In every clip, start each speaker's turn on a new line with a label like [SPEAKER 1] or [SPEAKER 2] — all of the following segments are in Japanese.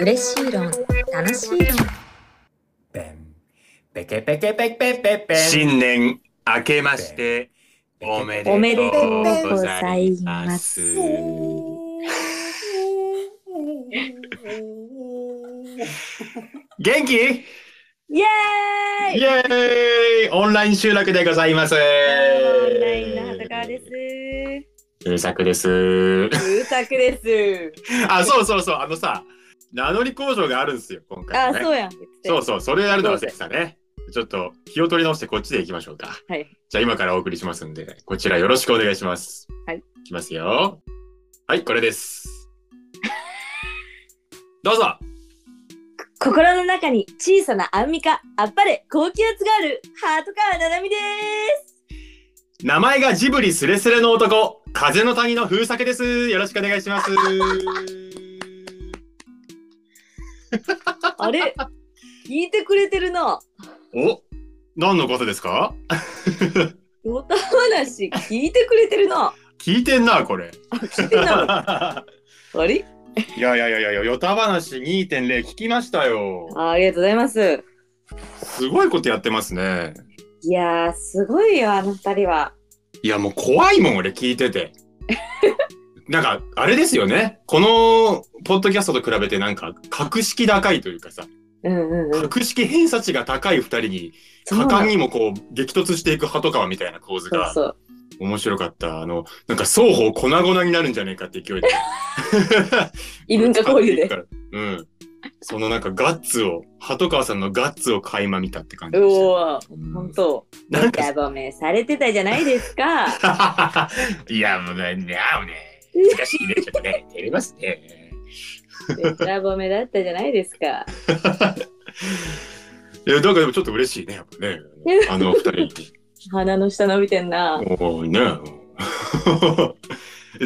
[SPEAKER 1] 嬉しい論、楽しい論。
[SPEAKER 2] ペン。ペケペケペケペケペケン。
[SPEAKER 3] 新年明けましておめ
[SPEAKER 1] おめ
[SPEAKER 3] で
[SPEAKER 1] で
[SPEAKER 3] と
[SPEAKER 1] と
[SPEAKER 3] う
[SPEAKER 1] う
[SPEAKER 3] ご
[SPEAKER 1] ご
[SPEAKER 3] ざ
[SPEAKER 1] ざ
[SPEAKER 3] い
[SPEAKER 1] い
[SPEAKER 3] ま
[SPEAKER 1] ますす。
[SPEAKER 3] 元気イエ
[SPEAKER 1] イエーイ
[SPEAKER 3] ーイオンライン集落でございます。
[SPEAKER 1] オンラインの鳩川です。
[SPEAKER 3] 優作です。
[SPEAKER 1] うたくです。
[SPEAKER 3] あ、そうそうそう、あのさ、名乗り工場があるんですよ、今回、
[SPEAKER 1] あ、
[SPEAKER 3] ね。
[SPEAKER 1] そうやん。
[SPEAKER 3] そうそう、それやるの忘れてたね。ちょっと気を取り直してこっちで行きましょうか。
[SPEAKER 1] はい。
[SPEAKER 3] じゃあ今からお送りしますんで、こちらよろしくお願いします。
[SPEAKER 1] はい。
[SPEAKER 3] いきますよ。はい、これ です。どうぞ
[SPEAKER 1] 心の中に小さなアンミカ、あっぱれ、高気圧がある、ハートカーななみで
[SPEAKER 3] 名前がジブリスレスレの男、風の谷の風酒です。よろしくお願いします。
[SPEAKER 1] す。あれ聞いてくれてるな。
[SPEAKER 3] お何のことですか
[SPEAKER 1] ヨタ話聞いてくれてるな。
[SPEAKER 3] 聞いてんな、これ。
[SPEAKER 1] 聞いてんな。あれ
[SPEAKER 3] いやいやいやいや、ヨタ話2.0聞きましたよ。
[SPEAKER 1] あありがとうございます。
[SPEAKER 3] すごいことやってますね。
[SPEAKER 1] いやー、すごいよ、あの二人は。
[SPEAKER 3] いや、もう怖いもん、俺聞いてて。なんか、あれですよね。この、ポッドキャストと比べて、なんか、格式高いというかさ、
[SPEAKER 1] うんうんうん。
[SPEAKER 3] 格式偏差値が高い二人に、
[SPEAKER 1] そう
[SPEAKER 3] 果
[SPEAKER 1] な
[SPEAKER 3] 敢
[SPEAKER 1] の
[SPEAKER 3] にもこう、激突していく鳩川みたいな構図
[SPEAKER 1] そう
[SPEAKER 3] が、
[SPEAKER 1] そう。
[SPEAKER 3] 面白かった。あの、なんか、双方粉々になるんじゃねえかって勢いで。
[SPEAKER 1] 異文化交流 で。。
[SPEAKER 3] うん。そのなんか、ガッツを、鳩川さんのガッツを垣間見たって感じ
[SPEAKER 1] う
[SPEAKER 3] でし
[SPEAKER 1] お
[SPEAKER 3] た。うん
[SPEAKER 1] ー、ほんと。
[SPEAKER 3] なんか
[SPEAKER 1] やぼめされてたじゃないですか。
[SPEAKER 3] いや、もうね、ね、あうね。難しいね、ちょっとね、照れますね。
[SPEAKER 1] やぼめだったじゃないですか。
[SPEAKER 3] いや、なんかでもちょっと嬉しいね、やっ ぱね。あのお二人。
[SPEAKER 1] 鼻の下伸びてんな。
[SPEAKER 3] おー ね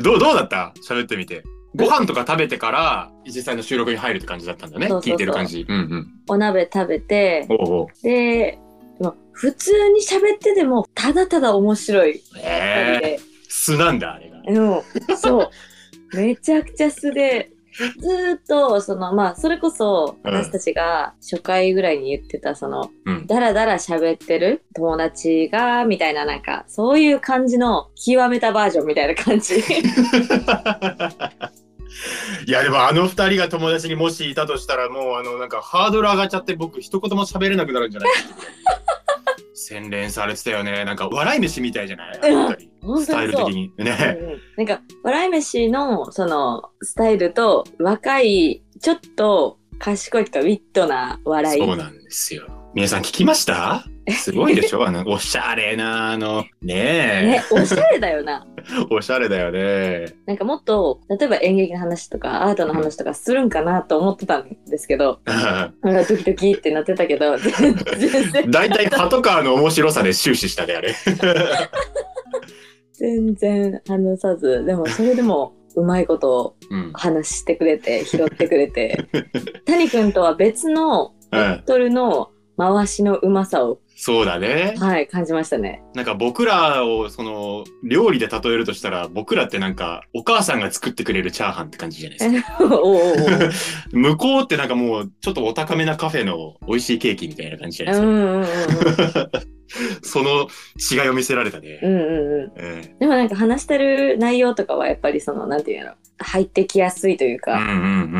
[SPEAKER 3] どう、どうだった喋ってみて。ご飯とか食べてから、実際の収録に入るって感じだったんだね。
[SPEAKER 1] そうそうそう
[SPEAKER 3] 聞いてる感じ。うんうん。
[SPEAKER 1] お鍋食べて、
[SPEAKER 3] おうおう。
[SPEAKER 1] で、まあ普通に喋ってても、ただただ面白い二人
[SPEAKER 3] ええ
[SPEAKER 1] で。
[SPEAKER 3] 素なんだ、あれが。
[SPEAKER 1] うん、そう。めちゃくちゃ素で、ずーっと、その、まあ、それこそ、
[SPEAKER 3] うん
[SPEAKER 1] 私たちが初回ぐらいに言ってた、その、
[SPEAKER 3] うん。
[SPEAKER 1] だらだら喋ってる友達が、みたいな、なんか、そういう感じの、極めたバージョンみたいな感 じ。
[SPEAKER 3] いやでもあの二人が友達にもしいたとしたらもうあのなんかハードル上がっちゃって僕一言も喋れなくなるんじゃないかってぐらい 洗練されてたよねなんか笑い飯みたいじゃないあの二人
[SPEAKER 1] 本
[SPEAKER 3] ス
[SPEAKER 1] 当
[SPEAKER 3] タイ
[SPEAKER 1] に
[SPEAKER 3] ル
[SPEAKER 1] そう
[SPEAKER 3] 的。に
[SPEAKER 1] う
[SPEAKER 3] ね、
[SPEAKER 1] んうんなんか、笑い飯の、その、スタイルと、若い、ちょっと、賢いとか、ウィットな笑い。
[SPEAKER 3] そうなんですよ皆さん聞きましたすごいでし ょあのおしゃれなあのね
[SPEAKER 1] ね、おしゃれだよな。
[SPEAKER 3] え、おしゃれだよね
[SPEAKER 1] なんかもっと、例えば演劇の話とかアートの話とかするんかなと思ってたんですけど、なんかドキドキってなってたけど、 全然、
[SPEAKER 3] だいたいハトカーの面白さで終始したねあれ
[SPEAKER 1] 全然話さず、でもそれでも、うまいこと
[SPEAKER 3] うん
[SPEAKER 1] 話してくれて、拾ってくれて、谷くんとは別のベクトルの回しのうまさを、
[SPEAKER 3] そうだね
[SPEAKER 1] はい、感じましたね。
[SPEAKER 3] なんか僕らをその料理で例えるとしたら僕らってなんかお母さんが作ってくれるチャーハンって感じじゃないですか。
[SPEAKER 1] おうおうおう
[SPEAKER 3] 向こうってなんかもうちょっとお高めなカフェの美味しいケーキみたいな感じじゃ
[SPEAKER 1] うん
[SPEAKER 3] ないで
[SPEAKER 1] うんうん
[SPEAKER 3] すか。 その違いを見せられたね。
[SPEAKER 1] うんうんうん
[SPEAKER 3] うん
[SPEAKER 1] でもなんか話してる内容とかはやっぱりそのなんていうの入ってきやすいという
[SPEAKER 3] うんう
[SPEAKER 1] か、
[SPEAKER 3] んう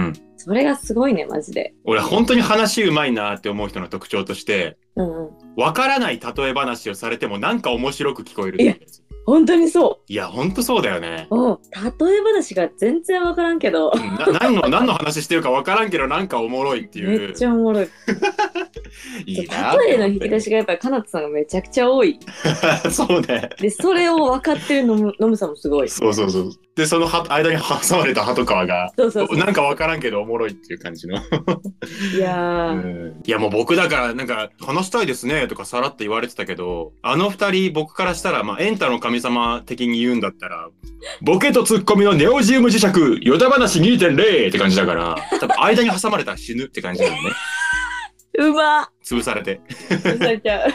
[SPEAKER 3] ん。
[SPEAKER 1] それがすごいねマジで
[SPEAKER 3] 俺本当に話うまいなって思う人の特徴として、
[SPEAKER 1] うんうん
[SPEAKER 3] わからない例え話をされてもなんか面白く聞こえるってことです。
[SPEAKER 1] 本当にそ
[SPEAKER 3] いや、ほんとそうだよね。
[SPEAKER 1] うおう例え話が全然わからんけど
[SPEAKER 3] うんな何の、何の話してるかわからんけどなんかおもろいってい
[SPEAKER 1] めっ
[SPEAKER 3] う。
[SPEAKER 1] ちゃおもろい
[SPEAKER 3] いいなって
[SPEAKER 1] 例えの
[SPEAKER 3] 思っ
[SPEAKER 1] 引
[SPEAKER 3] て
[SPEAKER 1] き出しがやっぱりかなつさんがめちゃくちゃ多い
[SPEAKER 3] そうね。
[SPEAKER 1] でそれを分かってるのむのむさんもすごいそ
[SPEAKER 3] そうそうそう。で、そのは間に挟まれた鳩川が、
[SPEAKER 1] うそうそ
[SPEAKER 3] なんかわからんけどおもろいっていう感じの。
[SPEAKER 1] ういやー、
[SPEAKER 3] いや、もう僕だから、なんか、話したいですねとかさらって言われてたけど、あの二人、僕からしたら、まあ、エンタの神様的に言うんだったら、ボケとツッコミのネオジウム磁石、ヨダ話2.0って感じだから、多分間に挟まれたら死ぬって感じだよね。
[SPEAKER 1] うまっ
[SPEAKER 3] 潰されて。
[SPEAKER 1] うざちゃう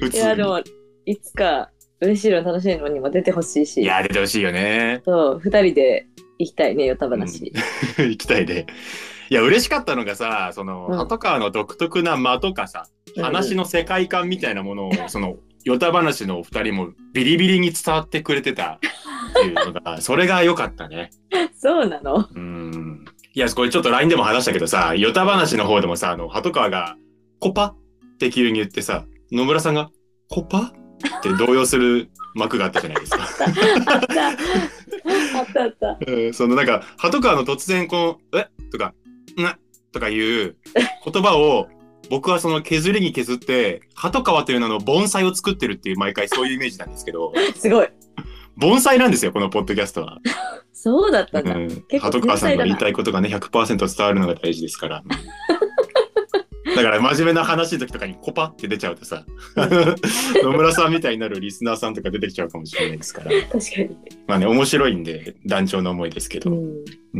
[SPEAKER 3] 普
[SPEAKER 1] い
[SPEAKER 3] 通
[SPEAKER 1] やで
[SPEAKER 3] に。
[SPEAKER 1] もいつか嬉しいの楽しいのにも出てほしいし
[SPEAKER 3] いや、出てほしいよね。
[SPEAKER 1] そう、二人で行きたいね、ヨタ話。
[SPEAKER 3] 行きたいね。いや、嬉しかったのがさ、その、
[SPEAKER 1] うん
[SPEAKER 3] 鳩川の独特な間とかさ、話の世界観みたいなものを、その、ヨタ話のお二人もビリビリに伝わってくれてたっていうのが、それが良かったね。
[SPEAKER 1] そうな の
[SPEAKER 3] うん。いや、これちょっと LINE でも話したけどさ、ヨタ話の方でもさ、あの、鳩川が、コパって急に言ってさ、野村さんが、コパって動揺する幕があったじゃないですか。
[SPEAKER 1] あったあったあった
[SPEAKER 3] うんそのなんか、鳩川の突然この、えとか、なとかいう言葉を、僕はその削りに削って、鳩川という名の盆栽を作ってるっていう毎回そういうイメージなんです けど、
[SPEAKER 1] すごい
[SPEAKER 3] 盆栽なんですよ、このポッドキャストは。
[SPEAKER 1] そうだったんだ、
[SPEAKER 3] うん、
[SPEAKER 1] 結構
[SPEAKER 3] 鳩川さん
[SPEAKER 1] 天才だ
[SPEAKER 3] の
[SPEAKER 1] な
[SPEAKER 3] 言いたいことがね、100%伝わるのが大事ですから。だから真面目な話の時とかにコパって出ちゃうとさ、野村さんみたいになるリスナーさんとか出てきちゃうかもしれないですから。
[SPEAKER 1] 確かに、
[SPEAKER 3] まあね、面白いんで、団長の思いですけ
[SPEAKER 1] う
[SPEAKER 3] ど。
[SPEAKER 1] ん、
[SPEAKER 3] う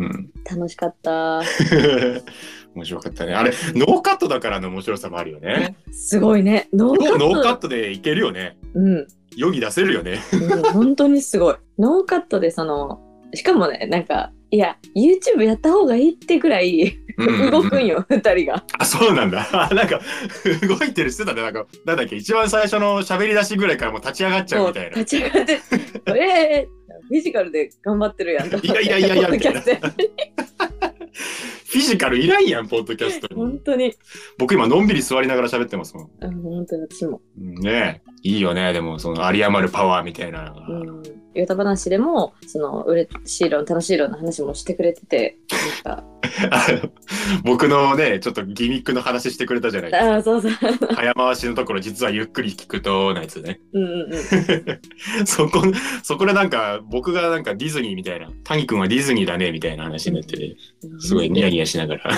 [SPEAKER 3] ん
[SPEAKER 1] 楽しかった
[SPEAKER 3] 面白かったね。あれ、ノーカットだからの面白さもあるよね。
[SPEAKER 1] すごいねノーカット
[SPEAKER 3] ノーカットでいけるよね。
[SPEAKER 1] うん
[SPEAKER 3] 余儀出せるよね。
[SPEAKER 1] うん本当にすごい。 ノーカットでそのしかもねなんかいや YouTube やった方がいいってぐらい動くんよ、二人が。
[SPEAKER 3] あ、そうなんだ。あなんか、動いてるしてたね。なんか、なんだっけ、一番最初の喋り出しぐらいからもう立ち上がっちゃう
[SPEAKER 1] も
[SPEAKER 3] み
[SPEAKER 1] う
[SPEAKER 3] たいな
[SPEAKER 1] 立。ち上がって 「えー、フィジカルで頑張ってるやん」
[SPEAKER 3] いやいやいやいや
[SPEAKER 1] ポッドキャストで
[SPEAKER 3] フィジカルいらんやん、ポッドキャス ト
[SPEAKER 1] 本
[SPEAKER 3] に。
[SPEAKER 1] 当に、
[SPEAKER 3] 僕今、のんびり座りながら喋ってますもん。
[SPEAKER 1] うん、本当に私も。
[SPEAKER 3] うんねえいいよね。でも、その、有り余るパワーみたいなのが。
[SPEAKER 1] うんヨタ話でもその嬉しい論楽しい論の話もしてくれててなん か
[SPEAKER 3] あの 僕のね、ちょっとギミックの話してくれたじゃないで すか
[SPEAKER 1] ああそうそう
[SPEAKER 3] 早回しのところ実はゆっくり聞くとなやつね
[SPEAKER 1] うんうんうん
[SPEAKER 3] そこそこでなんか僕がなんかディズニーみたいな谷君はディズニーだねみたいな話になっててすごいニヤニヤしな がら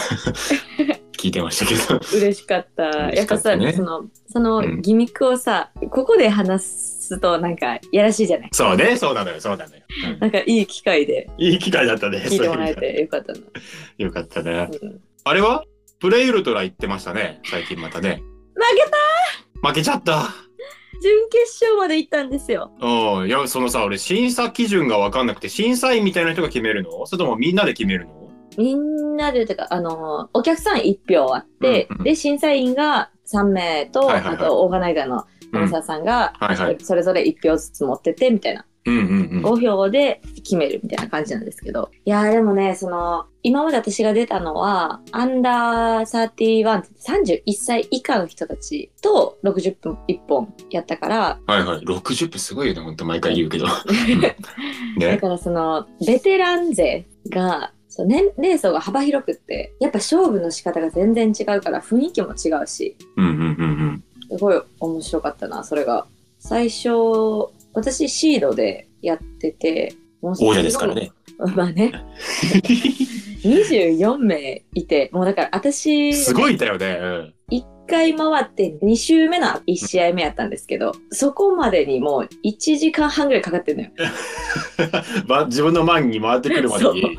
[SPEAKER 3] 聞いてましたけど
[SPEAKER 1] 嬉しかった
[SPEAKER 3] 嬉
[SPEAKER 1] や
[SPEAKER 3] し
[SPEAKER 1] っ
[SPEAKER 3] か
[SPEAKER 1] ぱ
[SPEAKER 3] った
[SPEAKER 1] さ、
[SPEAKER 3] ね
[SPEAKER 1] そのそうの
[SPEAKER 3] ん
[SPEAKER 1] ギミックをさ、ここで話すとなんかやらしいじゃない
[SPEAKER 3] そうねそうなのよそうなのよ、
[SPEAKER 1] なんかいい機会で
[SPEAKER 3] うんいい機会だったね
[SPEAKER 1] 聞いてもらえてよかったな、
[SPEAKER 3] そういう意味ではよかったね
[SPEAKER 1] うん負
[SPEAKER 3] あれはプレイウルトラ行ってましたね最近またね
[SPEAKER 1] けた
[SPEAKER 3] 負けちゃった
[SPEAKER 1] 準決勝まで行ったんですよ
[SPEAKER 3] うんいやそのさ俺審査基準が分かんなくて審査員みたいな人が決めるのそれともみんなで決めるの
[SPEAKER 1] みんなでてかあのお客さん1票あって、
[SPEAKER 3] うんうん
[SPEAKER 1] で審査員が3名と、
[SPEAKER 3] はいはいはい
[SPEAKER 1] あとオーガナイザーの
[SPEAKER 3] う
[SPEAKER 1] ダン
[SPEAKER 3] ん
[SPEAKER 1] サーさんが、
[SPEAKER 3] はいはい
[SPEAKER 1] それぞれ1票ずつ持っててみたいな
[SPEAKER 3] うんうんうん
[SPEAKER 1] 5票で決めるみたいな感じなんですけどいやーでもねその今まで私が出たのはアンダー31って31歳以下の人たちと60分1本やったから
[SPEAKER 3] はいはい。60分すごいよね、ほんと毎回言 うけど。
[SPEAKER 1] だ
[SPEAKER 3] ね。
[SPEAKER 1] からそのベテラン勢がそう年齢層が幅広くってやっぱ勝負の仕方が全然違うから雰囲気も違うし
[SPEAKER 3] うんうんうん
[SPEAKER 1] すごい面白かったなそれが最初私シードでやってて
[SPEAKER 3] うん。
[SPEAKER 1] 王
[SPEAKER 3] 王者ですからね。
[SPEAKER 1] まあね24名いてもうだから私
[SPEAKER 3] すごいいたよね。うん。
[SPEAKER 1] 1回回って2周目の1試合目やったんですけどそこまでにもう1時間半ぐらいかかってんのよ
[SPEAKER 3] ば自分の前に回ってくるまでに。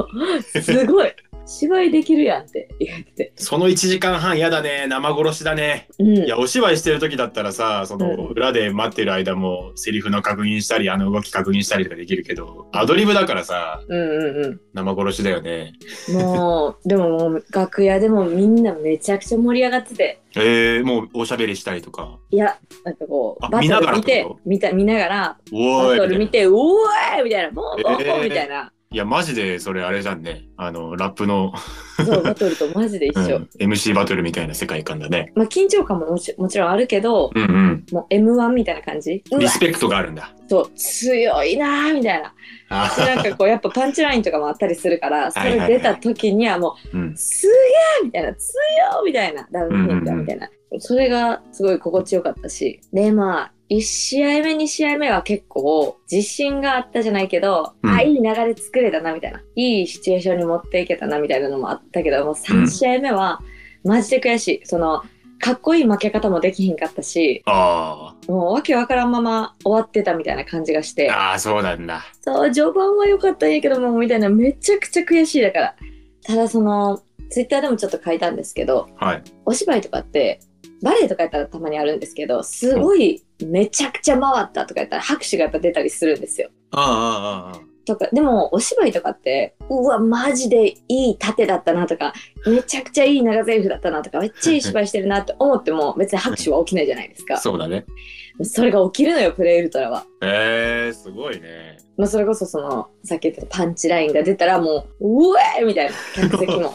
[SPEAKER 1] そうすごい芝居できるやんって言ってて、
[SPEAKER 3] その1時間半やだね。生殺しだね。
[SPEAKER 1] うん、
[SPEAKER 3] いや、お芝居してる時だったらさ、その
[SPEAKER 1] う
[SPEAKER 3] 裏で待ってる間もセリフの確認したり、あの動き確認したりとかできるけど、アドリブだからさ、
[SPEAKER 1] うんうん
[SPEAKER 3] 生殺しだよね。
[SPEAKER 1] うんもうでももう楽屋でもみんなめちゃくちゃ盛り上がってて
[SPEAKER 3] えー、もうおしゃべりしたりとか。
[SPEAKER 1] いやなんかこう
[SPEAKER 3] あ
[SPEAKER 1] バトル見
[SPEAKER 3] 見ながらって
[SPEAKER 1] て
[SPEAKER 3] こと
[SPEAKER 1] 見た見ながら
[SPEAKER 3] お
[SPEAKER 1] バトル
[SPEAKER 3] ーい
[SPEAKER 1] 見。て「うおーい!」みたいな「ボンボンボ
[SPEAKER 3] え
[SPEAKER 1] ン!」
[SPEAKER 3] ー
[SPEAKER 1] みたいな、
[SPEAKER 3] いや、マジでそれあれじゃんね。あの、ラップの、
[SPEAKER 1] そうバトルとマジで一
[SPEAKER 3] うん
[SPEAKER 1] 緒、、
[SPEAKER 3] MC バトルみたいな世界観だね。
[SPEAKER 1] まあ緊張感ももちもちろんあるけど
[SPEAKER 3] うんうん。
[SPEAKER 1] もう m 1みたいな感じうわ
[SPEAKER 3] リスペクトがあるんだ。
[SPEAKER 1] そう強いなーみたいなでなんかこうやっぱパンチラインとかもあったりするからそれ出た時にはもう
[SPEAKER 3] うん、
[SPEAKER 1] すげえみたいな強いみたいなダブルヒントみたいな、それがすごい心地よかったしでまあ1試合目2試合目は結構自信があったじゃないけど、
[SPEAKER 3] うん
[SPEAKER 1] あいい流れ作れたなみたいないいシチュエーションに持っていけたなみたいなのもあったけどもう3試合目はマジで悔しいそのかっこいい負け方もできひんかったし
[SPEAKER 3] あ
[SPEAKER 1] もうわけわからんまま終わってたみたいな感じがして
[SPEAKER 3] ーあー、そうなんだ。
[SPEAKER 1] そう、序盤は良かったんやけども、みたいな、めちゃくちゃ悔しいだから。ただその、ツイッターでもちょっと書いたんですけど、
[SPEAKER 3] はい。
[SPEAKER 1] お芝居とかって、バレエとかやったらたまにあるんですけど、すごい、めちゃくちゃ回ったとかやったら、拍手がやっぱ出たりするんですよ。
[SPEAKER 3] ああ、ああ、あ
[SPEAKER 1] とかでもお芝居とかってうわマジでいい盾だったなとかめちゃくちゃいい長財布だったなとかめっちゃいい芝居してるなって思っても別に拍手は起きないじゃないですか
[SPEAKER 3] そうだね。
[SPEAKER 1] それが起きるのよプレイウルトラは、
[SPEAKER 3] えー、すごいね。
[SPEAKER 1] まあ、それこそそのさっき言ったパンチラインが出たらもううえーみたいな客席も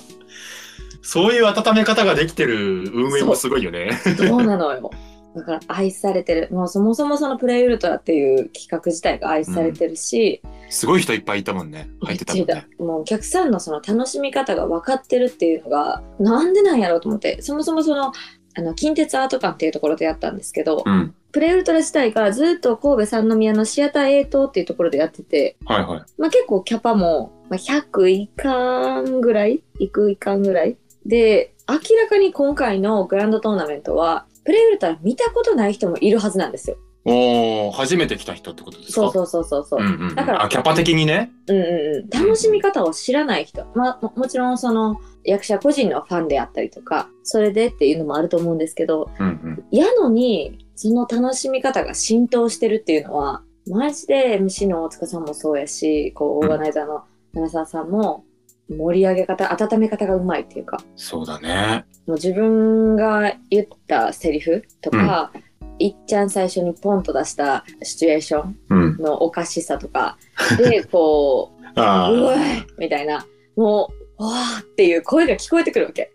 [SPEAKER 3] そういう温め方ができてる運営もすごいよね。
[SPEAKER 1] そうなのよだから愛されてるもうそもそもそのプレイウルトラっていう企画自体が愛されてるし、
[SPEAKER 3] すごい人いっぱいいたもんね。入ってたもんね。
[SPEAKER 1] もうお客さんのその楽しみ方が分かってるっていうのがなんでなんやろうと思ってそもそもそのあの近鉄アート館っていうところでやったんですけど、
[SPEAKER 3] うん。
[SPEAKER 1] プレウルトラ自体がずっと神戸三宮のシアター A 棟っていうところでやってて、
[SPEAKER 3] はいはい。
[SPEAKER 1] まあ、結構キャパも、まあ、100いかんぐらいいくいかんぐらいで明らかに今回のグランドトーナメントはプレウルトラ見たことない人もいるはずなんですよ。
[SPEAKER 3] おお、初めて来た人ってことですか
[SPEAKER 1] そう
[SPEAKER 3] う。
[SPEAKER 1] そうそうそうそう。
[SPEAKER 3] んうんうん、
[SPEAKER 1] だから
[SPEAKER 3] あ、キャパ的にね。
[SPEAKER 1] うんうんうん、楽しみ方を知らない人、まあ、ももちろんその役者個人のファンであったりとかそれでっていうのもあると思うんですけど
[SPEAKER 3] うんうん。
[SPEAKER 1] やのにその楽しみ方が浸透してるっていうのはマジで MC の大塚さんもそうやしこうオ
[SPEAKER 3] う
[SPEAKER 1] ー
[SPEAKER 3] ん
[SPEAKER 1] ガナイザーの長澤さんも盛り上げ方温め方がうまいっていうか
[SPEAKER 3] そうだね。
[SPEAKER 1] もう自分が言ったセリフとか、いっちゃん最初にポンと出したシチュエーション
[SPEAKER 3] うん。
[SPEAKER 1] のおかしさとかでこう
[SPEAKER 3] あ
[SPEAKER 1] うわ
[SPEAKER 3] ー
[SPEAKER 1] ーみたいなもう「わー」っていう声が聞こえてくるわけ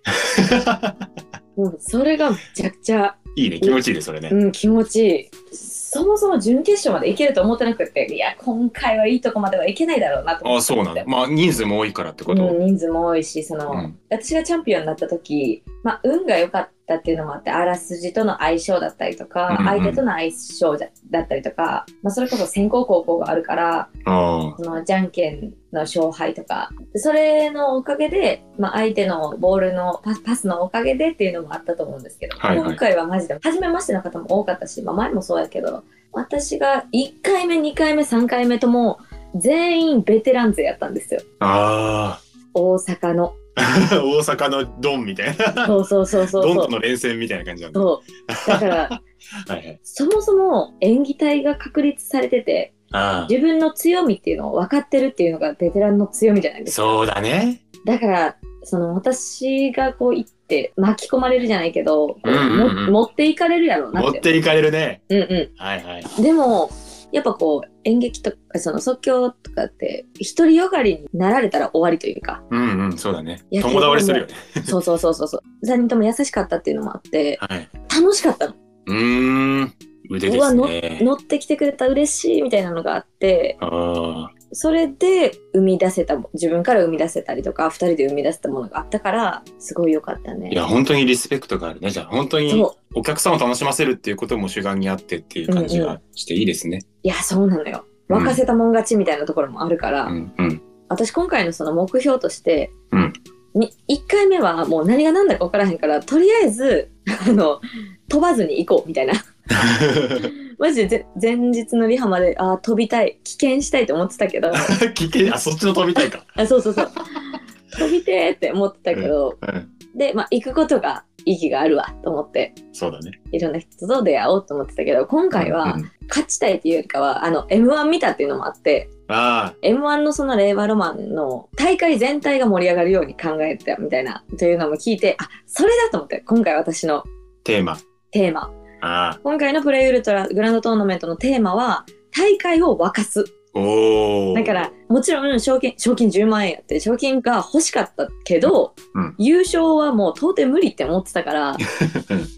[SPEAKER 1] もうそれがめちゃくちゃ、
[SPEAKER 3] いいね、気持ちいいです、それね。
[SPEAKER 1] うん、気持ちいいそもそも準決勝までいけると思ってなくていや今回はいいとこまではいけないだろうなと思っ
[SPEAKER 3] ああ、
[SPEAKER 1] て
[SPEAKER 3] そうなんだ。まあ、人数も多いからって
[SPEAKER 1] う
[SPEAKER 3] こと。
[SPEAKER 1] ん、人数も多いしその、
[SPEAKER 3] うん
[SPEAKER 1] 私がチャンピオンになった時、まあ、運が良かったっていうのもあってあらすじとの相性だったりとか、
[SPEAKER 3] うんうん
[SPEAKER 1] 相手との相性だだったりとか、まあ、それこそ先行後攻があるから
[SPEAKER 3] あ
[SPEAKER 1] そのじゃんけんの勝敗とかそれのおかげで、まあ、相手のボールのパスパスのおかげでっていうのもあったと思うんですけど、
[SPEAKER 3] はいはい
[SPEAKER 1] 今回はマジで初めましての方も多かったし、まあ、前もそうやけど私が1回目2回目3回目とも全員ベテラン勢やったんですよ
[SPEAKER 3] あ。あ
[SPEAKER 1] 大阪 の
[SPEAKER 3] あ。 大阪のドンみたいな。
[SPEAKER 1] そうそうそうそう
[SPEAKER 3] ドン
[SPEAKER 1] そ
[SPEAKER 3] と
[SPEAKER 1] う
[SPEAKER 3] の連戦みたいな感じなんだ。は
[SPEAKER 1] そうだから
[SPEAKER 3] いはい。
[SPEAKER 1] そもそも演技体が確立されてて
[SPEAKER 3] あ
[SPEAKER 1] 自分の強みっていうのを分かってるっていうのがベテランの強みじゃない
[SPEAKER 3] あ。
[SPEAKER 1] ですか
[SPEAKER 3] そうだね。
[SPEAKER 1] だからその私がこう行って巻き込まれるじゃないけど、こう
[SPEAKER 3] うんうんうん
[SPEAKER 1] も持っていかれるやろうな
[SPEAKER 3] 持
[SPEAKER 1] っ
[SPEAKER 3] ってていかれるね。
[SPEAKER 1] うん
[SPEAKER 3] はいはい。
[SPEAKER 1] うん、でもやっぱこう演劇とかその即興とかって独りよがりになられたら終わりという か
[SPEAKER 3] うんうん、そうだね。
[SPEAKER 1] いや
[SPEAKER 3] 友倒れするよね。
[SPEAKER 1] そうそうそうそうそう3人とも優しかったっていうのもあって
[SPEAKER 3] はい。
[SPEAKER 1] 楽しかったの
[SPEAKER 3] うーん。腕で
[SPEAKER 1] うわ
[SPEAKER 3] す
[SPEAKER 1] の
[SPEAKER 3] ね。
[SPEAKER 1] 乗ってきてくれた嬉しいみたいなのがあって
[SPEAKER 3] あ
[SPEAKER 1] それで生み出せたも自分から生み出せたりとか2人で生み出せたものがあったからすごい良かった
[SPEAKER 3] あ。
[SPEAKER 1] ね
[SPEAKER 3] いや、本当にリスペクトがあるね。じゃあ、本当に
[SPEAKER 1] そう
[SPEAKER 3] お客さんを楽しませるっていうことも主眼にあってっていう感じがしていいですね。
[SPEAKER 1] いやそうなのよ
[SPEAKER 3] うん
[SPEAKER 1] 沸かせたもん勝ちみたいなところもあるから、
[SPEAKER 3] うんうん。
[SPEAKER 1] 私今回のその目標として、
[SPEAKER 3] うん
[SPEAKER 1] に1回目はもう何が何だか分からへんからとりあえず あの飛ばずに行こうみたいな マジでぜ前日のリハまであー飛びたい危険したいと思ってたけ ど
[SPEAKER 3] 聞け、あ、そっちの飛びたいか。
[SPEAKER 1] あそうそうそう飛びてーって思ってたけど、
[SPEAKER 3] うん。
[SPEAKER 1] で、まあ、行くことが意義があるわと思って
[SPEAKER 3] そうだね。
[SPEAKER 1] いろんな人と出会おうと思ってたけど今回は勝ちたいっていうよりかはあの m 1見たっていうのもあって。
[SPEAKER 3] あ
[SPEAKER 1] M1 のその令和ロマンの大会全体が盛り上がるように考えたみたいなというのも聞いてあそれだと思って今回私の
[SPEAKER 3] あ、テーマ。
[SPEAKER 1] テーマ
[SPEAKER 3] ああ。
[SPEAKER 1] 今回のプレイウルトラグランドトーナメントのテーマは大会を沸かす
[SPEAKER 3] おお。
[SPEAKER 1] だからもちろん賞金賞金10万円やって賞金が欲しかったけど、
[SPEAKER 3] うん
[SPEAKER 1] 優勝はもう到底無理って思ってた から、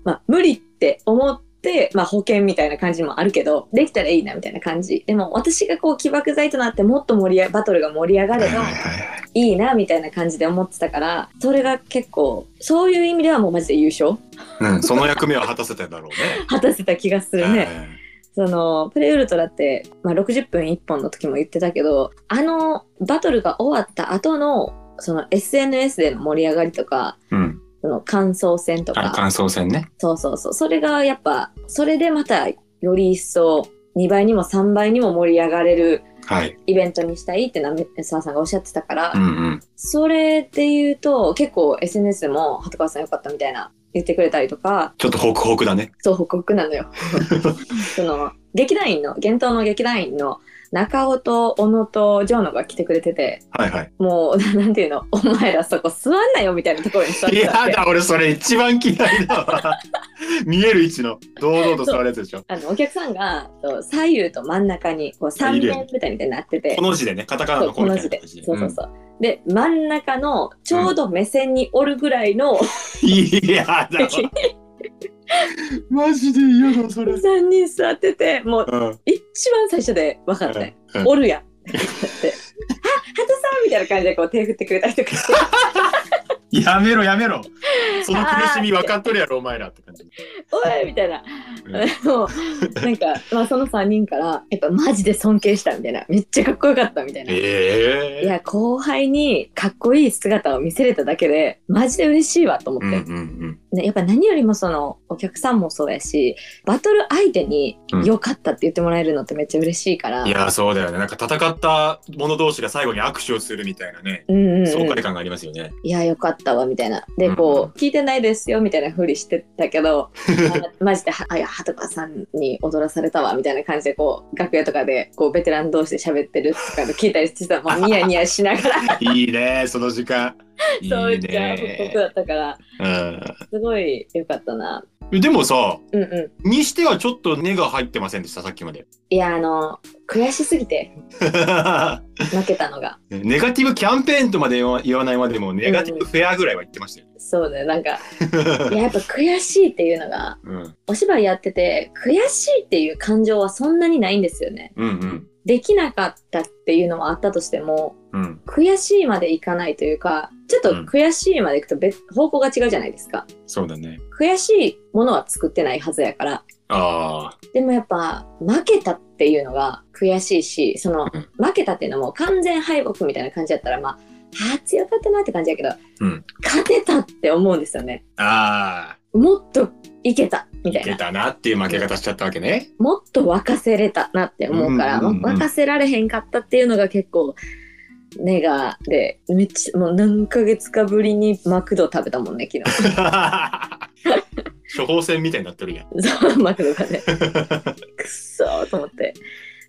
[SPEAKER 1] まあ、無理って思って、まあ、保険みたいな感じもあるけどできたらいいなみたいな感じでも私がこう起爆剤となってもっと盛り上バトルが盛り上が
[SPEAKER 3] は
[SPEAKER 1] れ
[SPEAKER 3] い
[SPEAKER 1] ば
[SPEAKER 3] はいはい。
[SPEAKER 1] いいなみたいな感じで思ってたからそれが結構そういう意味ではもうマジで優勝
[SPEAKER 3] うん、その役目を果たせたんだろう ね。
[SPEAKER 1] 果たせた気がするね。そのプレウルトラって、まあ、60分1本の時も言ってたけどあのバトルが終わった後のその SNS での盛り上がりとか
[SPEAKER 3] うん。
[SPEAKER 1] その感想戦と
[SPEAKER 3] あ、
[SPEAKER 1] か
[SPEAKER 3] 感想戦ね。
[SPEAKER 1] そうそうそうそれがやっぱそれでまたより一層2倍にも3倍にも盛り上がれる
[SPEAKER 3] はい。
[SPEAKER 1] イベントにしたいってなめ澤さんがおっしゃってたから
[SPEAKER 3] う、んうん。
[SPEAKER 1] それで言うと結構 SNS でも「鳩川さんよかった」みたいな言ってくれたりとか
[SPEAKER 3] ちょっとホクホクだね。
[SPEAKER 1] そう報告なのよその劇団員の幻冬の劇団員の中尾と小野とジョーノが来てくれてて、
[SPEAKER 3] はいはい。
[SPEAKER 1] もう、 なんていうの、お前らそこ座んなよみたいなところに座っ
[SPEAKER 3] い
[SPEAKER 1] て
[SPEAKER 3] や
[SPEAKER 1] たんで。
[SPEAKER 3] だ、俺それ一番嫌いだ わ。見える位置の、堂々と座るやつでしょ。
[SPEAKER 1] あのお客さんがと左右と真ん中にこう3
[SPEAKER 3] いるよ
[SPEAKER 1] 面みたいになってて
[SPEAKER 3] この字でね、カタカナ
[SPEAKER 1] そう
[SPEAKER 3] の
[SPEAKER 1] こ
[SPEAKER 3] み
[SPEAKER 1] の
[SPEAKER 3] たい
[SPEAKER 1] 字
[SPEAKER 3] な
[SPEAKER 1] で
[SPEAKER 3] 感じで。
[SPEAKER 1] そうそうそう、で真ん中のちょうど目線におるぐらいの
[SPEAKER 3] うんいやだわ。マジで嫌だ、それ。うん。
[SPEAKER 1] 3人座っててもう
[SPEAKER 3] うん
[SPEAKER 1] 一番最初で分かったね、
[SPEAKER 3] うん
[SPEAKER 1] おるやんって なってあ鳩さんみたいな感じでこう手振ってくれたりとかして
[SPEAKER 3] やめろ、やめろ。その苦しみ分かっとるやろ、お前らって感じ。
[SPEAKER 1] おいみたいな、もうなんか、まあ、その3人からやっぱマジで尊敬したみたいなめっちゃかっこよかったみたいな
[SPEAKER 3] え
[SPEAKER 1] い
[SPEAKER 3] え。
[SPEAKER 1] や後輩にかっこいい姿を見せれただけでマジで嬉しいわと思
[SPEAKER 3] う
[SPEAKER 1] っ
[SPEAKER 3] んう
[SPEAKER 1] て、
[SPEAKER 3] んうん。
[SPEAKER 1] ねやっぱ何よりもそのお客さんもそうやしバトル相手に
[SPEAKER 3] うん
[SPEAKER 1] 良かったって言ってもらえるのってめっちゃ嬉しいから、
[SPEAKER 3] いや、そうだよね。なんか戦った者同士が最後に握手をするみたいなね。
[SPEAKER 1] うんうんうん、
[SPEAKER 3] 爽快感がありますよね。
[SPEAKER 1] いや良かったわみたいなで
[SPEAKER 3] うんうん
[SPEAKER 1] こう、聞いてないですよみたいなふりしてたけ どあマジではあいやはとかさんに踊らされたわみたいな感じでこう楽屋とかでこうベテラン同士で喋ってるとかの聞いたりして たらもうニヤニヤしながら
[SPEAKER 3] いいね、その時間。いい
[SPEAKER 1] そういった報告
[SPEAKER 3] ね。
[SPEAKER 1] だったからすごい良かったな
[SPEAKER 3] うん。でもさ、
[SPEAKER 1] うんうん
[SPEAKER 3] にしてはちょっと根が入ってませんでした、さっきまで。
[SPEAKER 1] いやあの悔しすぎて負けたのが
[SPEAKER 3] ネガティブキャンペーンとまでは言わないまでも、ネガティブフェアぐらいは言ってましたよ。
[SPEAKER 1] そうねなん かいややっぱ悔しいっていうのが
[SPEAKER 3] うん、うん
[SPEAKER 1] お芝居やってて悔しいっていう感情はそんなにないんですよね
[SPEAKER 3] うん
[SPEAKER 1] できなかったっていうのはあったとしても
[SPEAKER 3] うん。
[SPEAKER 1] 悔しいまでいかないというかちょっと
[SPEAKER 3] うん
[SPEAKER 1] 悔しいまでいくと別方向が違うじゃないですか
[SPEAKER 3] そうだね。
[SPEAKER 1] 悔しいものは作ってないはずやから
[SPEAKER 3] ああ。
[SPEAKER 1] でもやっぱ負けたっていうのが悔しいしその
[SPEAKER 3] うん
[SPEAKER 1] 負けたっていうのも完全敗北みたいな感じだったらまああー強かったなって感じやけど、
[SPEAKER 3] うん
[SPEAKER 1] 勝てたって思うんですよね
[SPEAKER 3] ああ。
[SPEAKER 1] もっといけたみた
[SPEAKER 3] い
[SPEAKER 1] い
[SPEAKER 3] け
[SPEAKER 1] な
[SPEAKER 3] たなっていう負け方しちゃったわけ ね。
[SPEAKER 1] もっと沸かせれたなって思うから、
[SPEAKER 3] うんうんうん
[SPEAKER 1] まあ沸かせられへんかったっていうのが結構ネガでめっちゃもう何ヶ月かぶりにマクド食べたもんね 昨
[SPEAKER 3] 処方箋みたいになってるやん。
[SPEAKER 1] 日そうマクドが ねくっそーと思って。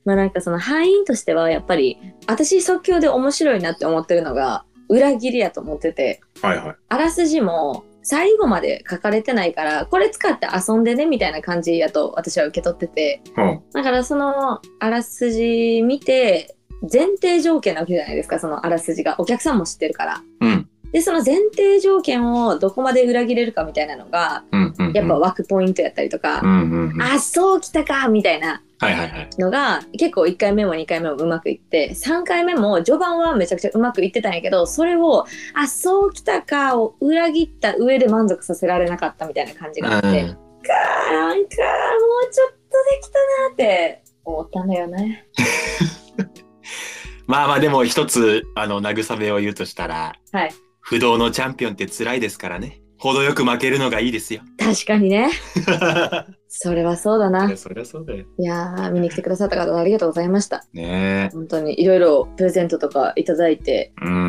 [SPEAKER 1] まあなんかその敗因としてはやっぱり私即興で面白いなって思ってるのが裏切りやと思ってて
[SPEAKER 3] はいはい。
[SPEAKER 1] あらすじも最後まで書かれてないからこれ使って遊んでねみたいな感じやと私は受け取ってて
[SPEAKER 3] うん
[SPEAKER 1] だからそのあらすじ見て前提条件なわけじゃないですかそのあらすじがお客さんも知ってるから
[SPEAKER 3] うん
[SPEAKER 1] でその前提条件をどこまで裏切れるかみたいなのが
[SPEAKER 3] うんうん。
[SPEAKER 1] やっぱ枠ポイントやったりとか、
[SPEAKER 3] うんうんうん。はい
[SPEAKER 1] あそうきたかみたいな
[SPEAKER 3] はいはい。
[SPEAKER 1] のが結構1回目も2回目もうまくいって3回目も序盤はめちゃくちゃうまくいってたんやけどそれを「あそうきたか」を裏切った上で満足させられなかったみたいな感じがあって、
[SPEAKER 3] う
[SPEAKER 1] か
[SPEAKER 3] ん
[SPEAKER 1] ーなんかもうちょっとできたなって思ったんだよね。
[SPEAKER 3] まあまあでも一つあの慰めを言うとしたら、
[SPEAKER 1] はい
[SPEAKER 3] 不動のチャンピオンって辛いですからね程よく負けるのがいい ですよ
[SPEAKER 1] 確かにねそれはそうだな。
[SPEAKER 3] そりゃそうだよ
[SPEAKER 1] いやー見に来てくださった方ありがとうございました。
[SPEAKER 3] ねえ
[SPEAKER 1] 本当にいろいろプレゼントとかいただいて
[SPEAKER 3] うん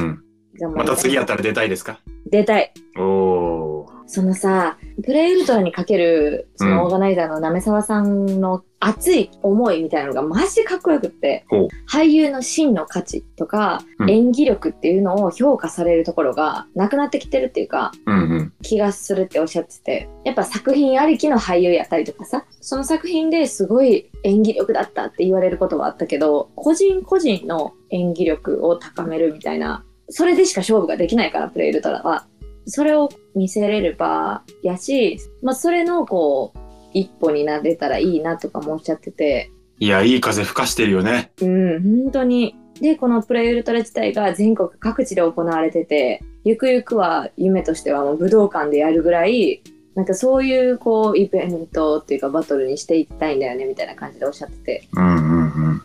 [SPEAKER 1] 頑張
[SPEAKER 3] ま
[SPEAKER 1] り
[SPEAKER 3] た
[SPEAKER 1] す
[SPEAKER 3] 次やったら出たいですか
[SPEAKER 1] 出たい。
[SPEAKER 3] おお
[SPEAKER 1] そのさ、プレイウルトラにかける、そ
[SPEAKER 3] うん
[SPEAKER 1] のオーガナイザーのなめさわさんの熱い思いみたいなのがマジでかっこよくって
[SPEAKER 3] ほう、
[SPEAKER 1] 俳優の真の価値とか、
[SPEAKER 3] うん
[SPEAKER 1] 演技力っていうのを評価されるところがなくなってきてるっていうか、
[SPEAKER 3] うんうん
[SPEAKER 1] 気がするっておっしゃってて、やっぱ作品ありきの俳優やったりとかさ、その作品ですごい演技力だったって言われることはあったけど、個人個人の演技力を高めるみたいな、それでしか勝負ができないから、プレイウルトラは。それを見せれる場やし、まあ、それのこう、一歩になれたらいいなとかもおっしゃってて、
[SPEAKER 3] いやいい風吹かしてるよね
[SPEAKER 1] うん、本当に。で、このプレイウルトラ自体が全国各地で行われてて、ゆくゆくは夢としてはもう武道館でやるぐらい、なんかそういうこうイベントっていうかバトルにしていきたいんだよねみたいな感じでおっしゃってて、
[SPEAKER 3] うんうんうん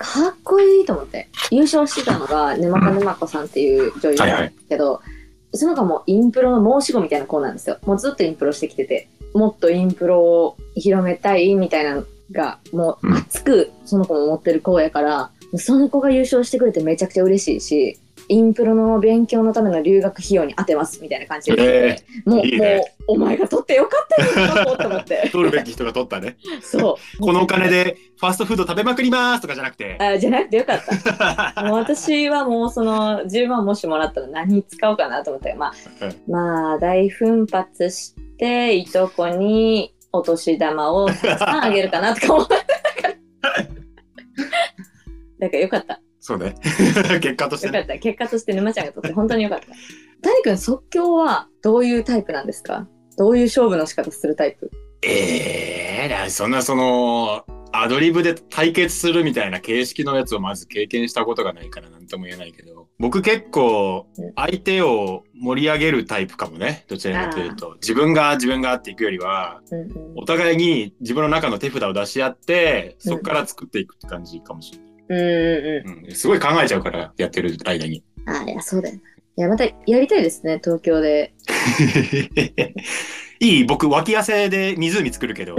[SPEAKER 1] かっこいいと思って。優勝してたのが沼か沼子さんっていう女優なんですけど、その子もインプロの申し子みたいな子なんですよ。もうずっとインプロしてきてて、もっとインプロを広めたいみたいなのが、もう熱くその子も持ってる子やから、その子が優勝してくれてめちゃくちゃ嬉しいし、インプロの勉強のための留学費用に充てますみたいな感じで、もう
[SPEAKER 3] いいね
[SPEAKER 1] もうお前が取ってよかったよと思って
[SPEAKER 3] 取るべき人が取ったね。
[SPEAKER 1] そう
[SPEAKER 3] このお金でファストフード食べまくりますとかじゃなくて。
[SPEAKER 1] あじゃなくてよかったもう私はもうその10万もしもらったら何に使おうかなと思ってまあ、まあ大奮発していとこにお年玉をたくさんあげるかなとか思ってたからだからよかった
[SPEAKER 3] そうね。 結果として
[SPEAKER 1] よか
[SPEAKER 3] ね。
[SPEAKER 1] った結果として沼ちゃんがとって本当によかった谷君即興はどういうタイプなんですかどういう勝負の仕方するタイプ
[SPEAKER 3] ええそんなその、アドリブで対決するみたいな形式のやつをまず経験したことがないからなんとも言えないけど、僕結構
[SPEAKER 1] うん
[SPEAKER 3] 相手を盛り上げるタイプかもね。どちらかというと。自分が自分がっていくよりは、
[SPEAKER 1] うんうん
[SPEAKER 3] お互いに自分の中の手札を出し合って、そこから作っていくって感じかもしれない。
[SPEAKER 1] うんうんうん
[SPEAKER 3] うん、すごい考えちゃうから、やってる間 に。
[SPEAKER 1] あいやそうだよないやまたやりたいですね東京で
[SPEAKER 3] いい僕脇汗で湖作るけど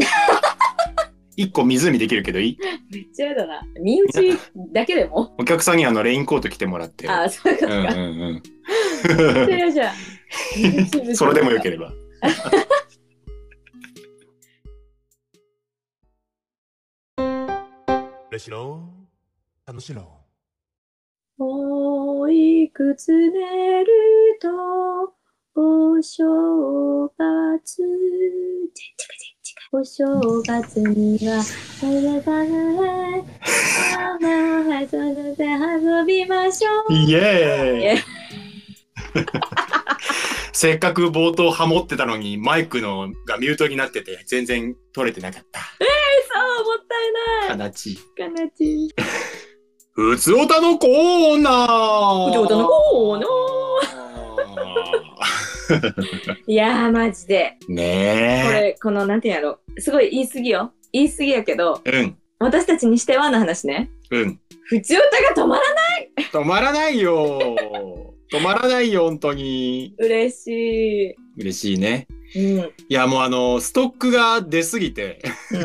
[SPEAKER 3] 一個湖できるけどいい
[SPEAKER 1] めっちゃやだな身内だけでも
[SPEAKER 3] お客さんにあのレインコート着てもらって
[SPEAKER 1] ああ、そういうこ
[SPEAKER 3] う
[SPEAKER 1] と
[SPEAKER 3] ん
[SPEAKER 1] か。
[SPEAKER 3] うん
[SPEAKER 1] めっちゃ嫌じゃ
[SPEAKER 3] うんんそれでもよければ
[SPEAKER 2] 嬉しろ楽しろ
[SPEAKER 1] おいくつ寝ると、お正月。お正月には、それだね。ああ、それで遊びましょう。
[SPEAKER 3] イ
[SPEAKER 1] イエ
[SPEAKER 3] エーイせっかく冒頭ハモってたのにマイクのがミュートになってて全然取れてなかっ
[SPEAKER 1] そう、もったい
[SPEAKER 3] た
[SPEAKER 1] ない。
[SPEAKER 3] 悲しい
[SPEAKER 1] 悲しい。
[SPEAKER 3] うつおたのコーナー
[SPEAKER 1] うつおたのコーナいやー、マジで。
[SPEAKER 3] ーね
[SPEAKER 1] こ
[SPEAKER 3] え
[SPEAKER 1] れ、この、なんていうんやろ。すごい言い過ぎよ。言い過ぎやけど、
[SPEAKER 3] うん
[SPEAKER 1] 私たちにしてはの話ね。
[SPEAKER 3] うん
[SPEAKER 1] 普通歌が止まらない
[SPEAKER 3] 止まらないよ止まらないよ本当に
[SPEAKER 1] 嬉し
[SPEAKER 3] 嬉しいね
[SPEAKER 1] い。うん。
[SPEAKER 3] いやもうあのストックが出すぎて
[SPEAKER 1] う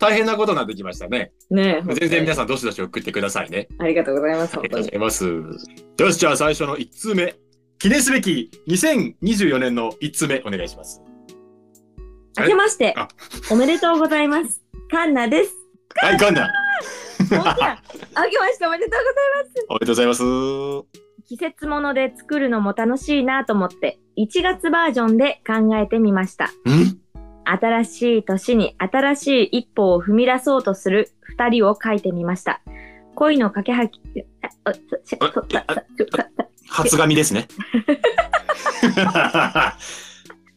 [SPEAKER 3] 大変なことになってきましたね
[SPEAKER 1] ん、ねえ、
[SPEAKER 3] 全然皆さんどしどし送ってくださいね
[SPEAKER 1] ありがとうございます、
[SPEAKER 3] あ
[SPEAKER 1] 本
[SPEAKER 3] りが
[SPEAKER 1] 当
[SPEAKER 3] とうご
[SPEAKER 1] に。
[SPEAKER 3] ざいますよしじゃあ最初の1通目記念すべき2024年の1通目お願いします
[SPEAKER 1] 明けまして
[SPEAKER 3] あ、
[SPEAKER 1] おめでとうございます。カンナ です。
[SPEAKER 3] はいガンナ
[SPEAKER 1] 本当や明けましておめでとうございま
[SPEAKER 3] おめでとうございます
[SPEAKER 1] す。季節物で作るのも楽しいなと思って、1月バージョンで考えてみました。
[SPEAKER 3] ん
[SPEAKER 1] 新しい年に新しい一歩を踏み出そうとする二人を書いてみました。恋の架けはき、ああそそそそそ
[SPEAKER 3] 初髪ですね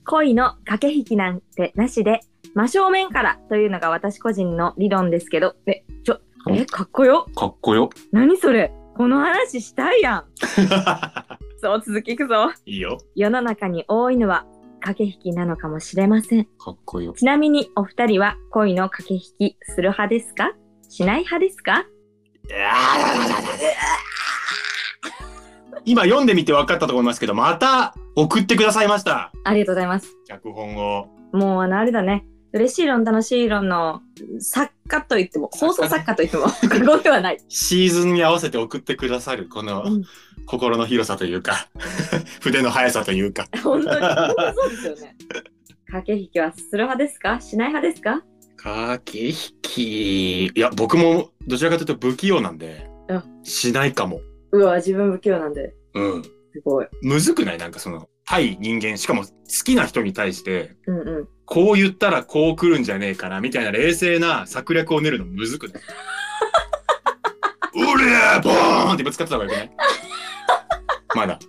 [SPEAKER 1] 恋の駆け引きなんてなしで、真正面からというのが私個人の理論ですけど、え、ちょ、え、かっこよ。
[SPEAKER 3] かっこよ
[SPEAKER 1] 何それ。この話したいやん。そう、続きいくぞ。
[SPEAKER 3] いいよ
[SPEAKER 1] 世の中に多いのは駆け引きなのかもしれません。
[SPEAKER 3] かっこよ
[SPEAKER 1] ちなみにお二人は恋の駆け引きする派ですかしない派ですか
[SPEAKER 3] 今読んでみて分かったと思いますけど、また送ってくださいました。
[SPEAKER 1] ありがとうございます。
[SPEAKER 3] 脚本を。
[SPEAKER 1] もうあの、あれだね。嬉しい論、楽しい論の作家と言っても、放送作家と言っても、 過言ではない。
[SPEAKER 3] シーズンに合わせて送ってくださる、この
[SPEAKER 1] うん
[SPEAKER 3] 心の広さというか、 筆の速さというか。
[SPEAKER 1] 本当に本当にそうですよね。駆け引きはする派ですかしない派ですか
[SPEAKER 3] 駆け引き。いや、僕もどちらかというと不器用なんで
[SPEAKER 1] うん、
[SPEAKER 3] しないかも。
[SPEAKER 1] うわ自分不器用なんで
[SPEAKER 3] うん。
[SPEAKER 1] すごい。
[SPEAKER 3] むずくないなんかその、対人間、しかも好きな人に対して、
[SPEAKER 1] うんうん。
[SPEAKER 3] こう言ったらこう来るんじゃねえかな、みたいな冷静な策略を練るのむずくないうりゃーボーンってぶつかってた方がよくないまだ。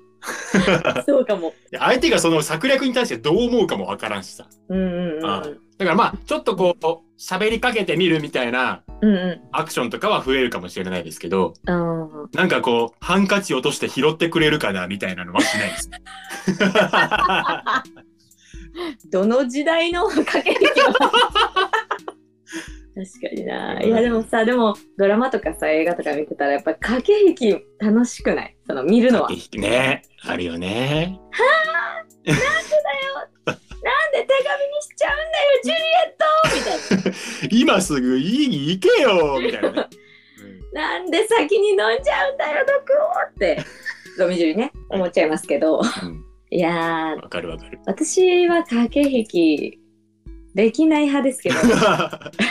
[SPEAKER 1] そうかも。
[SPEAKER 3] で相手がその策略に対してどう思うかもわからんしさ。
[SPEAKER 1] うんうんうん
[SPEAKER 3] あだからまあ、ちょっとこう、喋りかけてみるみたいな
[SPEAKER 1] うん。うんうん。
[SPEAKER 3] アクションとかは増えるかもしれないですけど、
[SPEAKER 1] あー
[SPEAKER 3] なんかこう、ハンカチ落として拾ってくれるかな、みたいなのはしないですね。
[SPEAKER 1] どの時代の 駆け引きは確かにな。いやでもさ、でもドラマとかさ、映画とか見てたらやっぱ駆け引き楽しくないその見るのは。なん
[SPEAKER 3] 駆け引きね。あるよね。
[SPEAKER 1] で手紙にしちゃうんだよ、ジュリエットみたいな。
[SPEAKER 3] 今すぐ家に行けよみたいなね。
[SPEAKER 1] なんで先に飲んじゃうんだよ毒をってロミジュリね、思っちゃいますけど。
[SPEAKER 3] うん
[SPEAKER 1] いやー、
[SPEAKER 3] わかるわかる。
[SPEAKER 1] 私は駆け引きできない派ですけど。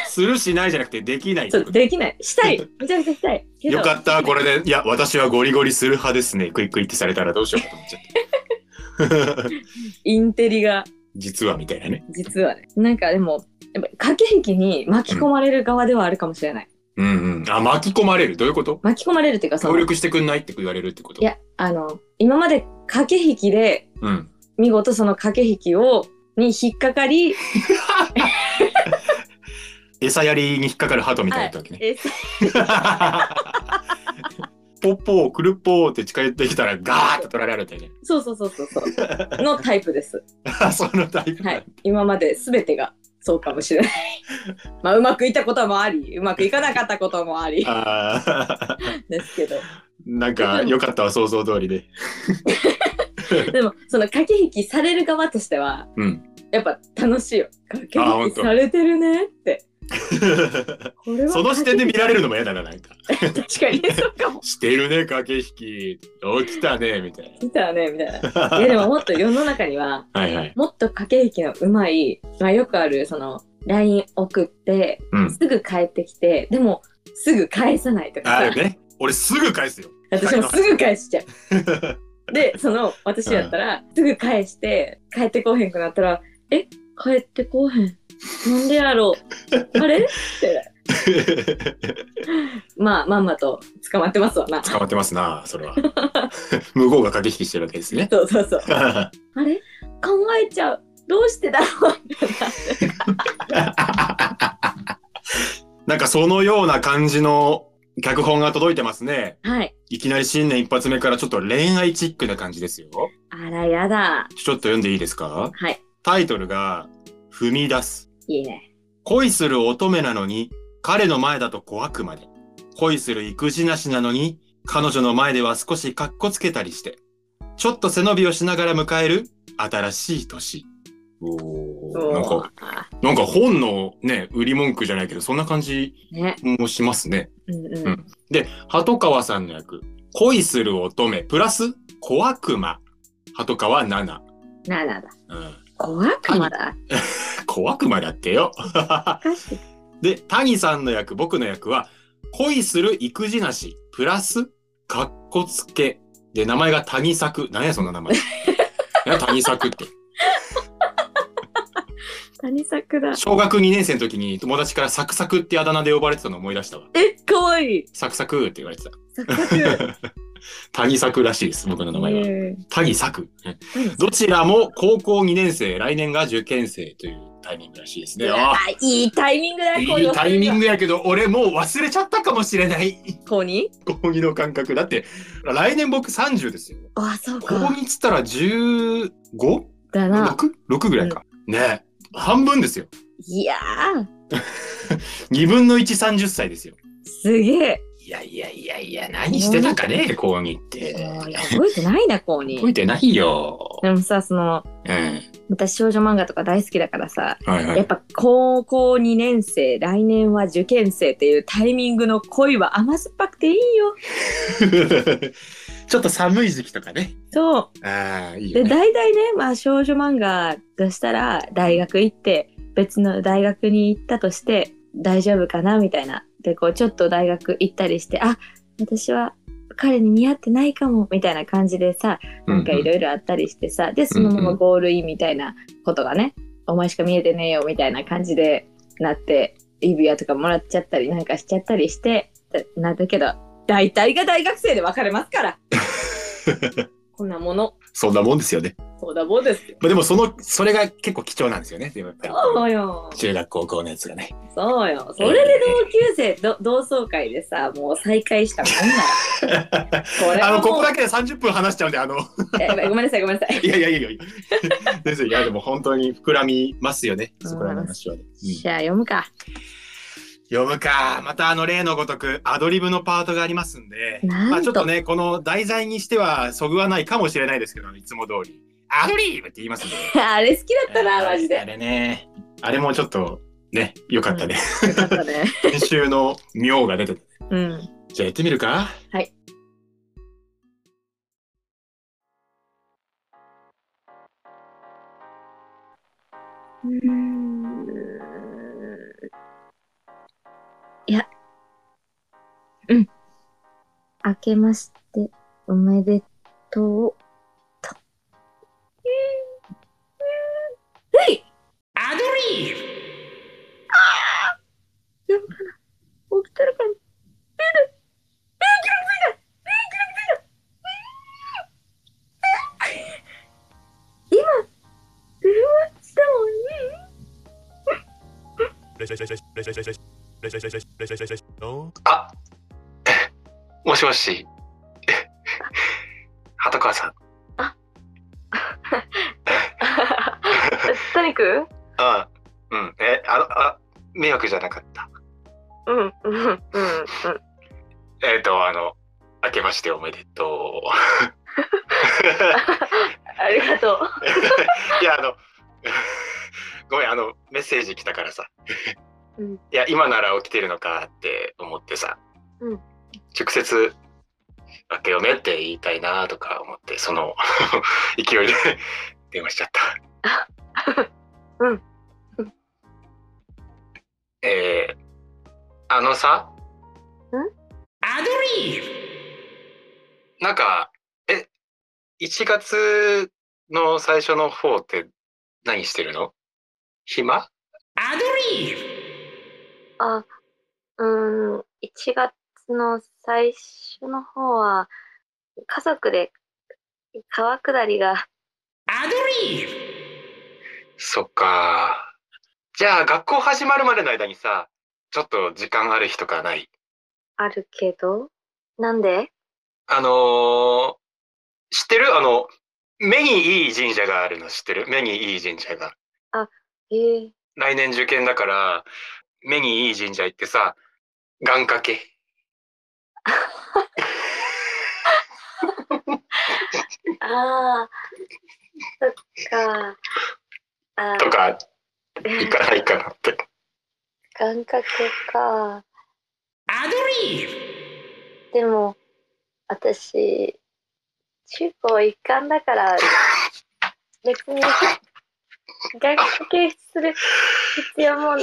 [SPEAKER 3] するしないじゃなくてできない。
[SPEAKER 1] そう、できない。したい。めちゃめちゃしたい。けど
[SPEAKER 3] よかった、これで。いや、私はゴリゴリする派ですね。クイックイってされたらどうしようかと思っちゃった。
[SPEAKER 1] インテリが
[SPEAKER 3] 実はみたいなね。
[SPEAKER 1] 実はねなんかでもやっぱ駆け引きに巻き込まれる側ではあるかもしれない、
[SPEAKER 3] うんうん。あ、巻き込まれる。どういうこと
[SPEAKER 1] 巻き込まれるっていうかそ
[SPEAKER 3] 協
[SPEAKER 1] のい
[SPEAKER 3] 力してくんないって言われるってこと
[SPEAKER 1] やあの今まで駆け引きで
[SPEAKER 3] うん。
[SPEAKER 1] 見事その駆け引きをに引っかかり
[SPEAKER 3] 餌やりに引っかかる鳩みたい な時ね。
[SPEAKER 1] え
[SPEAKER 3] ポッポー、クルッポーって近寄ってきたらガーって取られるってね。
[SPEAKER 1] そうそうそうそうそうのタイプです
[SPEAKER 3] あそのタイプ。
[SPEAKER 1] はい今まで全てがそうかもしれないまあうまくいったこともありうまくいかなかったこともあり
[SPEAKER 3] あー
[SPEAKER 1] ですけど
[SPEAKER 3] なんか良かったわ、想像通 りで。
[SPEAKER 1] でもその駆け引きされる側としては
[SPEAKER 3] うん。
[SPEAKER 1] やっぱ楽しいよ駆け
[SPEAKER 3] あ
[SPEAKER 1] 引
[SPEAKER 3] 本
[SPEAKER 1] き
[SPEAKER 3] 当
[SPEAKER 1] されてるねってこれは
[SPEAKER 3] その視点で見られるのも嫌だな、なんか。
[SPEAKER 1] 確かにそうかも。
[SPEAKER 3] してるね、駆け引き。起きたね、みたい
[SPEAKER 1] 見たらねみたい な。
[SPEAKER 3] な。
[SPEAKER 1] いやでももっと世の中には
[SPEAKER 3] はいはい。
[SPEAKER 1] もっと駆け引きのうまい、まあ、よくあるその LINE 送って
[SPEAKER 3] うん。
[SPEAKER 1] すぐ帰ってきてでもすぐ返さないとか
[SPEAKER 3] あ
[SPEAKER 1] さ
[SPEAKER 3] るね。俺すぐ返すよ。
[SPEAKER 1] 私もすぐ返しちゃう。でその私やったらすぐ返して帰ってこうへんくなったら「え帰ってこうへんなんでやろうあれ?」ってまあまんまと捕まってますわな。
[SPEAKER 3] 捕まってますな、それは。 向こうが駆け引きしてるわけ ですね。
[SPEAKER 1] そうそうそう。あれ考えちゃう。どうしてだろうみたいな
[SPEAKER 3] なんかそのような感じの脚本が届いてますね。
[SPEAKER 1] はい。
[SPEAKER 3] いきなり新年一発目からちょっと恋愛チックな感じですよ。
[SPEAKER 1] あら、やだ。
[SPEAKER 3] ちょっと読んでいいですか
[SPEAKER 1] はい。
[SPEAKER 3] タイトルが、踏み出す。
[SPEAKER 1] いいね。
[SPEAKER 3] 恋する乙女なのに、彼の前だと小悪魔で。恋する育児なしなのに、彼女の前では少し格好つけたりして。ちょっと背伸びをしながら迎える新しい年。おーなんか、
[SPEAKER 1] あ
[SPEAKER 3] なんか本のね、売り文句じゃないけど、そんな感じ
[SPEAKER 1] ね。
[SPEAKER 3] もしますね。
[SPEAKER 1] うんうん。
[SPEAKER 3] うんで、鳩川さんの役、恋する乙女、プラス小悪魔。鳩川7。
[SPEAKER 1] なだだ。
[SPEAKER 3] うん。
[SPEAKER 1] 小悪魔だ。
[SPEAKER 3] 小悪魔だってよ。
[SPEAKER 1] かし
[SPEAKER 3] で、谷さんの役、僕の役は、恋する育児なし、プラス、かっこつけ。で、名前が谷作。何や、そんな名前。 何や谷作って。
[SPEAKER 1] 谷作だ。
[SPEAKER 3] 小学2年生の時に友達からサクサクってあだ名で呼ばれてたの思い出したわ。
[SPEAKER 1] え、かわいい。
[SPEAKER 3] サクサクって言われてた。
[SPEAKER 1] サクサク。
[SPEAKER 3] 谷作らしいです、僕 の名前は。
[SPEAKER 1] えー
[SPEAKER 3] 谷作。どちらも高校2年生、来年が受験生というタイミングらしいですね。
[SPEAKER 1] うわ
[SPEAKER 3] あ
[SPEAKER 1] いいタイミングだ
[SPEAKER 3] い
[SPEAKER 1] よ、こういう
[SPEAKER 3] いタイミン
[SPEAKER 1] グ。
[SPEAKER 3] グやけど、俺もう忘れちゃったかもしれない。
[SPEAKER 1] こうに
[SPEAKER 3] 高2の感覚。だって、来年僕30ですよ。
[SPEAKER 1] あ、そう
[SPEAKER 3] 高
[SPEAKER 1] か。
[SPEAKER 3] 2っつったら 15?6?6
[SPEAKER 1] だな。
[SPEAKER 3] ぐらいか。ねえ。半分ですよ。
[SPEAKER 1] いやー、
[SPEAKER 3] 2分の1、30歳ですよ。
[SPEAKER 1] すげえ。
[SPEAKER 3] いやいやいやいや、何してたかね、高2って。
[SPEAKER 1] もういや覚えてないな、こう
[SPEAKER 3] 覚え
[SPEAKER 1] に。
[SPEAKER 3] てないよ。
[SPEAKER 1] でもさ、その、
[SPEAKER 3] うん。
[SPEAKER 1] 私少女漫画とか大好きだからさ、
[SPEAKER 3] はいは
[SPEAKER 1] やっ
[SPEAKER 3] い。
[SPEAKER 1] ぱ高校2年生来年は受験生っていうタイミングの恋は甘酸っぱくていいよ。
[SPEAKER 3] ちょっと寒い時期とかね。
[SPEAKER 1] そ
[SPEAKER 3] ああ、いいう
[SPEAKER 1] で
[SPEAKER 3] よ、ね。
[SPEAKER 1] 大体ね、まあ、少女漫画としたら大学行って別の大学に行ったとして大丈夫かなみたいなでこうちょっと大学行ったりしてあ私は彼に似合ってないかもみたいな感じでさなんかいろいろあったりしてさ、でそのままゴールインみたいなことがね、お前しか見えてねえよみたいな感じでなって指輪とかもらっちゃったりなんかしちゃったりしてなだけど大体が大学生で別れますから こんなもの
[SPEAKER 3] そんなもんですよね。
[SPEAKER 1] そうだもんですよ
[SPEAKER 3] まあ、でもその、それが結構貴重なんですよね。でもやっぱり
[SPEAKER 1] そうよ
[SPEAKER 3] 中学高校のやつがね。
[SPEAKER 1] そうよそれで同級生ど同窓会でさもう再会したもんなこれ
[SPEAKER 3] あ
[SPEAKER 1] は
[SPEAKER 3] の、こ
[SPEAKER 1] も
[SPEAKER 3] こ
[SPEAKER 1] う
[SPEAKER 3] だけで30分話しちゃうんで、あの、
[SPEAKER 1] えごめんなさいごめんなさい
[SPEAKER 3] いやいやいやいや。先生、いや、 でも本当に膨らみますよね。そこら辺の話はね。うん
[SPEAKER 1] じゃあ読むか
[SPEAKER 3] 読むか。また、あの、例のごとく、アドリブのパートがありますんで、
[SPEAKER 1] なんと
[SPEAKER 3] まあ、ちょっとね、この題材にしては、そぐわないかもしれないですけど、いつも通り。アドリブって言いますんで。
[SPEAKER 1] あれ好きだったなマジで
[SPEAKER 3] あれね。あれもちょっと、ね、よかったね。
[SPEAKER 1] よかったね
[SPEAKER 3] 編集の妙が出てた。
[SPEAKER 1] うん
[SPEAKER 3] じゃあ、やってみるか。
[SPEAKER 1] うんいや、うん。明けまして、おめでとう、と。はい
[SPEAKER 2] アドリール
[SPEAKER 1] やばいかな起きてるかな電話したもんね。
[SPEAKER 4] あもしもし 鳩川さん
[SPEAKER 5] トニク
[SPEAKER 4] あうんえあのあ迷惑じゃなかった
[SPEAKER 5] うんうんうんうん
[SPEAKER 4] えっ、とあの明けましておめでと
[SPEAKER 5] ありがとう
[SPEAKER 4] う いやあの ごめんあのメッセージ来たからさ
[SPEAKER 5] うん
[SPEAKER 4] いや今なら起きてるのかって思ってさ、
[SPEAKER 5] うん
[SPEAKER 4] 直接「明けよめ」って言いたいなとか思ってその 勢いで 電話しちゃった
[SPEAKER 5] うん
[SPEAKER 4] えー、あのさ
[SPEAKER 2] アドリール
[SPEAKER 4] なんかえ1月の最初の方って何してるの暇
[SPEAKER 2] アドリール
[SPEAKER 5] あうん1月の最初の方は家族で川下りが
[SPEAKER 2] アドリール
[SPEAKER 4] そっか。じゃあ学校始まるまでの間にさ、ちょっと時間ある日とかない
[SPEAKER 5] あるけどなんで
[SPEAKER 4] あのー、知ってるあの、目にいい神社があるの知ってる目にいい神社が。
[SPEAKER 5] えー、
[SPEAKER 4] 来年受験だから、目にいい神社行ってさ、願掛け。
[SPEAKER 5] ああそっかあ
[SPEAKER 4] とか行か ないかなって。
[SPEAKER 5] 願掛けか
[SPEAKER 2] アドリール
[SPEAKER 5] でも私中高一貫だから別に外国する必要も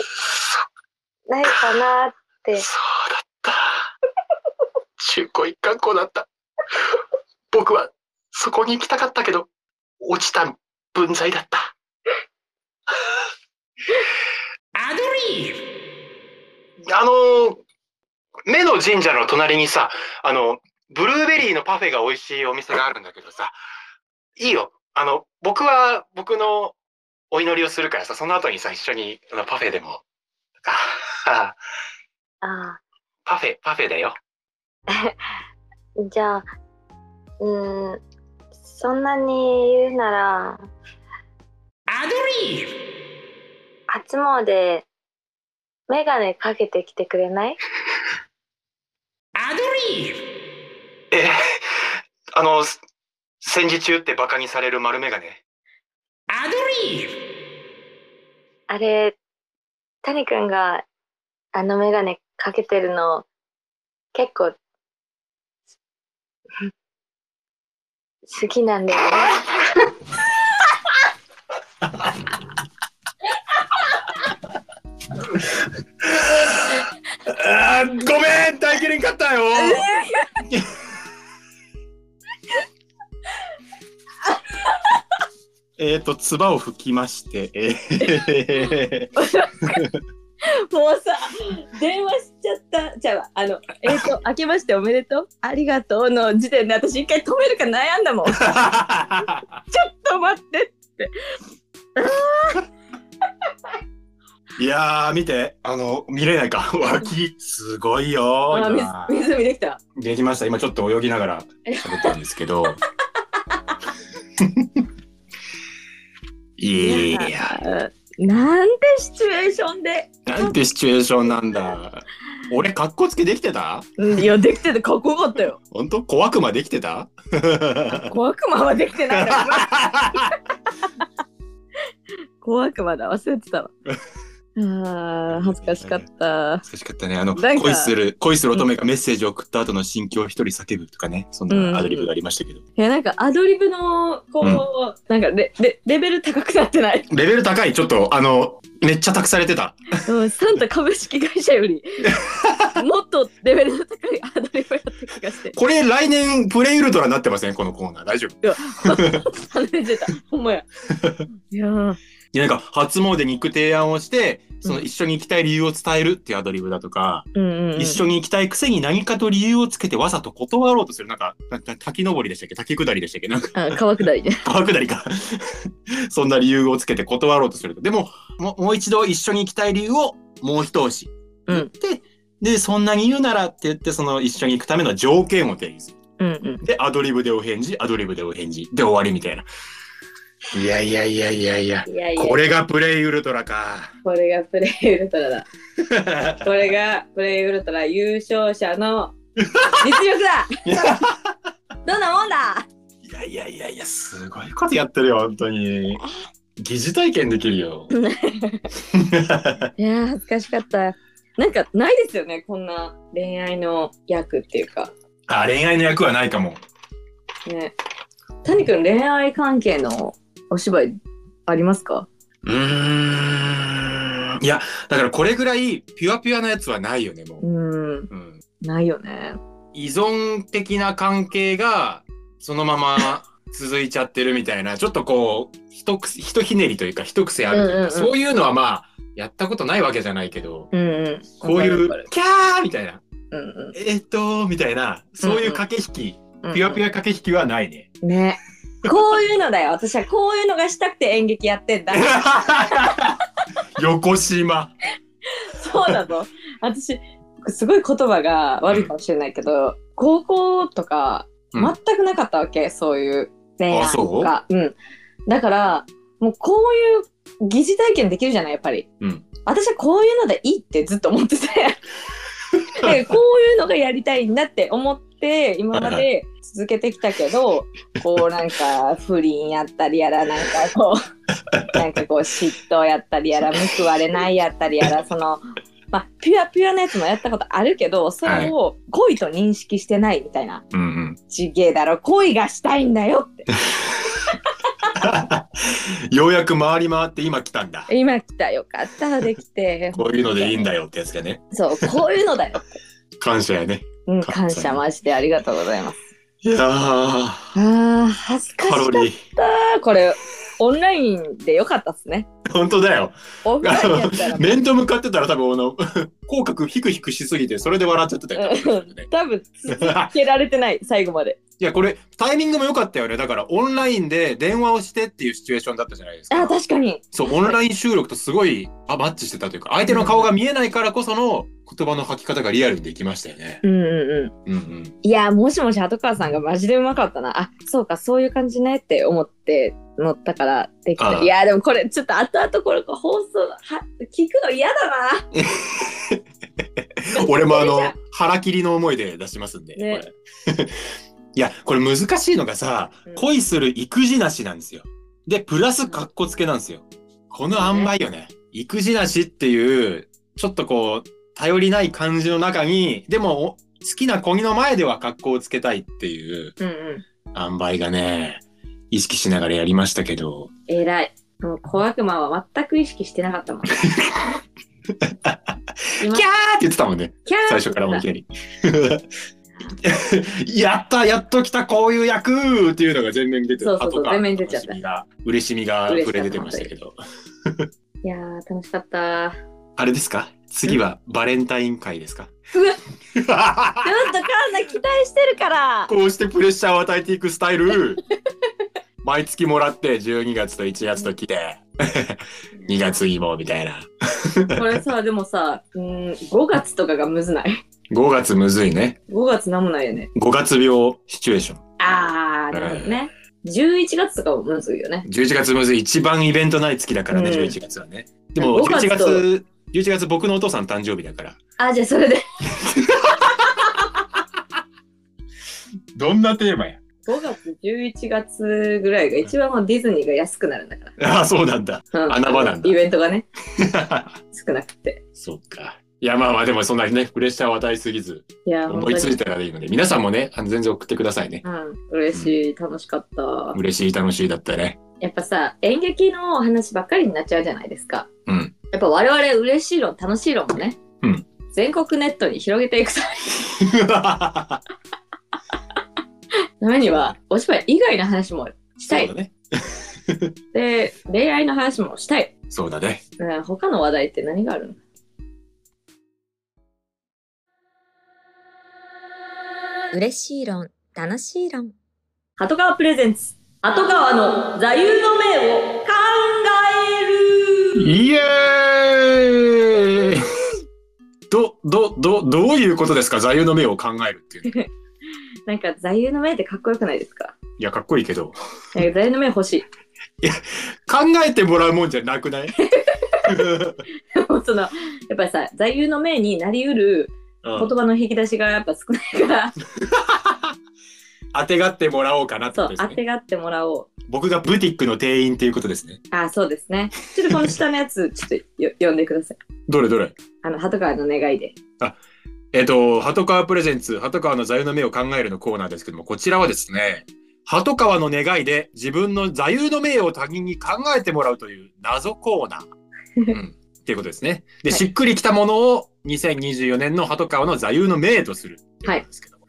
[SPEAKER 5] ないかなって
[SPEAKER 4] そうだった。中高一貫校だった。僕はそこに行きたかったけど、落ちた分際だった。
[SPEAKER 2] アドリール
[SPEAKER 4] あのー、目の神社の隣にさ、あの、ブルーベリーのパフェが美味しいお店があるんだけどさ、いいよ。あの、僕は僕のお祈りをするからさ、その後にさ、一緒にあのパフェでも。あ
[SPEAKER 5] あ
[SPEAKER 4] パフェ、パフェだよ。
[SPEAKER 5] あじゃあうんそんなに言うなら
[SPEAKER 2] アドリール
[SPEAKER 5] 初詣メガネかけてきてくれない
[SPEAKER 2] アドリール
[SPEAKER 4] え、あの、す戦時中ってバカにされる丸メガネ。
[SPEAKER 2] アドリール
[SPEAKER 5] あれ谷くんがあのメガネかけてるの結構 好きなんだよね。
[SPEAKER 3] あーごめん耐えきれんかったよ えっと、唾を吹きまして、えー
[SPEAKER 1] もうさ、電話しちゃった。じゃあ、 あの、えっ、と、明けましておめでとう。ありがとうの時点で私一回止めるか悩んだもん。ちょっと待って。
[SPEAKER 3] いやー、見て、あの、見れないか。 脇、すごいよー
[SPEAKER 1] あ
[SPEAKER 3] 今
[SPEAKER 1] 水水見できた。
[SPEAKER 3] できました。今ちょっと泳ぎながら喋ったんですけど。 いや
[SPEAKER 1] うんなんてシチュエーションで。
[SPEAKER 3] ー、なんてシチュエーションなんだ。俺、かっこつけできてた
[SPEAKER 1] うんいや、できててかっこよかったよ。
[SPEAKER 3] 本当小悪魔できてた
[SPEAKER 1] 小悪魔はできてないの。小悪魔だ。忘れてたわ。
[SPEAKER 6] あー恥ずかしかった。
[SPEAKER 3] 難しかったね。あの、
[SPEAKER 6] なんか
[SPEAKER 3] 恋する、恋する乙女がメッセージを送った後の心境を一人叫ぶとかね、そんなアドリブがありましたけど。
[SPEAKER 6] いや、なんかアドリブの、こう、
[SPEAKER 3] うん
[SPEAKER 6] なんかレレレベル高くなってない。
[SPEAKER 3] レベル高い、ちょっと、あの、めっちゃ託されてた。
[SPEAKER 6] うん、サンタ株式会社よ り、もっとレベルの高いアドリブだった気がして。
[SPEAKER 3] これ来年プレイウルトラになってませんこのコーナー。大丈夫。
[SPEAKER 6] 離れてた。ほんま や。いやー
[SPEAKER 3] いやなんか、初詣に行く提案をして、その一緒に行きたい理由を伝えるっていうアドリブだとか、
[SPEAKER 6] うんうんうん。
[SPEAKER 3] 一緒に行きたいくせに何かと理由をつけてわざと断ろうとする、なんか、なんか滝登りでしたっけ滝下りでしたっけなんか、
[SPEAKER 6] あ、川下りね。
[SPEAKER 3] 川下りか。 そんな理由をつけて断ろうとすると。でも、ももう一度一緒に行きたい理由をもう一押し。
[SPEAKER 6] うん
[SPEAKER 3] 言って、で、そんなに言うならって言って、その一緒に行くための条件を定義する。
[SPEAKER 6] うんうん。
[SPEAKER 3] で、アドリブでお返事、アドリブでお返事、で終わりみたいな。いやいやいやいやいや、
[SPEAKER 1] いやいや、
[SPEAKER 3] これがプレイウルトラか。
[SPEAKER 1] これがプレイウルトラだ。 これがプレイウルトラ優勝者 の実力だ どんなもんだ
[SPEAKER 3] いやいやいやいや、すごいことやってるよ、本当に。疑似体験できるよ。
[SPEAKER 6] いやー恥ずかしかった。
[SPEAKER 1] なんかないですよね、こんな恋愛の役っていうか。
[SPEAKER 3] あ、恋愛の役はないかも。
[SPEAKER 1] ね。谷君、恋愛関係のお芝居ありますか
[SPEAKER 3] うーん。いや、だからこれぐらいピュアピュアなやつはないよね、も
[SPEAKER 1] う
[SPEAKER 3] う。
[SPEAKER 1] ん、
[SPEAKER 3] うん、
[SPEAKER 1] ないよね。
[SPEAKER 3] 依存的な関係が、そのまま続いちゃってるみたいな、ちょっとこう、ひとくせひとひねりというか、ひと癖あるというか、
[SPEAKER 1] うんうんうん
[SPEAKER 3] そういうのはまあ、やったことないわけじゃないけど、
[SPEAKER 1] うんうん。
[SPEAKER 3] こういう
[SPEAKER 1] わかる、
[SPEAKER 3] キャーみたいな、
[SPEAKER 1] わかるうんうん
[SPEAKER 3] えーっと、みたいな、そういう駆け引き、
[SPEAKER 1] うんうん。
[SPEAKER 3] ピュアピュア駆け引きはないね。
[SPEAKER 1] ね。こういうのだよ。私はこういうのがしたくて演劇やって んだ。
[SPEAKER 3] 横島。
[SPEAKER 1] そうだぞ。私、すごい言葉が悪いかもしれないけど、高校とか、
[SPEAKER 3] うん
[SPEAKER 1] 全くなかったわけ、そういう恋愛
[SPEAKER 3] あそう
[SPEAKER 1] とか。うん。だから、もうこういう疑似体験できるじゃない、やっぱり。
[SPEAKER 3] うん
[SPEAKER 1] 私はこういうのでいいってずっと思っ てて。だからこういうのがやりたいんだって思って、今まで続けてきたけど、こうなんか不倫やったりやら、なんかこう、なんかこう嫉妬やったりやら、報われないやったりやら、その、 まあ、ピュアピュアなやつもやったことあるけど、それを恋と認識してないみたいな。
[SPEAKER 3] うんうん。
[SPEAKER 1] ちげえだろ恋がしたいんだよって
[SPEAKER 3] ようやく回り回って今来たんだ。
[SPEAKER 1] 今来たよかったできて
[SPEAKER 3] こういうのでいいんだよってやつがね。
[SPEAKER 1] そうこういうのだよ、
[SPEAKER 3] 感謝やね。
[SPEAKER 1] うん、
[SPEAKER 3] 感
[SPEAKER 1] 感
[SPEAKER 3] 謝
[SPEAKER 1] 謝ましてありがとうございます
[SPEAKER 3] いやー、
[SPEAKER 1] あー恥ずかし
[SPEAKER 3] カ
[SPEAKER 1] か
[SPEAKER 3] ロ
[SPEAKER 1] っ
[SPEAKER 3] リー。
[SPEAKER 1] たこれオンラインでよかったっすね
[SPEAKER 3] 本当だよ。
[SPEAKER 1] オフラインや ったら
[SPEAKER 3] 面と向かってたら多分あの 口角ヒクヒクしすぎてそれで笑っちゃってたよ、ね
[SPEAKER 1] 多分続けられてない最後まで
[SPEAKER 3] いやこれタイミングも良かったよねだからオンラインで電話をしてっていうシチュエーションだったじゃないです
[SPEAKER 1] あ
[SPEAKER 3] か
[SPEAKER 1] ー確かに
[SPEAKER 3] そうオンライン収録とすごいあマッチしてたというか相手の顔が見えないからこその言葉の吐き方がリアルにできましたよね
[SPEAKER 1] うんうんうん
[SPEAKER 3] うんうん
[SPEAKER 1] いやーもしもし鳩川さんがマジでうまかったなあそうかそういう感じねって思って乗ったからでき
[SPEAKER 3] あ
[SPEAKER 1] た
[SPEAKER 3] ー
[SPEAKER 1] いやーでもこれちょっと後々これこう放送は聞くの嫌だな
[SPEAKER 3] 俺もあ
[SPEAKER 1] それじ
[SPEAKER 3] の
[SPEAKER 1] ゃ
[SPEAKER 3] 腹切りの思いで出しますんで、
[SPEAKER 1] ね
[SPEAKER 3] これ いやこれ難しいのがさ
[SPEAKER 1] うん
[SPEAKER 3] 恋する育児なしなんですよでプラスかっこつけなんですよこの塩梅よね育児なしっていうちょっとこう頼りない感じの中にでもお好きな子の前では格好をつけたいっていう
[SPEAKER 1] うんうん
[SPEAKER 3] 塩梅がね意識しながらやりましたけど
[SPEAKER 1] えらい。もう小悪魔は全く意識してなかったもん。キャ
[SPEAKER 3] キャーって言ってたもんね
[SPEAKER 1] ー
[SPEAKER 3] 最初からもういきなり。 やったやっと来たこういう役っていうのが全面に出て
[SPEAKER 1] そうそうそう
[SPEAKER 3] 後から
[SPEAKER 1] 全面に出ちゃった
[SPEAKER 3] 楽しみが嬉しみが溢れ出てましたけど
[SPEAKER 1] いやー、楽しかった。
[SPEAKER 3] あれですか次はバレンタイン会ですか
[SPEAKER 1] ちょっとカンナ期待してるから。
[SPEAKER 3] こうしてプレッシャーを与えていくスタイル 毎月もらって12月と1月と来て 2月にもみたいな
[SPEAKER 1] これさ、でもさ、うーん、5月とかがむずない。
[SPEAKER 3] 5月むずいね
[SPEAKER 1] 5月なんもないよね。
[SPEAKER 3] 5月病シチュエーション
[SPEAKER 1] あー、なるほどね。11月とかもむずいよね。
[SPEAKER 3] 11月むずい一番イベントない月だからね、
[SPEAKER 1] うん
[SPEAKER 3] 11月はねでも
[SPEAKER 1] 5
[SPEAKER 3] 11
[SPEAKER 1] 月と
[SPEAKER 3] 月11月僕のお父さん誕生日だから
[SPEAKER 1] あー、じゃあそれで。
[SPEAKER 3] どんなテーマや
[SPEAKER 1] 5月、11月ぐらいが一番まあディズニーが安くなるんだか
[SPEAKER 3] ああ、そうなんだ。
[SPEAKER 1] ら。うん
[SPEAKER 3] 穴場なんだ
[SPEAKER 1] イベントがね、少なくて。
[SPEAKER 3] そっか。いや、まあまあ、でもそんなにね、プレッシャーを与えすぎず、
[SPEAKER 1] いや、本当
[SPEAKER 3] 思い
[SPEAKER 1] に
[SPEAKER 3] つ。いたらでいいので、皆さんもね、あの全然送ってくださいね。
[SPEAKER 1] うん、嬉しい、楽しかった。
[SPEAKER 3] 嬉しい、楽しいだった ね。
[SPEAKER 1] やっぱさ、演劇のお話ばっかりになっちゃうじゃないですか。
[SPEAKER 3] うん。
[SPEAKER 1] やっぱ我々嬉しい論、楽しい論もね、
[SPEAKER 3] うん
[SPEAKER 1] 全国ネットに広げていくためには、お芝居以外の話もした
[SPEAKER 3] そう
[SPEAKER 1] い
[SPEAKER 3] だ。ね。
[SPEAKER 1] で、恋愛の話もしたい。
[SPEAKER 3] そうだね。
[SPEAKER 1] うん、他の話題って何があるの
[SPEAKER 7] 嬉しい論、楽しい論。
[SPEAKER 1] 鳩川プレゼンツ。鳩川の座右の銘を考える
[SPEAKER 3] イエーイど、ど、ど、どういうことですか座右の銘を考えるっていう。
[SPEAKER 1] なんか座右の銘ってかっこよくないですか
[SPEAKER 3] いや、かっこいいけど、
[SPEAKER 1] なんか座右の銘欲しい。
[SPEAKER 3] 考えてもらうもんじゃなくない
[SPEAKER 1] もうその、やっぱりさ、座右の銘になりうる
[SPEAKER 3] う
[SPEAKER 1] 言
[SPEAKER 3] ん
[SPEAKER 1] 葉の引き出しがやっぱ少ないから、
[SPEAKER 3] 当てがってもらおうかなって
[SPEAKER 1] そ
[SPEAKER 3] こ
[SPEAKER 1] う
[SPEAKER 3] と、で
[SPEAKER 1] 当
[SPEAKER 3] すね。
[SPEAKER 1] てがってもらおう。
[SPEAKER 3] 僕がブティックの店員っていうことですね。
[SPEAKER 1] あ、そうですね。ちょっとこの下のやつ、ちょっとよ読んでください。
[SPEAKER 3] どれどれ
[SPEAKER 1] あの、鳩川の願いで。
[SPEAKER 3] えっと、鳩川プレゼンツ、鳩川の座右の銘を考えるのコーナーですけども、こちらはですね、鳩川の願いで自分の座右の銘を他人に考えてもらうという謎コ ーナー。うん、っていうことですね。で、
[SPEAKER 1] はい
[SPEAKER 3] しっくりきたものを2024年の鳩川の座右の銘とするっていうことですけども。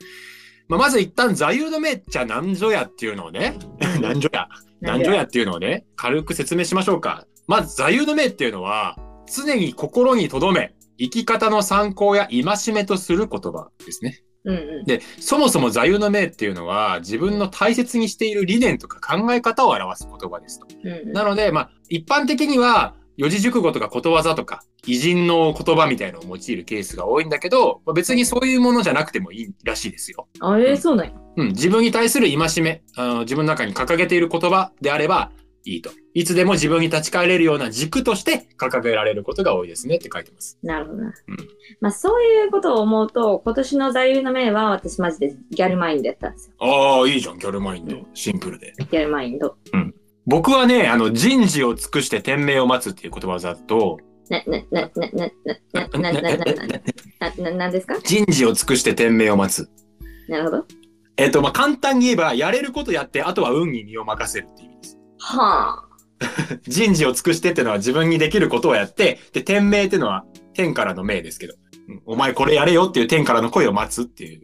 [SPEAKER 3] まあ、まず一旦座右の銘っちゃなんぞやっていうの をね、なんぞや、なんぞやっていうのをね、軽く説明しましょうか。まず座右の銘っていうのは、常に心に留め、生き方の参考や戒めとする言葉ですね。
[SPEAKER 1] うんうん。
[SPEAKER 3] で、そもそも座右の銘っていうのは、自分の大切にしている理念とか考え方を表す言葉ですと。
[SPEAKER 1] うんうん
[SPEAKER 3] なので、まあ、一般的には、四字熟語とかことわざとか、偉人の言葉みたいのを用いるケースが多いんだけど、まあ別にそういうものじゃなくてもいいらしいですよ。
[SPEAKER 1] あえー、そうなんや。
[SPEAKER 3] うん、自分に対する戒めあの、自分の中に掲げている言葉であればいいと。いつでも自分に立ち返れるような軸として掲げられることが多いですねって書いてます。
[SPEAKER 1] なるほどな。
[SPEAKER 3] うん
[SPEAKER 1] まあそういうことを思うと、今年の座右の銘は私マジでギャルマインドやったんですよ。
[SPEAKER 3] ああ、いいじゃん、ギャルマインド。シンプルで。
[SPEAKER 1] ギャルマインド。
[SPEAKER 3] 僕はね、あの、人事を尽くして天命を待つっていう言葉だと、
[SPEAKER 1] な、な、な、な、な、な、な、な、な、な、な、な、な、なんですか
[SPEAKER 3] 人事を尽くして天命を待つ。
[SPEAKER 1] なるほど。
[SPEAKER 3] えっと、まあ、簡単に言えば、やれることやって、あとは運に身を任せるっていう意味です。
[SPEAKER 1] はあ。
[SPEAKER 3] 人事を尽くしてってのは自分にできることをやって、で、天命ってのは天からの命ですけど、うんお前これやれよっていう天からの声を待つっていう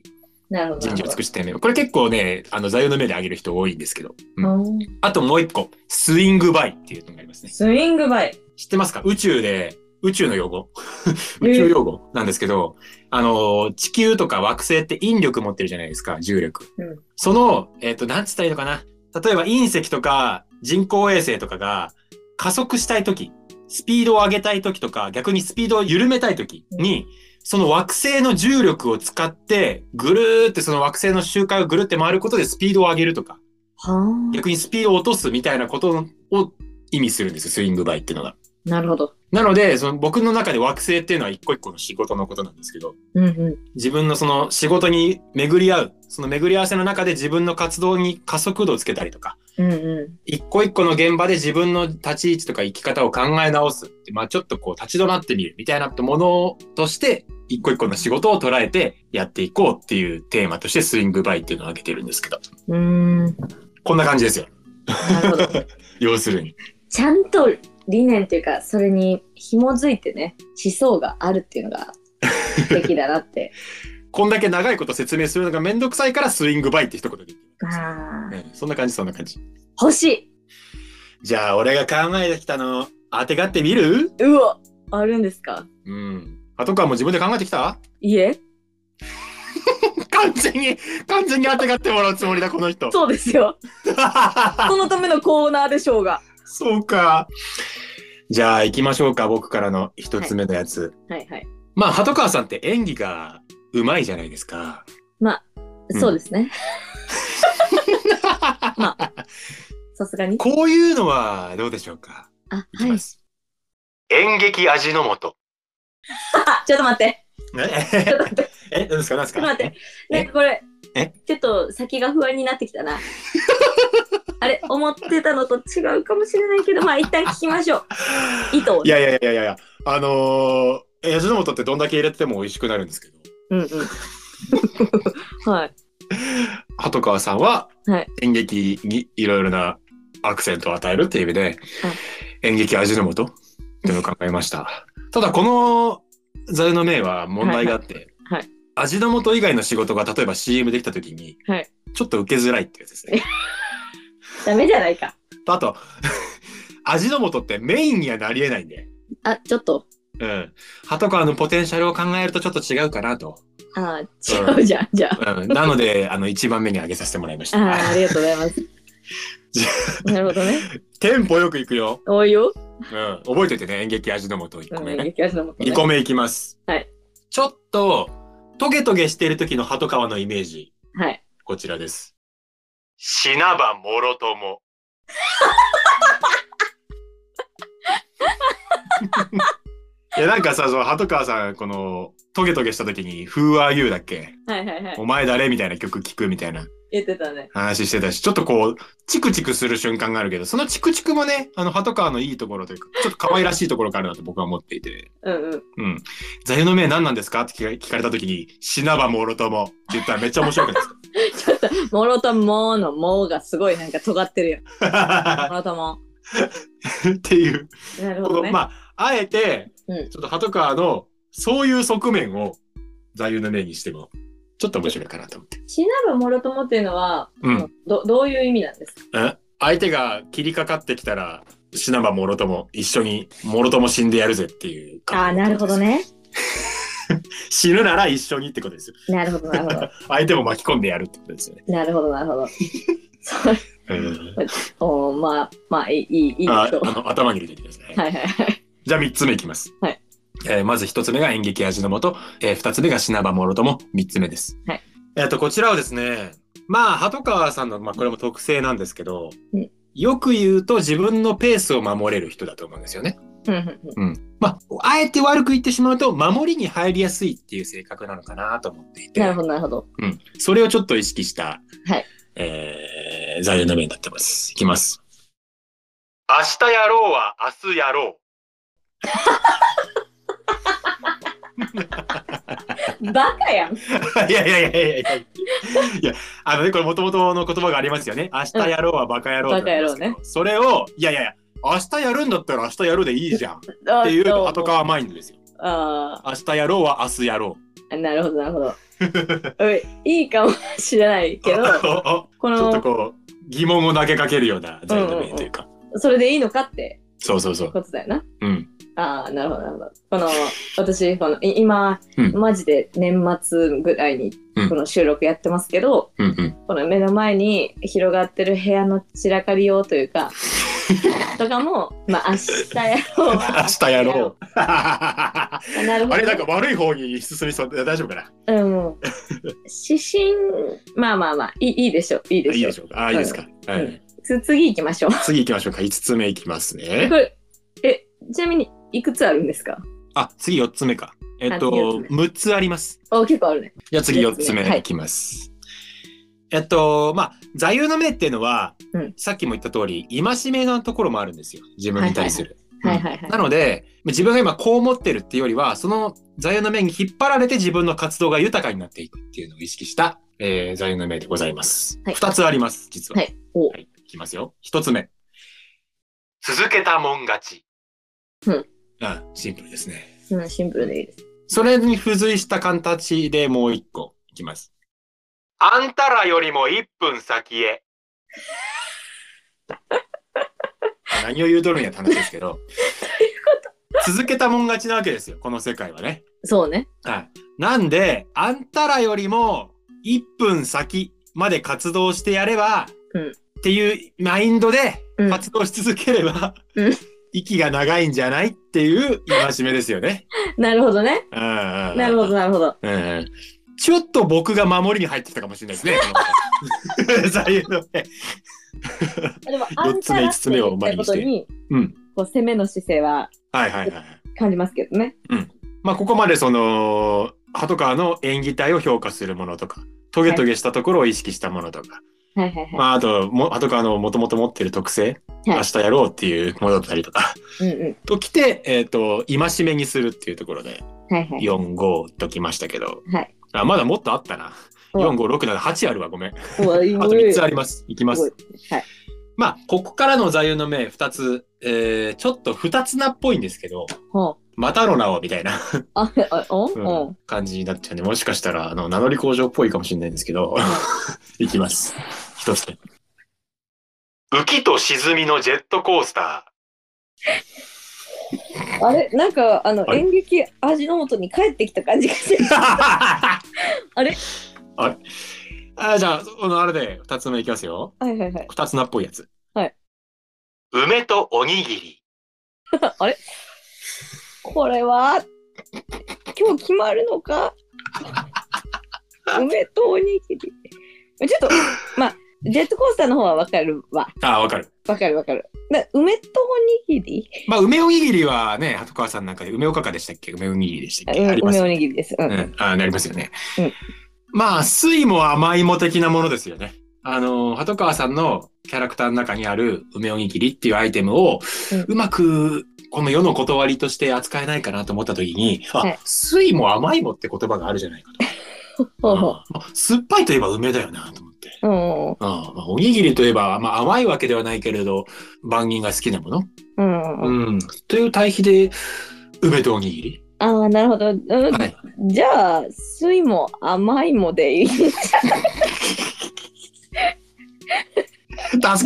[SPEAKER 1] なるほど。
[SPEAKER 3] 人事を尽くして天命。これ結構ね、あの、座右の銘で挙げる人多いんですけど。うん
[SPEAKER 1] うん
[SPEAKER 3] あともう一個、スイングバイっていうのがありますね。
[SPEAKER 1] スイングバイ。
[SPEAKER 3] 知ってますか宇宙で、宇宙の用語。 宇宙用語なんですけど、あの、地球とか惑星って引力持ってるじゃないですか、重力。
[SPEAKER 1] うん
[SPEAKER 3] その、えっ、と、なんつったらいいのかな。例えば隕石とか人工衛星とかが加速したいとき、スピードを上げたいときとか、逆にスピードを緩めたいときに、その惑星の重力を使って、ぐるーってその惑星の周回をぐるって回ることでスピードを上げるとか、
[SPEAKER 1] は
[SPEAKER 3] 逆にスピードを落とすみたいなことを意味するんですよ、スイングバイっていうのが。
[SPEAKER 1] あ。なるほど。
[SPEAKER 3] なので、その僕の中で惑星っていうのは一個一個の仕事のことなんですけど、
[SPEAKER 1] うんう
[SPEAKER 3] 自分のその仕事に巡り合う、その巡り合わせの中で自分の活動に加速度をつけたりとか、
[SPEAKER 1] ん。うんう
[SPEAKER 3] 一個一個の現場で自分の立ち位置とか生き方を考え直すって、まあちょっとこう立ち止まってみるみたいなものとして、一個一個の仕事を捉えてやっていこうっていうテーマとしてスイングバイっていうのを挙げてるんですけど、
[SPEAKER 1] ん。うーん。な
[SPEAKER 3] こんな感じですよ。
[SPEAKER 1] るほど。
[SPEAKER 3] 要するに。
[SPEAKER 1] ちゃんと理念というか、それに紐づいてね、思想があるっていうのが素敵だな って。
[SPEAKER 3] こんだけ長いこと説明するのがめんどくさいからスイングバイって一言で言ってます。
[SPEAKER 1] ああ。
[SPEAKER 3] うんそんな感じ、そんな感じ。
[SPEAKER 1] 欲し
[SPEAKER 3] じゃあ俺が考えてきたの当てがってみる
[SPEAKER 1] いうわあるんですか
[SPEAKER 3] うん。あとかも自分で考えてきた
[SPEAKER 1] いえ
[SPEAKER 3] 完全に、完全に当てがってもらうつもりだ、この人。
[SPEAKER 1] そうです よ。そのためのコーナーでしょうが。
[SPEAKER 3] そうか。じゃあ行きましょうか、僕からの一つ目のやつ。
[SPEAKER 1] はいはい。
[SPEAKER 3] まあ、鳩川さんって演技がうまいじゃないですか。うん
[SPEAKER 1] そうです ね。まあ、さすがに。
[SPEAKER 3] こういうのはどうでしょうか
[SPEAKER 1] あ、
[SPEAKER 3] いき
[SPEAKER 1] はい
[SPEAKER 3] ま。す。
[SPEAKER 4] 演劇味の素。
[SPEAKER 1] あ、ちょっと待って。
[SPEAKER 3] え、え、何です
[SPEAKER 1] ち
[SPEAKER 3] か何です
[SPEAKER 1] ょ
[SPEAKER 3] か
[SPEAKER 1] っと待って。
[SPEAKER 3] え
[SPEAKER 1] ね、これ、
[SPEAKER 3] え
[SPEAKER 1] ちょっと先が不安になってきたな。あれ、思ってたのと違うかもしれないけど、まあ一旦聞きましょう。糸を
[SPEAKER 3] い。やいやいやいやいや、あのー、味の素ってどんだけ入れてても美味しくなるんですけど、
[SPEAKER 1] うんうん。はい。
[SPEAKER 3] 鳩川さんは
[SPEAKER 1] はい
[SPEAKER 3] 演劇にいろいろなアクセントを与えるっていう意味で、演劇味の素っていうのを考えま した。ただこの座右の銘は問題があって、
[SPEAKER 1] はいはい
[SPEAKER 3] 味の素以外の仕事が例えば CM できた時に、
[SPEAKER 1] はい
[SPEAKER 3] ちょっと受けづらいっていうやつです ね。
[SPEAKER 1] ダメじゃないか。
[SPEAKER 3] あと、 味の素ってメインにはなり得ないんで、
[SPEAKER 1] あ、ちょっと。
[SPEAKER 3] うん。鳩川のポテンシャルを考えるとちょっと違うかなと。
[SPEAKER 1] あー違うじゃん、じゃあ。
[SPEAKER 3] うん、なので、あの、1番目に挙げさせてもらいまし
[SPEAKER 1] あー
[SPEAKER 3] た。
[SPEAKER 1] ありがとうございます
[SPEAKER 3] じゃ。
[SPEAKER 1] なるほどね。
[SPEAKER 3] テンポよくいくよ。
[SPEAKER 1] おいよ。
[SPEAKER 3] うん。覚えておいてね、演劇味の素1
[SPEAKER 1] う
[SPEAKER 3] 個
[SPEAKER 1] ん、
[SPEAKER 3] 目
[SPEAKER 1] 激
[SPEAKER 3] ね。
[SPEAKER 1] 安のもとね
[SPEAKER 3] 2個目いきます。
[SPEAKER 1] はい。
[SPEAKER 3] ちょっと、トゲトゲしてる時の鳩川のイメージ、
[SPEAKER 1] はい。
[SPEAKER 3] こちらです。
[SPEAKER 4] 死なばもろとも。
[SPEAKER 3] いや、なんかさ、その鳩川さん、この、トゲトゲした時に、Who are you だっけ
[SPEAKER 1] はいはいはい。
[SPEAKER 3] お前誰みたいな曲聞くみたいな
[SPEAKER 1] 言ってたね。
[SPEAKER 3] 話してたし、ちょっとこう、チクチクする瞬間があるけど、そのチクチクもね、あの、鳩川のいいところというか、ちょっと可愛らしいところがあるなと僕は思っていて。
[SPEAKER 1] うんうん。
[SPEAKER 3] うん。座右の銘何なんですかって聞か聞かれた時に、死なばもろともって言ったらめっちゃ面白くないですか
[SPEAKER 1] ちょっと、もろとものもがすごいなんか尖ってるよ。もろとも。
[SPEAKER 3] っていう、
[SPEAKER 1] なるほ
[SPEAKER 3] こ
[SPEAKER 1] ど
[SPEAKER 3] の
[SPEAKER 1] ね。
[SPEAKER 3] まあ、あえて、
[SPEAKER 1] うん
[SPEAKER 3] ちょっと鳩川のそういう側面を座右の銘にしても、ちょっと面白いかなと思って。
[SPEAKER 1] 死なばもろともっていうのは、
[SPEAKER 3] うん
[SPEAKER 1] どどういう意味なんですか
[SPEAKER 3] え相手が切りかかってきたら、死なばもろとも一緒にもろとも死んでやるぜっていう。
[SPEAKER 1] ああー、なるほど。ね。
[SPEAKER 3] 死ぬなら一緒にってことですよ。
[SPEAKER 1] なるほど、なるほど。
[SPEAKER 3] 相手も巻き込んでやるってことですよね。
[SPEAKER 1] なるほど、なるほど。 そう
[SPEAKER 3] うん
[SPEAKER 1] おーまあ、まあ、いい、いい、いいでしょう。
[SPEAKER 3] ああ
[SPEAKER 1] は
[SPEAKER 3] の頭に入れてください。
[SPEAKER 1] いはいはい。
[SPEAKER 3] じゃあ3つ目いきます。
[SPEAKER 1] はい
[SPEAKER 3] えーまず1つ目が演劇味の素、えー、2つ目が品場もろとも、3つ目です。
[SPEAKER 1] はい
[SPEAKER 3] えっと、こちらはですね、まあ、鳩川さんの、まあ、これも特性なんですけど
[SPEAKER 1] うん、
[SPEAKER 3] よく言うと自分のペースを守れる人だと思うんですよね。
[SPEAKER 1] うんうんうん
[SPEAKER 3] まあ、あえて悪く言ってしまうと、守りに入りやすいっていう性格なのかなと思っていて、
[SPEAKER 1] なるほど、なるほど。
[SPEAKER 3] うん、それをちょっと意識した、
[SPEAKER 1] はい
[SPEAKER 3] えー座右の銘になってます。いきます。
[SPEAKER 4] 明日やろうは明日やろ
[SPEAKER 1] バカやん。
[SPEAKER 3] いやいやいやいやいやいや、あのね、これもともとの言葉がありますよね。明日やろうはバカ野郎ってありますけど
[SPEAKER 1] バカ野郎ね。
[SPEAKER 3] それを、いやいやいや、明日やるんだったら明日やるでいいじゃんっ
[SPEAKER 1] あ
[SPEAKER 3] ていう
[SPEAKER 1] ども
[SPEAKER 3] 後川マインドですよ。
[SPEAKER 1] あ
[SPEAKER 3] 明日やろうは明日やろう。
[SPEAKER 1] あ、なるほど、なるほど。おいいいかもしれないけど、
[SPEAKER 3] おお
[SPEAKER 1] こ
[SPEAKER 3] ちょっと
[SPEAKER 1] の、
[SPEAKER 3] こう、疑問を投げかけるような座右の銘というか。
[SPEAKER 1] それでいいのかって
[SPEAKER 3] そうそうそう。
[SPEAKER 1] ことだよな。
[SPEAKER 3] うん。
[SPEAKER 1] ああ、なるほど、なるほど。この、私、この、い今、
[SPEAKER 3] うん
[SPEAKER 1] マジで年末ぐらいに
[SPEAKER 3] うん、
[SPEAKER 1] この収録やってますけど、
[SPEAKER 3] うんうん。
[SPEAKER 1] この目の前に広がってる部屋の散らかりようという か、とかも、まあ、明日やろうは。
[SPEAKER 3] 明日やろう。
[SPEAKER 1] あなるほど、ね。
[SPEAKER 3] あれなんか悪い方に進みそう。大丈夫かな
[SPEAKER 1] うん。指針、まあまあまあ、いいいいでしょう、いいで
[SPEAKER 3] いい
[SPEAKER 1] しょ
[SPEAKER 3] で
[SPEAKER 1] う。
[SPEAKER 3] しょうか。あ、いいですか。は
[SPEAKER 1] うん
[SPEAKER 3] い。
[SPEAKER 1] つ次行きましょう。
[SPEAKER 3] 次行きましょうか。5つ目いきますね
[SPEAKER 1] こ。れ、え、ちなみに、いくつあるんですか
[SPEAKER 3] あ、次4つ目か。えっ
[SPEAKER 1] あ次四
[SPEAKER 3] と、
[SPEAKER 1] つ
[SPEAKER 3] 6つあります。
[SPEAKER 1] お、結構あるね。
[SPEAKER 3] じゃあ次
[SPEAKER 1] 四
[SPEAKER 3] 4
[SPEAKER 1] つ
[SPEAKER 3] つ
[SPEAKER 1] 目
[SPEAKER 3] 目
[SPEAKER 1] はい
[SPEAKER 3] いきます。えっと、まあ、座右の銘っていうのは、
[SPEAKER 1] うん
[SPEAKER 3] さっきも言った通り、戒めのところもあるんですよ。自分に対する。
[SPEAKER 1] はいはいはい。
[SPEAKER 3] なので、自分が今こう思ってるっていうよりは、その座右の銘に引っ張られて自分の活動が豊かになっていくっていうのを意識した、えー座右の銘でございます。
[SPEAKER 1] はい
[SPEAKER 3] 2つあります、実は。
[SPEAKER 1] はいお
[SPEAKER 3] い。いきますよ。1つ目。
[SPEAKER 4] う。続けたもん勝ち。
[SPEAKER 3] あ、シンプルですね。
[SPEAKER 1] うん、シンプルでいいです。
[SPEAKER 3] それに付随した形でもう1個いきます。
[SPEAKER 4] あんたらよりも1分先へ。
[SPEAKER 3] 何を言うとるんやって話ですけど続けたもん勝ちなわけですよこの世界はね。
[SPEAKER 1] そうね。
[SPEAKER 3] はい、なんであんたらよりも1分先まで活動してやれば、
[SPEAKER 1] うん
[SPEAKER 3] っていうマインドで
[SPEAKER 1] うん
[SPEAKER 3] 活動し続ければ、
[SPEAKER 1] うん
[SPEAKER 3] 息が長いんじゃないっていう戒めですよね。
[SPEAKER 1] なるほどね。な
[SPEAKER 3] な
[SPEAKER 1] るほど、、なるほど。
[SPEAKER 3] うんうんちょっと僕が守りに入ってきたかもしれな いですね。この座右の銘
[SPEAKER 1] でも、
[SPEAKER 3] 四つ目五つ目
[SPEAKER 1] あん
[SPEAKER 3] を前にして
[SPEAKER 1] たらって言ったこと
[SPEAKER 3] うん
[SPEAKER 1] こう、攻めの姿勢は
[SPEAKER 3] はいはいはい。
[SPEAKER 1] 感じますけどね。
[SPEAKER 3] まあ、ここまでその歯とかの演技体を評価するものとか、トゲトゲしたところを意識したものとか、
[SPEAKER 1] はいはいは
[SPEAKER 3] まあ、あと、も、あとか、あの、もともと持ってる特性、
[SPEAKER 1] はい
[SPEAKER 3] 明日やろうっていうものだったりとか、
[SPEAKER 1] い。うんう
[SPEAKER 3] ときて、えっ、と、戒めにするっていうところで、
[SPEAKER 1] ん。はいはい。
[SPEAKER 3] 4、5ときましたけど、
[SPEAKER 1] はい
[SPEAKER 3] あ、まだもっとあったな。
[SPEAKER 1] うん
[SPEAKER 3] 4、5、6、7、8あるわ、ごめん。あ
[SPEAKER 1] うわいい
[SPEAKER 3] と3つあります。いきます
[SPEAKER 1] ご
[SPEAKER 3] す
[SPEAKER 1] い。はい。
[SPEAKER 3] まあ、ここからの座右の銘2つ、えー、ちょっと2つ名っぽいんですけど、
[SPEAKER 1] ほう。
[SPEAKER 3] またの名をみたいな、
[SPEAKER 1] あ、あ、おん、
[SPEAKER 3] うん
[SPEAKER 1] おん。
[SPEAKER 3] 感じになっちゃうんで、もしかしたら、あの、名乗り工場っぽいかもしれないんですけど、 いきます。一つ目。
[SPEAKER 4] 浮きと沈みのジェットコースタ
[SPEAKER 1] あれなんか、あの、
[SPEAKER 3] はい
[SPEAKER 1] 演劇味の素に帰ってきた感じがする。 あれ
[SPEAKER 3] あれあじゃあ、そのあれで二つ目いきますよ。
[SPEAKER 1] はいはいはい。
[SPEAKER 3] 二つ名っぽいやつ。
[SPEAKER 4] ー、梅とおにぎり。
[SPEAKER 1] あれこれは今日決まるの か梅とおにぎりちょっとまあジェットコースターの方はわかるわ
[SPEAKER 3] あ、わかる。
[SPEAKER 1] わかるわかるな梅とおにぎり
[SPEAKER 3] まあ、梅おにぎりはね、鳩川さんなんかで梅おかかでしたっけ梅おにぎりでしたっけあり
[SPEAKER 1] うん
[SPEAKER 3] ます
[SPEAKER 1] 梅お
[SPEAKER 3] よね。
[SPEAKER 1] にぎりです、うん
[SPEAKER 3] うん、あなりますよね。
[SPEAKER 1] うん
[SPEAKER 3] まあ、酸いも甘いも的なものですよね。あの、鳩川さんのキャラクターの中にある梅おにぎりっていうアイテムを、
[SPEAKER 1] う
[SPEAKER 3] うんまく、この世の断りとして扱えないかなと思った時に、あ、
[SPEAKER 1] はい
[SPEAKER 3] 酸いも甘いもって言葉があるじゃないかと。
[SPEAKER 1] ほうほう
[SPEAKER 3] うん酸っぱいといえば梅だよなと思って。
[SPEAKER 1] うん
[SPEAKER 3] うんまあ、おにぎりといえば、まあ、甘いわけではないけれど万人が好きなもの、
[SPEAKER 1] うんうん
[SPEAKER 3] うん、という対比で梅とおにぎり、
[SPEAKER 1] ああなるほど、うん
[SPEAKER 3] はい、
[SPEAKER 1] じゃあ酸いも甘いも でいい
[SPEAKER 3] 助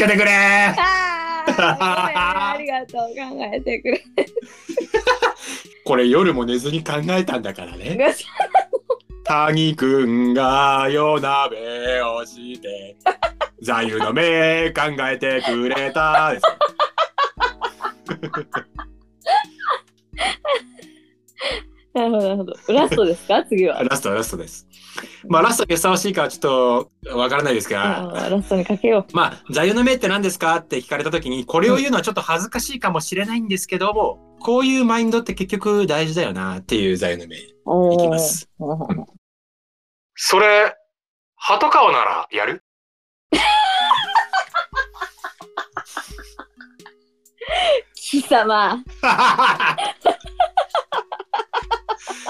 [SPEAKER 3] けてくれー
[SPEAKER 1] ああごめんありがとう考えてくれ
[SPEAKER 3] これ夜も寝ずに考えたんだからね。
[SPEAKER 1] が
[SPEAKER 3] 谷くんが夜鍋をして、座右の銘考えてくれたですよ。
[SPEAKER 1] なるほどなるほどラストですか次は
[SPEAKER 3] ラストはラストです。まあラストにふさわしいかはちょっとわからないですが、
[SPEAKER 1] あーラストにかけよ
[SPEAKER 3] まあ座右の銘って何ですかって聞かれた時に、これを言うのはちょっと恥ずかしいかもしれないんですけども、こういうマインドって結局大事だよなっていう座右の銘
[SPEAKER 1] う。お
[SPEAKER 3] い
[SPEAKER 1] ー
[SPEAKER 3] きます。
[SPEAKER 4] それ、鳩川ならやる
[SPEAKER 1] 貴様。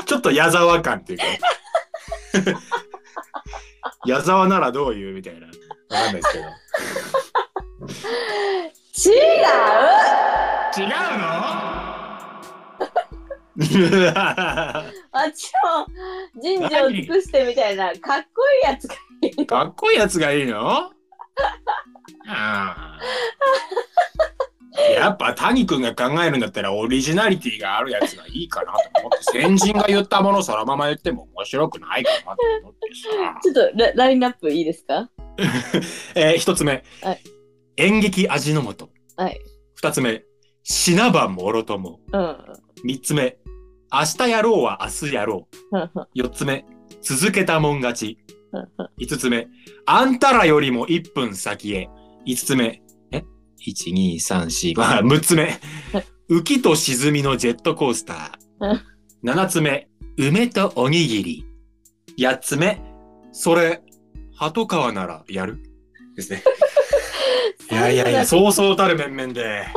[SPEAKER 3] ちょっと矢沢感っていうか 矢沢ならどういうみたいなわかんないですけど
[SPEAKER 1] 違う。
[SPEAKER 3] 違うの
[SPEAKER 1] あっちも人事を尽くしてみたいなかっこいいやつが。
[SPEAKER 3] かっこいいやつがいいのあーやっぱ谷君が考えるんだったらオリジナリティがあるやつがいいかなと思って先人が言ったものをそのまま言っても面白くないかなと思ってさ
[SPEAKER 1] ちょっとララインナップいいですか。
[SPEAKER 3] えー、一つ目、
[SPEAKER 1] はい
[SPEAKER 3] 演劇味の素
[SPEAKER 1] はい。
[SPEAKER 3] 二つ目死なばもろとも
[SPEAKER 1] うん。うん
[SPEAKER 3] 三つ目明日やろうは明日やろう
[SPEAKER 1] うんうん
[SPEAKER 3] 四つ目続けたもん勝ち
[SPEAKER 1] うん
[SPEAKER 3] 五つ目あんたらよりも一分先へ五つ目え一二三四五 六つ目浮きと沈みのジェットコースタ
[SPEAKER 1] う
[SPEAKER 3] ー
[SPEAKER 1] ん
[SPEAKER 3] 七つ目梅とおにぎり八つ目それ鳩川ならやるで すねいやいやいや、 そうそうたる面々で。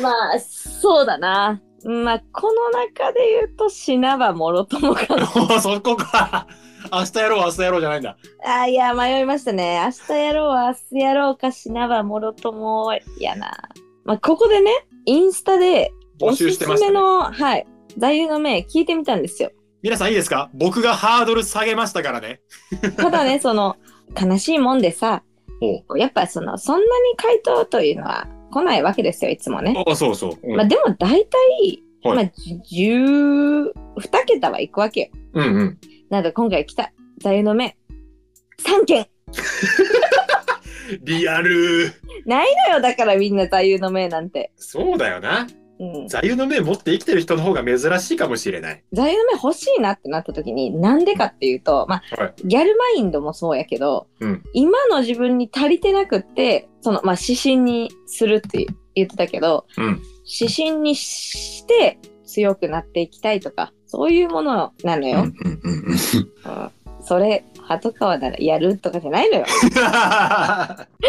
[SPEAKER 1] まあそうだな。まあこの中で言うと死なばもろともか
[SPEAKER 3] え
[SPEAKER 1] な。
[SPEAKER 3] ー そこか。明日やろう、明日やろうじゃないんだ。
[SPEAKER 1] あーいや迷いましたね。明日やろう明日やろうか死なばもろともやな。まあここでねインスタで
[SPEAKER 3] 募集してまし
[SPEAKER 1] おすす
[SPEAKER 3] た、
[SPEAKER 1] め
[SPEAKER 3] ね。
[SPEAKER 1] の、はい、座右の銘聞いてみたんですよ。
[SPEAKER 3] 皆さんいいですか僕がハードル下げましたからね。
[SPEAKER 1] ただね、その、悲しいもんでさ、やっぱその、そんなに回答というのは来ないわけですよ、いつもね。
[SPEAKER 3] あ、そうそう。うん
[SPEAKER 1] まあでも大体、
[SPEAKER 3] はい
[SPEAKER 1] まあ、12桁は行くわけよ。
[SPEAKER 3] うんうん。
[SPEAKER 1] なので今回来た座右の銘、3件
[SPEAKER 3] リアル。
[SPEAKER 1] ないのよ、だからみんな座右の銘なんて。
[SPEAKER 3] そうだよな。
[SPEAKER 1] うん、座
[SPEAKER 3] 座右の銘持って生きてる人の方が珍しいかもしれない。
[SPEAKER 1] 右の銘欲しいなってなった時に、なんでかっていうと、まあ、
[SPEAKER 3] はい
[SPEAKER 1] ギャルマインドもそうやけど、
[SPEAKER 3] うん。
[SPEAKER 1] 今の自分に足りてなくってその、まあ、指針にするって言ってたけど、
[SPEAKER 3] うん
[SPEAKER 1] 指針にして強くなっていきたいとか、そういうものなのよ。
[SPEAKER 3] うんうんうん
[SPEAKER 1] うんそれ、鳩川ならやるとかじゃないのよ。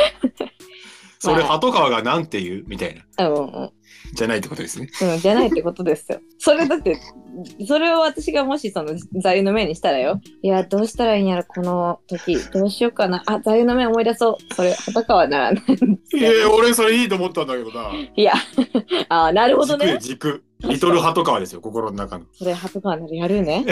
[SPEAKER 3] それ、鳩川がなんて言うみたいな。
[SPEAKER 1] うんうん
[SPEAKER 3] じゃないってことですね。
[SPEAKER 1] うん、じゃないってことですよ。それだって、それを私がもしその座右の銘にしたらよ。いや、どうしたらいいんやろ、この時。どうしようかな。あ、座右の銘思い出そう。それ、鳩川なら、
[SPEAKER 3] いや、俺それいいと思ったんだけどな。
[SPEAKER 1] いや、あーなるほどね。
[SPEAKER 3] 軸軸。リトル鳩川ですよ、心の中の。
[SPEAKER 1] それ、鳩川ならやる ね。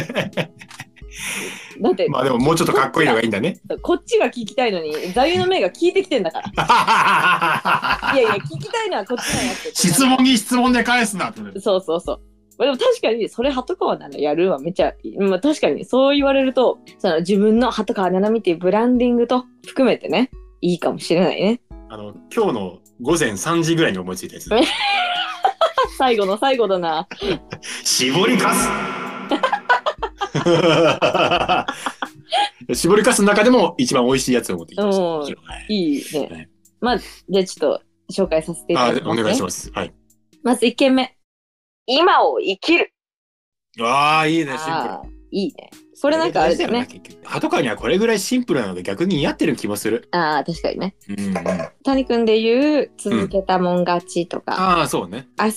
[SPEAKER 1] だって、
[SPEAKER 3] まあでももうちょっとかっこいいのがいいんだね。
[SPEAKER 1] こっちが聞きたいのに、座右の銘が聞いてきてんだ から。いやいや、聞きたいのはこっちなんやって。
[SPEAKER 3] 質問に質問で返すなって。
[SPEAKER 1] そうそうそう。まあでも確かに、それ鳩川ならやるわ、めちゃ、まあ確かに、そう言われると、その自分の鳩川ななみっていうブランディングと含めてね、いいかもしれないね。
[SPEAKER 3] あの、今日の午前3時ぐらいに思いついたやつ。
[SPEAKER 1] あ最後の最後だな。
[SPEAKER 3] 絞りかす 絞りかすの中でも一番美味しいやつを持ってきました。
[SPEAKER 1] うん
[SPEAKER 3] はい
[SPEAKER 1] いい
[SPEAKER 3] は
[SPEAKER 1] ね
[SPEAKER 3] い。
[SPEAKER 1] まあ、じゃあちょっと紹介させていた
[SPEAKER 3] あ
[SPEAKER 1] だきま
[SPEAKER 3] お
[SPEAKER 1] す、ね。
[SPEAKER 3] 願いします。はい。
[SPEAKER 1] まず1件目。今を生きる。
[SPEAKER 3] ああ、いいね、シンプル
[SPEAKER 1] あーいいね。これなんかあれだよね。。
[SPEAKER 3] 鳩川にはこれぐらいシンプルなので逆に似合ってる気もする。
[SPEAKER 1] ああ、確かにね。
[SPEAKER 3] うんうん、
[SPEAKER 1] 谷くんで言う、続けたもん勝ちとか、
[SPEAKER 3] ああ、そうね。
[SPEAKER 1] 明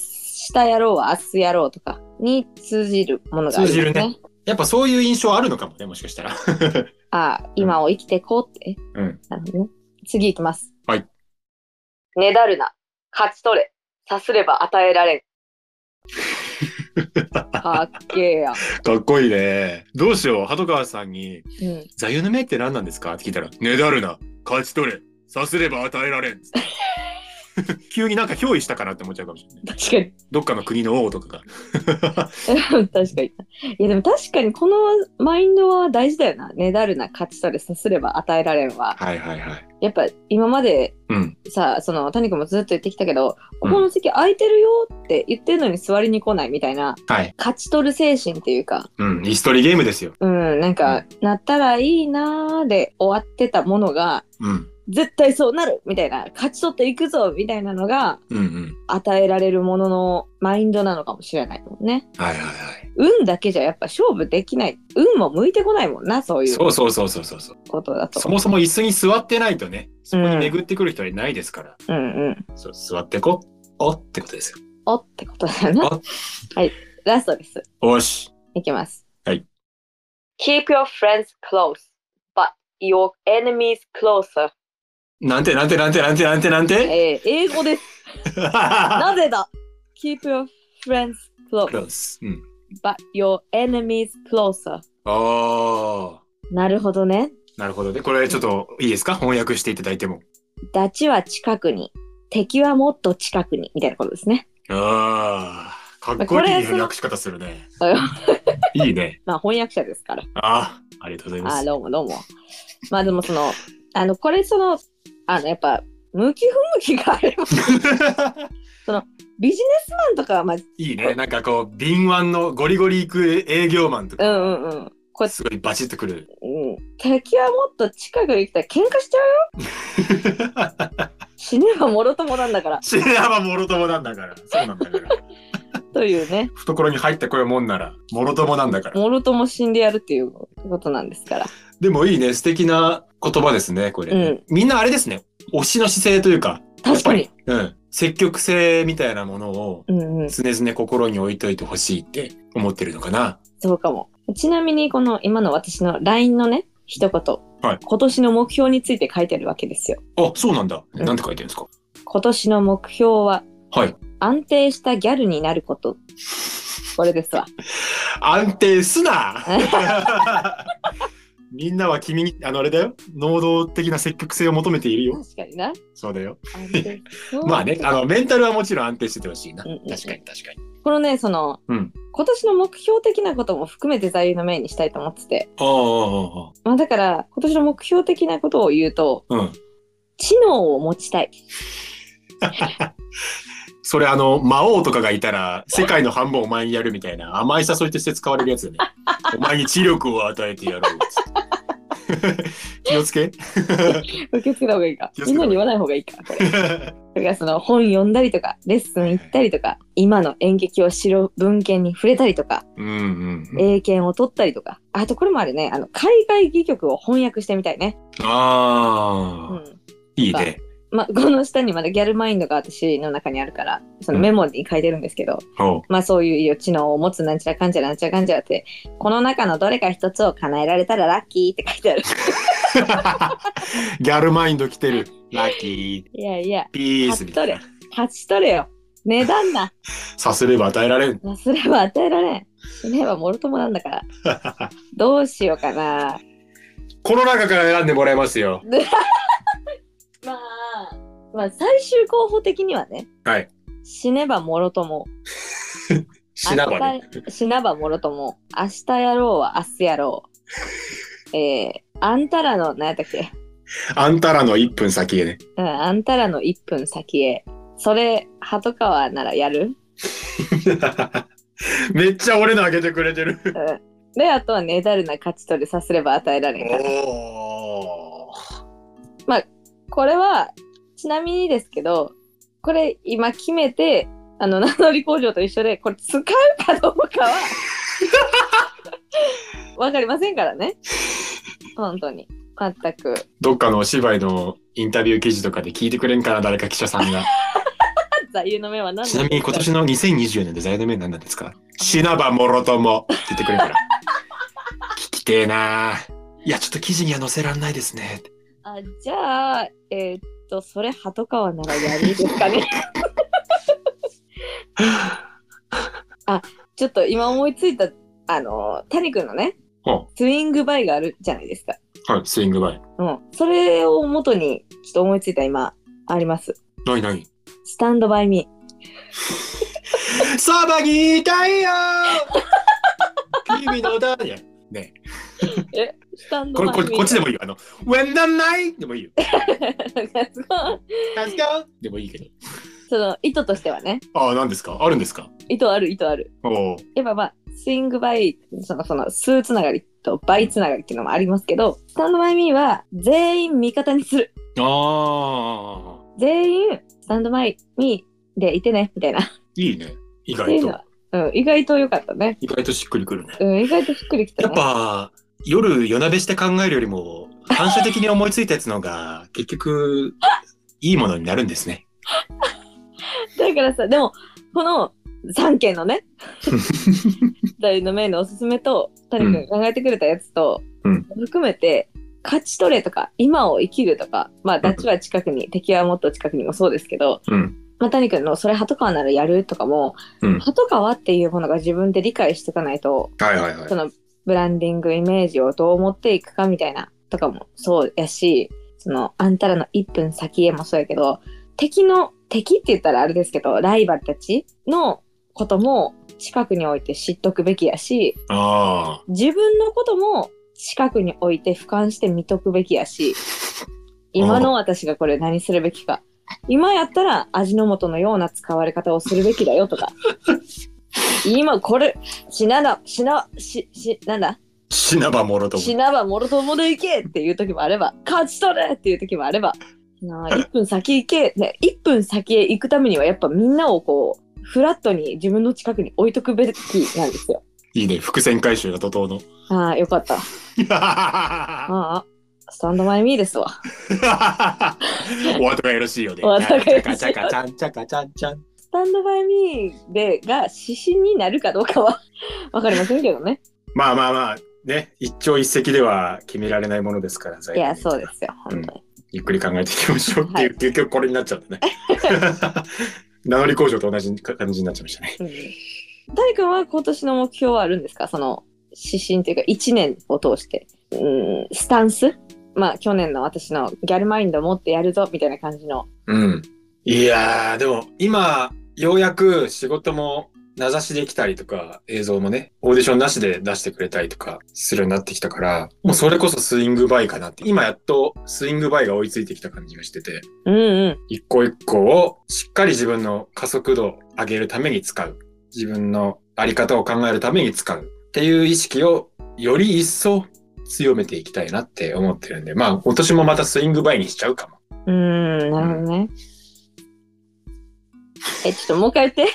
[SPEAKER 1] 日やろうは明日やろうとかに通じるものがあります
[SPEAKER 3] 通じる
[SPEAKER 1] ね
[SPEAKER 3] ね。やっぱそういう印象あるのかもね、もしかしたら。
[SPEAKER 1] ああ、今を生きてこうって。
[SPEAKER 3] うん。
[SPEAKER 1] なるほどね。次いきます。
[SPEAKER 3] はい。
[SPEAKER 1] ねだるな。勝ち取れ。さすれば与えられ ん。かっけえや。
[SPEAKER 3] かっこいいね。どうしよう、鳩川さんに、
[SPEAKER 1] うん。
[SPEAKER 3] 座右の銘って何なんですかって聞いたら、ねだるな、勝ち取れ、さすれば与えられん。 急になんか憑依したかなって思っちゃうかもしれない。
[SPEAKER 1] 確かに。
[SPEAKER 3] どっかの国の王とかが。
[SPEAKER 1] 確かに。いやでも確かにこのマインドは大事だよな。ねだるな。勝ち取れ。さすれば与えられんは。
[SPEAKER 3] はいはいはい。
[SPEAKER 1] やっぱ今まで
[SPEAKER 3] うん。
[SPEAKER 1] さ、その谷君もずっと言ってきたけど、こ
[SPEAKER 3] うん
[SPEAKER 1] この席空いてるよって言ってるのに座りに来ないみたいな、
[SPEAKER 3] はい。
[SPEAKER 1] 勝ち取る精神っていうか、
[SPEAKER 3] うん。椅子取りゲームですよ。
[SPEAKER 1] うん、なんか、なったらいいなーで終わってたものが、
[SPEAKER 3] うん。
[SPEAKER 1] 絶対そうなるみたいな、勝ち取っていくぞみたいなのが、
[SPEAKER 3] うんうん。
[SPEAKER 1] 与えられるもののマインドなのかもしれないもんね。
[SPEAKER 3] はいはいはい。
[SPEAKER 1] 運だけじゃやっぱ勝負できない。運も向いてこないもんな、そういう
[SPEAKER 3] そうそうそうそうそうそう。
[SPEAKER 1] ことだと。
[SPEAKER 3] そもそも椅子に座ってないとね、そこに巡ってくる人はいないですから、
[SPEAKER 1] うんうん。
[SPEAKER 3] そう座ってこ、おってことですよ。
[SPEAKER 1] おってことだよな。
[SPEAKER 3] お
[SPEAKER 1] はい。ラストです。
[SPEAKER 3] おし。
[SPEAKER 1] いきます。
[SPEAKER 3] はい。
[SPEAKER 5] Keep your friends close, but your enemies closer.
[SPEAKER 3] なんてなんてなんてなんてなんてなんて。
[SPEAKER 1] えー、英語です。 なぜだ ?Keep your friends close,
[SPEAKER 3] うん。
[SPEAKER 1] but your enemies closer.
[SPEAKER 3] ああ。
[SPEAKER 1] なるほどね。
[SPEAKER 3] なるほどね。これちょっといいですか翻訳していただいても。
[SPEAKER 1] ダチは近くに、敵はもっと近くに、みたいなことですね。
[SPEAKER 3] ああ。かっこいい翻訳し方するね。 いいね。
[SPEAKER 1] まあ翻訳者ですから。
[SPEAKER 3] ああ。ありがとうございま
[SPEAKER 1] あ
[SPEAKER 3] す。
[SPEAKER 1] どうもどうも。まあでもその、あの、これその、あの、やっぱ、向き不向きがあれば、 ビジネスマンとかは、まあ、
[SPEAKER 3] いいね。なんかこう、敏腕のゴリゴリ行く営業マン
[SPEAKER 1] う
[SPEAKER 3] とか、
[SPEAKER 1] んうんうん。これ、
[SPEAKER 3] すごいバチッとくる。
[SPEAKER 1] うん、敵はもっと近くに来たら喧嘩しちゃうよ。 死ねばもろともなんだから、
[SPEAKER 3] 知ればもろともなんだから。そうなんだから。
[SPEAKER 1] というね、
[SPEAKER 3] 懐に入ってこようもんなら、もろともなんだから。
[SPEAKER 1] もろとも死んでやるっていうことなんですから。
[SPEAKER 3] でもいいね。素敵な言葉ですね、これ。
[SPEAKER 1] うん
[SPEAKER 3] みんなあれですね。推しの姿勢というか、
[SPEAKER 1] 確かに。
[SPEAKER 3] うん。積極性みたいなものを
[SPEAKER 1] うんうん。
[SPEAKER 3] 常々心に置いといてほしいって思ってるのかな。
[SPEAKER 1] そうかも。ちなみにこの今の私の LINE のね、一言、
[SPEAKER 3] はい
[SPEAKER 1] 今年の目標について書いてあるわけですよ。
[SPEAKER 3] あ、そうなんだ。
[SPEAKER 1] うん
[SPEAKER 3] なんて書いてるんですか。
[SPEAKER 1] 今年の目標は
[SPEAKER 3] はい。
[SPEAKER 1] 安定したギャルになること。これですわ。
[SPEAKER 3] 安定す なみんなは君に、あのあれだよ。能動的な積極性を求めているよ。
[SPEAKER 1] 確かにな。
[SPEAKER 3] そうだよ。
[SPEAKER 1] 安定
[SPEAKER 3] まあね、あの、メンタルはもちろん安定しててほしいな。
[SPEAKER 1] うんうんうん
[SPEAKER 3] 確かに確かに。
[SPEAKER 1] このね、その、
[SPEAKER 3] うん
[SPEAKER 1] 今年の目標的なことも含めて座右の銘にしたいと思ってて。
[SPEAKER 3] ああ、あ
[SPEAKER 1] まあだから、今年の目標的なことを言うと、
[SPEAKER 3] あ、ああ。うん。
[SPEAKER 1] 知能を持ちたい。
[SPEAKER 3] それあの、魔王とかがいたら、世界の半分お前にやるみたいな、甘い誘いとして使われるやつだね。 お前に知力を与えてやろうっつって。気をつけ。
[SPEAKER 1] 気をつけた方がいいか
[SPEAKER 3] 気。をつ
[SPEAKER 1] み
[SPEAKER 3] け
[SPEAKER 1] んなに
[SPEAKER 3] た方がいい
[SPEAKER 1] 言わない方がいいか。これだからその本読んだりとか、レッスン行ったりとか、今の演劇を知る文献に触れたりとか、
[SPEAKER 3] うんうんうん。
[SPEAKER 1] 英検を取ったりとか、あとこれもあるね、あの、海外戯曲を翻訳してみたいね。う
[SPEAKER 3] ああ、
[SPEAKER 1] ん。
[SPEAKER 3] いいね。
[SPEAKER 1] まあ、この下にまだギャルマインドが私の中にあるから、そのメモに書いてるんですけど、
[SPEAKER 3] ほ
[SPEAKER 1] まあそういう予知能を持つなんちゃらかんちゃらなんちゃらかんちゃらって、この中のどれか一つを叶えられたらラッキーって書いてある。
[SPEAKER 3] う。ギャルマインド来てる。ラッキ
[SPEAKER 1] いやいや
[SPEAKER 3] ー、、ピー
[SPEAKER 1] 勝
[SPEAKER 3] スみ
[SPEAKER 1] ち
[SPEAKER 3] た
[SPEAKER 1] 取
[SPEAKER 3] い
[SPEAKER 1] れ
[SPEAKER 3] な。。
[SPEAKER 1] 勝ち取れよ。値段 な。
[SPEAKER 3] さすれば与えられん。
[SPEAKER 1] なすれば与えられん。死ねばもろともなんだから。 どうしようかな。
[SPEAKER 3] この中から選んでもらいますよ。
[SPEAKER 1] まあ、まあ最終候補的にはね、
[SPEAKER 3] はい
[SPEAKER 1] 死ねばもろとも、
[SPEAKER 3] 死なばね。
[SPEAKER 1] 明日死なばもろとも、明日やろうは明日やろ う。えー、あんたらの、何やったっけ、
[SPEAKER 3] あんたらの1分先へ ね。
[SPEAKER 1] うん、あんたらの1分先へ。それ、鳩川ならやる、
[SPEAKER 3] めっちゃ俺のあげてくれてる。
[SPEAKER 1] うん、で、あとはねだるな勝ち取りさすれば与えられんから。
[SPEAKER 3] おー
[SPEAKER 1] これは、ちなみにですけど、これ今決めて、あの、名乗り工場と一緒で、これ使うかどうかは、 わかりませんからね。本当に。全く。
[SPEAKER 3] どっかのお芝居のインタビュー記事とかで聞いてくれんかな、誰か記者さんが。
[SPEAKER 1] 座右の目は何
[SPEAKER 3] ちなみに今年の2024年デザインの面何なんですか死なばもろともって言ってくれるから。聞きてえなあいや、ちょっと記事には載せらんないですね。
[SPEAKER 1] あじゃあ、えーっと、それ、鳩川ならやるですか ね。あ、ちょっと今思いついた、あの、谷君のね
[SPEAKER 3] は、
[SPEAKER 1] スイングバイがあるじゃないですか。
[SPEAKER 3] はい、スイングバイ。
[SPEAKER 1] うん。それを元に、ちょっと思いついた今、あります。
[SPEAKER 3] なになに
[SPEAKER 1] スタンドバイミ
[SPEAKER 3] そばにいたいよ君のだね。
[SPEAKER 1] ー。え、スタン
[SPEAKER 3] これこ、こっちでも
[SPEAKER 1] い
[SPEAKER 3] いいよ。あの、When the night でもいいよ。
[SPEAKER 1] い。すごい
[SPEAKER 3] 助け合うでもいいけど。
[SPEAKER 1] その、意図としてはね。
[SPEAKER 3] ああ、何ですかあるんですか
[SPEAKER 1] 意図ある、意図ある。
[SPEAKER 3] おお。
[SPEAKER 1] やっぱまあ、スイングバイ、その、その、スーつながりとバイつながりっていうのもありますけど、スタンドバイミーは、全員味方にする。
[SPEAKER 3] ああ、
[SPEAKER 1] 全員、スタンドバイミーでいてね、みたいな。っ
[SPEAKER 3] いいね。意
[SPEAKER 1] てい
[SPEAKER 3] 外
[SPEAKER 1] うの
[SPEAKER 3] と
[SPEAKER 1] は。、うん、意外と良かったね。
[SPEAKER 3] 意外としっくりくるね。
[SPEAKER 1] うん、意外としっくりきた、
[SPEAKER 3] や
[SPEAKER 1] ね。
[SPEAKER 3] っぱ、夜夜なべして考えるよりも、反射的に思いついたやつの方が、結局、いいものになるんですね。
[SPEAKER 1] だからさでもこの3件のね誰のメインのおすすめと谷君が考えてくれたやつと、
[SPEAKER 3] うん
[SPEAKER 1] 含めて勝ち取れとか今を生きるとかまあダチは近くに、敵はもっと近くにもそうですけど、
[SPEAKER 3] うん。
[SPEAKER 1] まあ、谷君の「それ鳩川ならやる」とかも、
[SPEAKER 3] うん
[SPEAKER 1] 鳩川っていうものが自分で理解していかないと
[SPEAKER 3] はいはいは
[SPEAKER 1] そのブランディングイメージをどう持っていくかみたいなとかもそうやしそのあんたらの1分先へもそうやけど敵の敵って言ったらあれですけどライバルたちのことも近くに置いて知っとくべきやし
[SPEAKER 3] あ
[SPEAKER 1] 自分のことも近くに置いて俯瞰して見とくべきやし今の私がこれ何するべきか今やったら味の素のような使われ方をするべきだよとか今これ死なな死なししなんだ
[SPEAKER 3] あ。死なばもろとも。
[SPEAKER 1] 死なばもろともで行けっていう時もあれば勝ち取れっていう時もあればなあ1分先行け、ね、1分先へ行くためにはやっぱみんなをこうフラットに自分の近くに置いとくべきなんですよ。
[SPEAKER 3] いいね。伏線回収が怒 涛の。
[SPEAKER 1] ああよかった。ああスタンドマイミーですわ。
[SPEAKER 3] お後がよろしいよね。
[SPEAKER 1] お後がよろしいよ
[SPEAKER 3] チャカチャカチャンチャカチャンチャン。
[SPEAKER 1] スタンドバイミーでが指針になるかどうかは わかりませんけどね。
[SPEAKER 3] まあまあまあ、ね。一朝一夕では決められないものですから、
[SPEAKER 1] いや、そうで。すよ、本当に。
[SPEAKER 3] ゆっくり考えていきましょうっていう、
[SPEAKER 1] はい
[SPEAKER 3] 結局これになっちゃ ったね。名乗り工場と同じ感じになっちゃいましたね。
[SPEAKER 1] うん誰かは今年の目標はあるんですかその指針というか1年を通して、うん、スタンスまあ去年の私のギャルマインドを持ってやるぞみたいな感じの。
[SPEAKER 3] うん。いやー、でも今、ようやく仕事も名指しできたりとか、映像もね、オーディションなしで出してくれたりとかするようになってきたから、もうそれこそスイングバイかなって。今やっとスイングバイが追いついてきた感じがしてて、
[SPEAKER 1] うんうん。
[SPEAKER 3] 一個一個をしっかり自分の加速度を上げるために使う。自分のあり方を考えるために使う。っていう意識をより一層強めていきたいなって思ってるんで、まあ今年もまたスイングバイにしちゃうかも。
[SPEAKER 1] うーん、なるほどね。え、ちょっともう一回言って。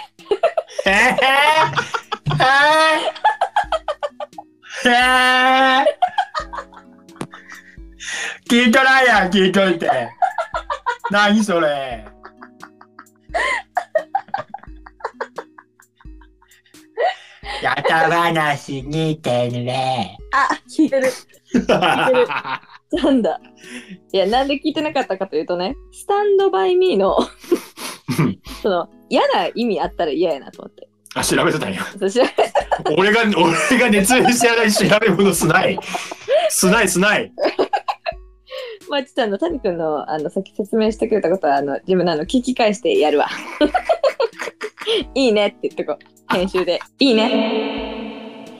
[SPEAKER 2] 聞いとらんやん、聞いといて。何それ。やた話にてるね。
[SPEAKER 1] あ、聞いてる。
[SPEAKER 3] あ
[SPEAKER 1] なんだ。いや、なんで聞いてなかったかというとね、スタンドバイミーの
[SPEAKER 3] うん、
[SPEAKER 1] その、嫌な意味あったら嫌やなと思って。
[SPEAKER 3] 調べてたんや。
[SPEAKER 1] そし
[SPEAKER 3] 俺が、俺が熱弁してやない調べ物すない。すないすない。
[SPEAKER 1] まあ、ちょっとあの、谷君の、あの、さっき説明してくれたことは、あの、自分のあの、聞き返してやるわ。 いいねって言ってこう。編集で。いいね。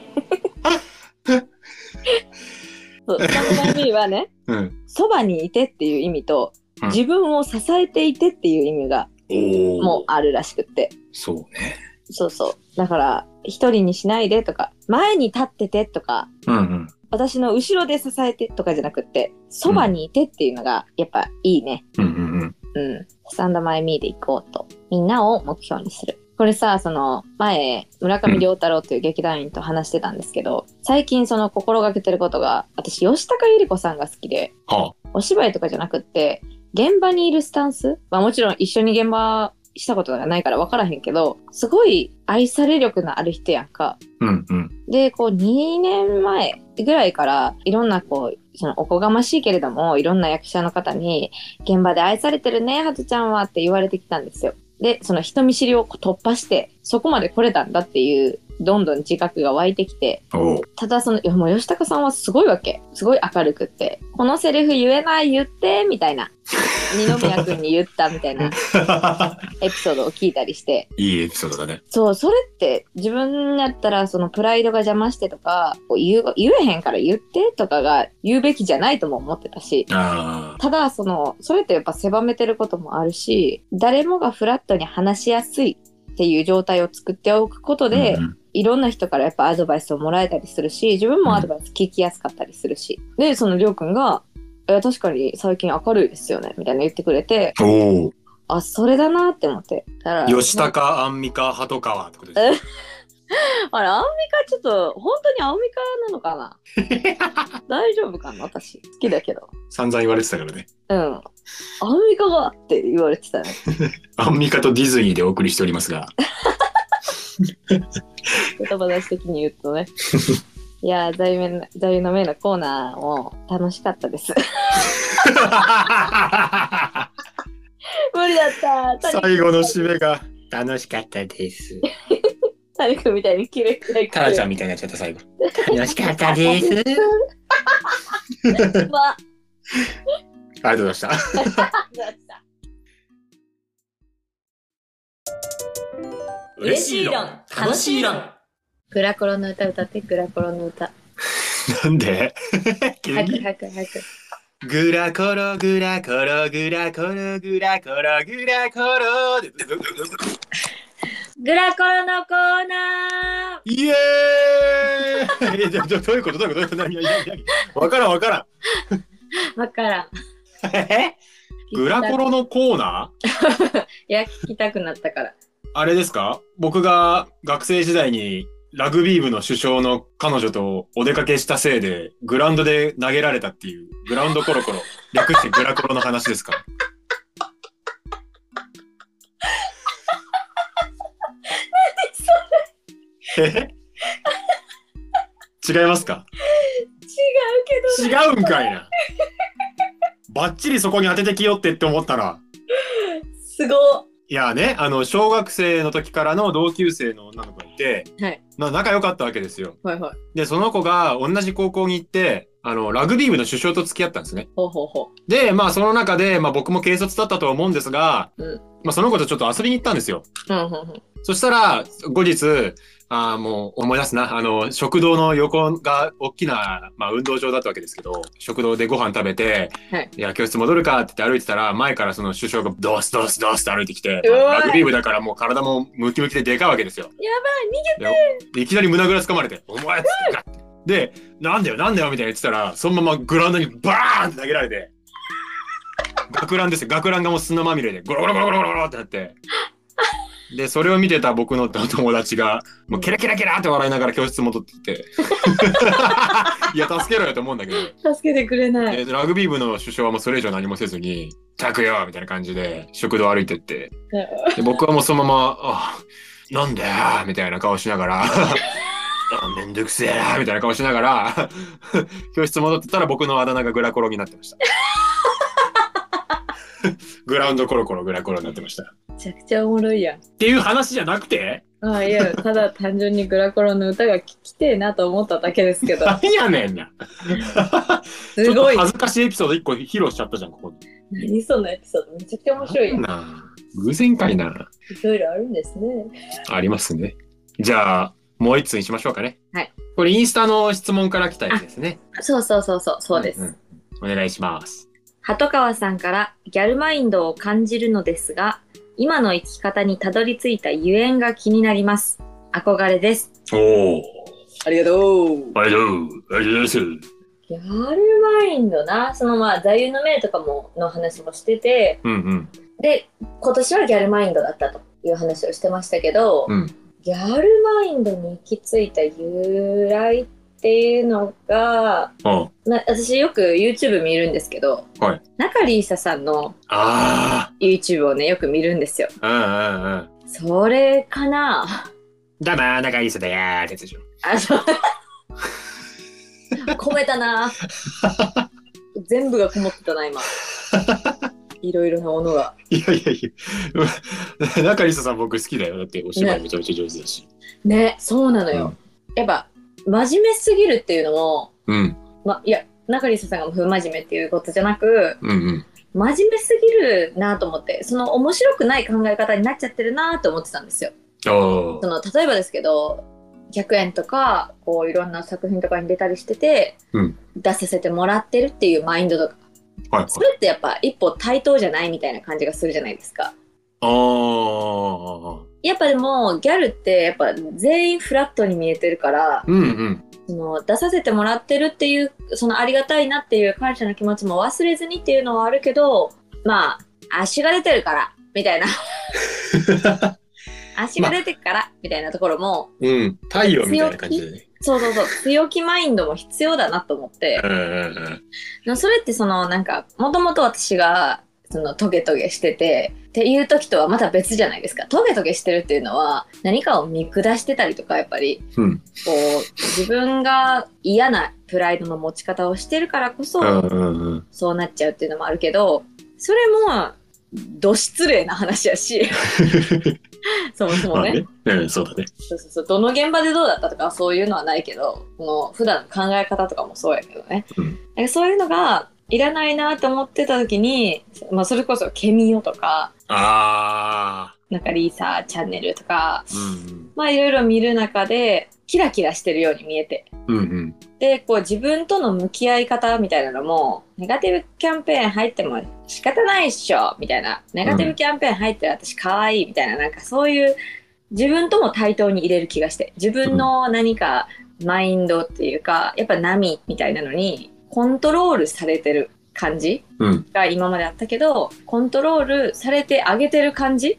[SPEAKER 1] そう、スタンドバイミーはね、
[SPEAKER 3] うん。
[SPEAKER 1] そばにいてっていう意味と、
[SPEAKER 3] うん
[SPEAKER 1] 自分を支えていてっていう意味が
[SPEAKER 3] おお。
[SPEAKER 1] もうあるらしくって。
[SPEAKER 3] そうね。
[SPEAKER 1] そうそう。だから、一人にしないでとか、前に立っててとか、
[SPEAKER 3] うんうん。
[SPEAKER 1] 私の後ろで支えてとかじゃなくって、そばにいてっていうのが、やっぱいいね。
[SPEAKER 3] うんうんうん。
[SPEAKER 1] うん。スタンドマイミーで行こうと。みんなを目標にする。これさ、その、前、村上良太郎という劇団員と話してたんですけど、最近その心がけてることが、私、吉高由里子さんが好きで、
[SPEAKER 3] は
[SPEAKER 1] お芝居とかじゃなくって、現場にいるスタンスまあもちろん一緒に現場したことがないから分からへんけど、すごい愛され力のある人やんか。
[SPEAKER 3] あ。うんうん。
[SPEAKER 1] で、こう2年前ぐらいから、いろんなこう、そのおこがましいけれども、いろんな役者の方に、現場で愛されてるね、ハトちゃんはって言われてきたんですよ。で、その人見知りをこう突破して、そこまで来れたんだっていう、どんどん自覚が湧いてきて、
[SPEAKER 3] おお。
[SPEAKER 1] ただそのいやもう吉高さんはすごいわけすごい明るくってこのセリフ言えない言ってみたいな二宮君に言ったみたいなエピソードを聞いたりして
[SPEAKER 3] いいエピソードだね。
[SPEAKER 1] そうそれって自分だったらそのプライドが邪魔してとかこう言う言えへんから言ってとかが言うべきじゃないとも思ってたし
[SPEAKER 3] あ
[SPEAKER 1] ただそのそれってやっぱ狭めてることもあるし誰もがフラットに話しやすいっていう状態を作っておくこと
[SPEAKER 3] あ。
[SPEAKER 1] で、
[SPEAKER 3] うんうん
[SPEAKER 1] いろんな人からやっぱアドバイスをもらえたりするし自分もアドバイス聞きやすかったりするし、でそのりょうくんが「いや確かに最近明るいですよね」みたいな言ってくれて
[SPEAKER 3] おお。
[SPEAKER 1] あそれだなって思ってだから
[SPEAKER 3] 吉
[SPEAKER 1] ま
[SPEAKER 3] 高、アンミカ、鳩川ってことですね。
[SPEAKER 1] ああれアンミカちょっと本当にアンミカなのかな 大丈夫かな私好きだけど
[SPEAKER 3] 散々言われてたからね。
[SPEAKER 1] うんアンミカがって言われてたね
[SPEAKER 3] アンミカとディズニーでお送りしております が。
[SPEAKER 1] 言葉出し的に言う とねいやー座右の座右の銘のコーナーも楽しかったです 無理だった谷
[SPEAKER 2] 最後の締めが楽しかったです。
[SPEAKER 1] 谷君みたいに綺麗に
[SPEAKER 2] タラちゃんみたいになっちゃった最後。楽しかったです。ありが
[SPEAKER 1] まあ、
[SPEAKER 3] ありがとうございました。
[SPEAKER 7] 嬉しい論楽しい論
[SPEAKER 1] グラコロの歌歌って、グラコロの歌。
[SPEAKER 3] なんで急
[SPEAKER 1] 早く
[SPEAKER 3] に
[SPEAKER 1] 早く早く。
[SPEAKER 3] グラコログラコログラコログラコログラコロで
[SPEAKER 1] グラコロのコーナー
[SPEAKER 3] イエーイえどどどういうことどういうことどういうこと何何何わからんわからん
[SPEAKER 1] わからん。
[SPEAKER 3] グラコロのコーナー
[SPEAKER 1] いや、聞きたくなったから。
[SPEAKER 3] あれですか僕が学生時代にラグビー部の首相の彼女とお出かけしたせいでグラウンドで投げられたっていうグラウンドコロコ ロ略してグラコロの話ですか え違いますか
[SPEAKER 1] 違うけど、
[SPEAKER 3] 違うんかいな バッチリそこに当ててきよってって思ったら
[SPEAKER 1] すご
[SPEAKER 3] いやねあの小学生の時からの同級生の女の子がいて、
[SPEAKER 1] はい
[SPEAKER 3] まあ仲良かったわけですよ
[SPEAKER 1] はいはい。
[SPEAKER 3] でその子が同じ高校に行ってあのラグビー部の首相と付き合ったんですね
[SPEAKER 1] ほうほうほ
[SPEAKER 3] でまあその中で、まあ、僕も軽率だったとは思うんですが、
[SPEAKER 1] うん
[SPEAKER 3] まあ、その子とちょっと遊びに行ったんですよ
[SPEAKER 1] う。うんうんうん。
[SPEAKER 3] そしたら、後日、あーもう思い出すな、あの、食堂の横が大きな、まあ、運動場だったわけですけど、食堂でご飯食べて、
[SPEAKER 1] はい、
[SPEAKER 3] や、教室戻るかって言って歩いてたら、前からその首相がドースドースドースって歩いてきて、
[SPEAKER 1] うわい
[SPEAKER 3] ラグビー部だからもう体もムキムキででかいわけですよ。
[SPEAKER 1] や
[SPEAKER 3] ばい、逃げていきなり胸ぐらつかまれて、お前っつってガッてで、なんだよなんだよみたいな言ってたら、そのままグラウンドにバーンって投げられて、学ランですよ。学ランがもう砂まみれで、ゴロゴロゴロゴロゴロってなって。で、それを見てた僕のお友達が、もうキラキラキラって笑いながら教室戻ってって。いや、助けろよと思うんだけど。
[SPEAKER 1] 助けてくれない。
[SPEAKER 3] でラグビー部の首相はもうそれ以上何もせずに、たくよみたいな感じで食堂歩いてって。で僕はもうそのまま、あなんだよみたいな顔しながら、あめんどくせえなみたいな顔しながら、 教室戻ってたら僕のあだ名がグラコロになってま した。グラウンドコロコログラコロになってました。っ
[SPEAKER 1] めちゃくちゃおもろいやん。
[SPEAKER 3] ていう話じゃなくて
[SPEAKER 1] ああい や、ただ単純にグラコロの歌が聞きてえなと思っただけです けど、
[SPEAKER 3] 何やねんな。
[SPEAKER 1] すごい
[SPEAKER 3] ちょっと恥。ずかしいエピソード1個披露しちゃったじゃん、ここで。
[SPEAKER 1] 何そのエピソードめちゃくちゃ面白いやん。
[SPEAKER 3] なあ偶然かいな。
[SPEAKER 1] いろいろあるんですね。
[SPEAKER 3] ありますね。じゃあ、もう一つにしましょうかね。
[SPEAKER 1] はい。
[SPEAKER 3] これ、インスタの質問から来たやつですね。
[SPEAKER 1] そうそうそうそう、そうです。
[SPEAKER 3] んうんお願いします。
[SPEAKER 1] 鳩川さんからギャルマインドを感じるのですが今の生き方にたどり着いたゆえんが気になります憧れです
[SPEAKER 3] おお。
[SPEAKER 1] ありがとう
[SPEAKER 3] ありがとう。ありがとう。
[SPEAKER 1] ギャルマインドなそのまあ座右の銘とかもの話もしてて
[SPEAKER 3] うんうん。
[SPEAKER 1] で今年はギャルマインドだったという話をしてましたけど、
[SPEAKER 3] うん
[SPEAKER 1] ギャルマインドに行き着いた由来っていうのが
[SPEAKER 3] あ
[SPEAKER 1] な私よく YouTube 見るんですけど、
[SPEAKER 3] はい
[SPEAKER 1] 中里依紗さんの
[SPEAKER 3] あ
[SPEAKER 1] YouTube をねよく見るんですよ
[SPEAKER 3] ー。うんうんうん。
[SPEAKER 1] それかな
[SPEAKER 3] だまー、仲いいっすだやーってやつでしょ。
[SPEAKER 1] あそう込めたな全部がこもってたな 今いろいろなものが
[SPEAKER 3] いやいやいや。中西さん、僕好きだよ。だって、お芝居めちゃめちゃ上手だし。
[SPEAKER 1] ねそうなのよ、やっぱ真面目すぎるっていうのも、
[SPEAKER 3] うん。
[SPEAKER 1] ま、いや中里さんが不真面目っていうことじゃなく
[SPEAKER 3] うんうん。
[SPEAKER 1] 真面目すぎるなと思ってその面白くない考え方になっちゃってるなと思ってたんですよ
[SPEAKER 3] お
[SPEAKER 1] その例えばですけど100円とかこういろんな作品とかに出たりしてて、
[SPEAKER 3] うん
[SPEAKER 1] 出させてもらってるっていうマインドとか
[SPEAKER 3] はいはい
[SPEAKER 1] そ。れってやっぱ一歩対等じゃないみたいな感じがするじゃないですか
[SPEAKER 3] あー。
[SPEAKER 1] やっぱでもギャルってやっぱ全員フラットに見えてるから
[SPEAKER 3] うんうん。
[SPEAKER 1] その出させてもらってるっていうそのありがたいなっていう感謝の気持ちも忘れずにっていうのはあるけどまあ足が出てるからみたい な足が出てるから、みたいなところも
[SPEAKER 3] うん。太陽みたいな感じでね。
[SPEAKER 1] そうそうそう強気マインドも必要だなと思って
[SPEAKER 3] うんうんうん。
[SPEAKER 1] でもそれってそのなんかもともと私がそのトゲトゲしててっていう時とはまた別じゃないですかトゲトゲしてるっていうのは何かを見下してたりとかやっぱり
[SPEAKER 3] うん。
[SPEAKER 1] こう自分が嫌なプライドの持ち方をしてるからこそ、
[SPEAKER 3] うんうんうん。
[SPEAKER 1] そうなっちゃうっていうのもあるけどそれもど失礼な話やし そもそもね,、
[SPEAKER 3] まあねうん、そうだね。
[SPEAKER 1] そうそうそうどの現場でどうだったとかそういうのはないけどこの普段の考え方とかもそうやけどね、
[SPEAKER 3] うん
[SPEAKER 1] なんかそういうのがいらないなと思ってた時に、まあ、それこそ「ケミオ」とか
[SPEAKER 3] ああ。
[SPEAKER 1] 「なんかリーサーチャンネル」とか
[SPEAKER 3] うん
[SPEAKER 1] まあいろいろ見る中でキラキラしてるように見えて
[SPEAKER 3] うん。うんうん。
[SPEAKER 1] でこう自分との向き合い方みたいなのもネガティブキャンペーン入っても仕方ないっしょみたいなネガティブキャンペーン入ってる私可愛いみたいななんかそういう自分とも対等に入れる気がして自分の何かマインドっていうかやっぱ波みたいなのにコントロールされてる感じ
[SPEAKER 3] うん。
[SPEAKER 1] が今まであったけどコントロールされてあげてる感 じ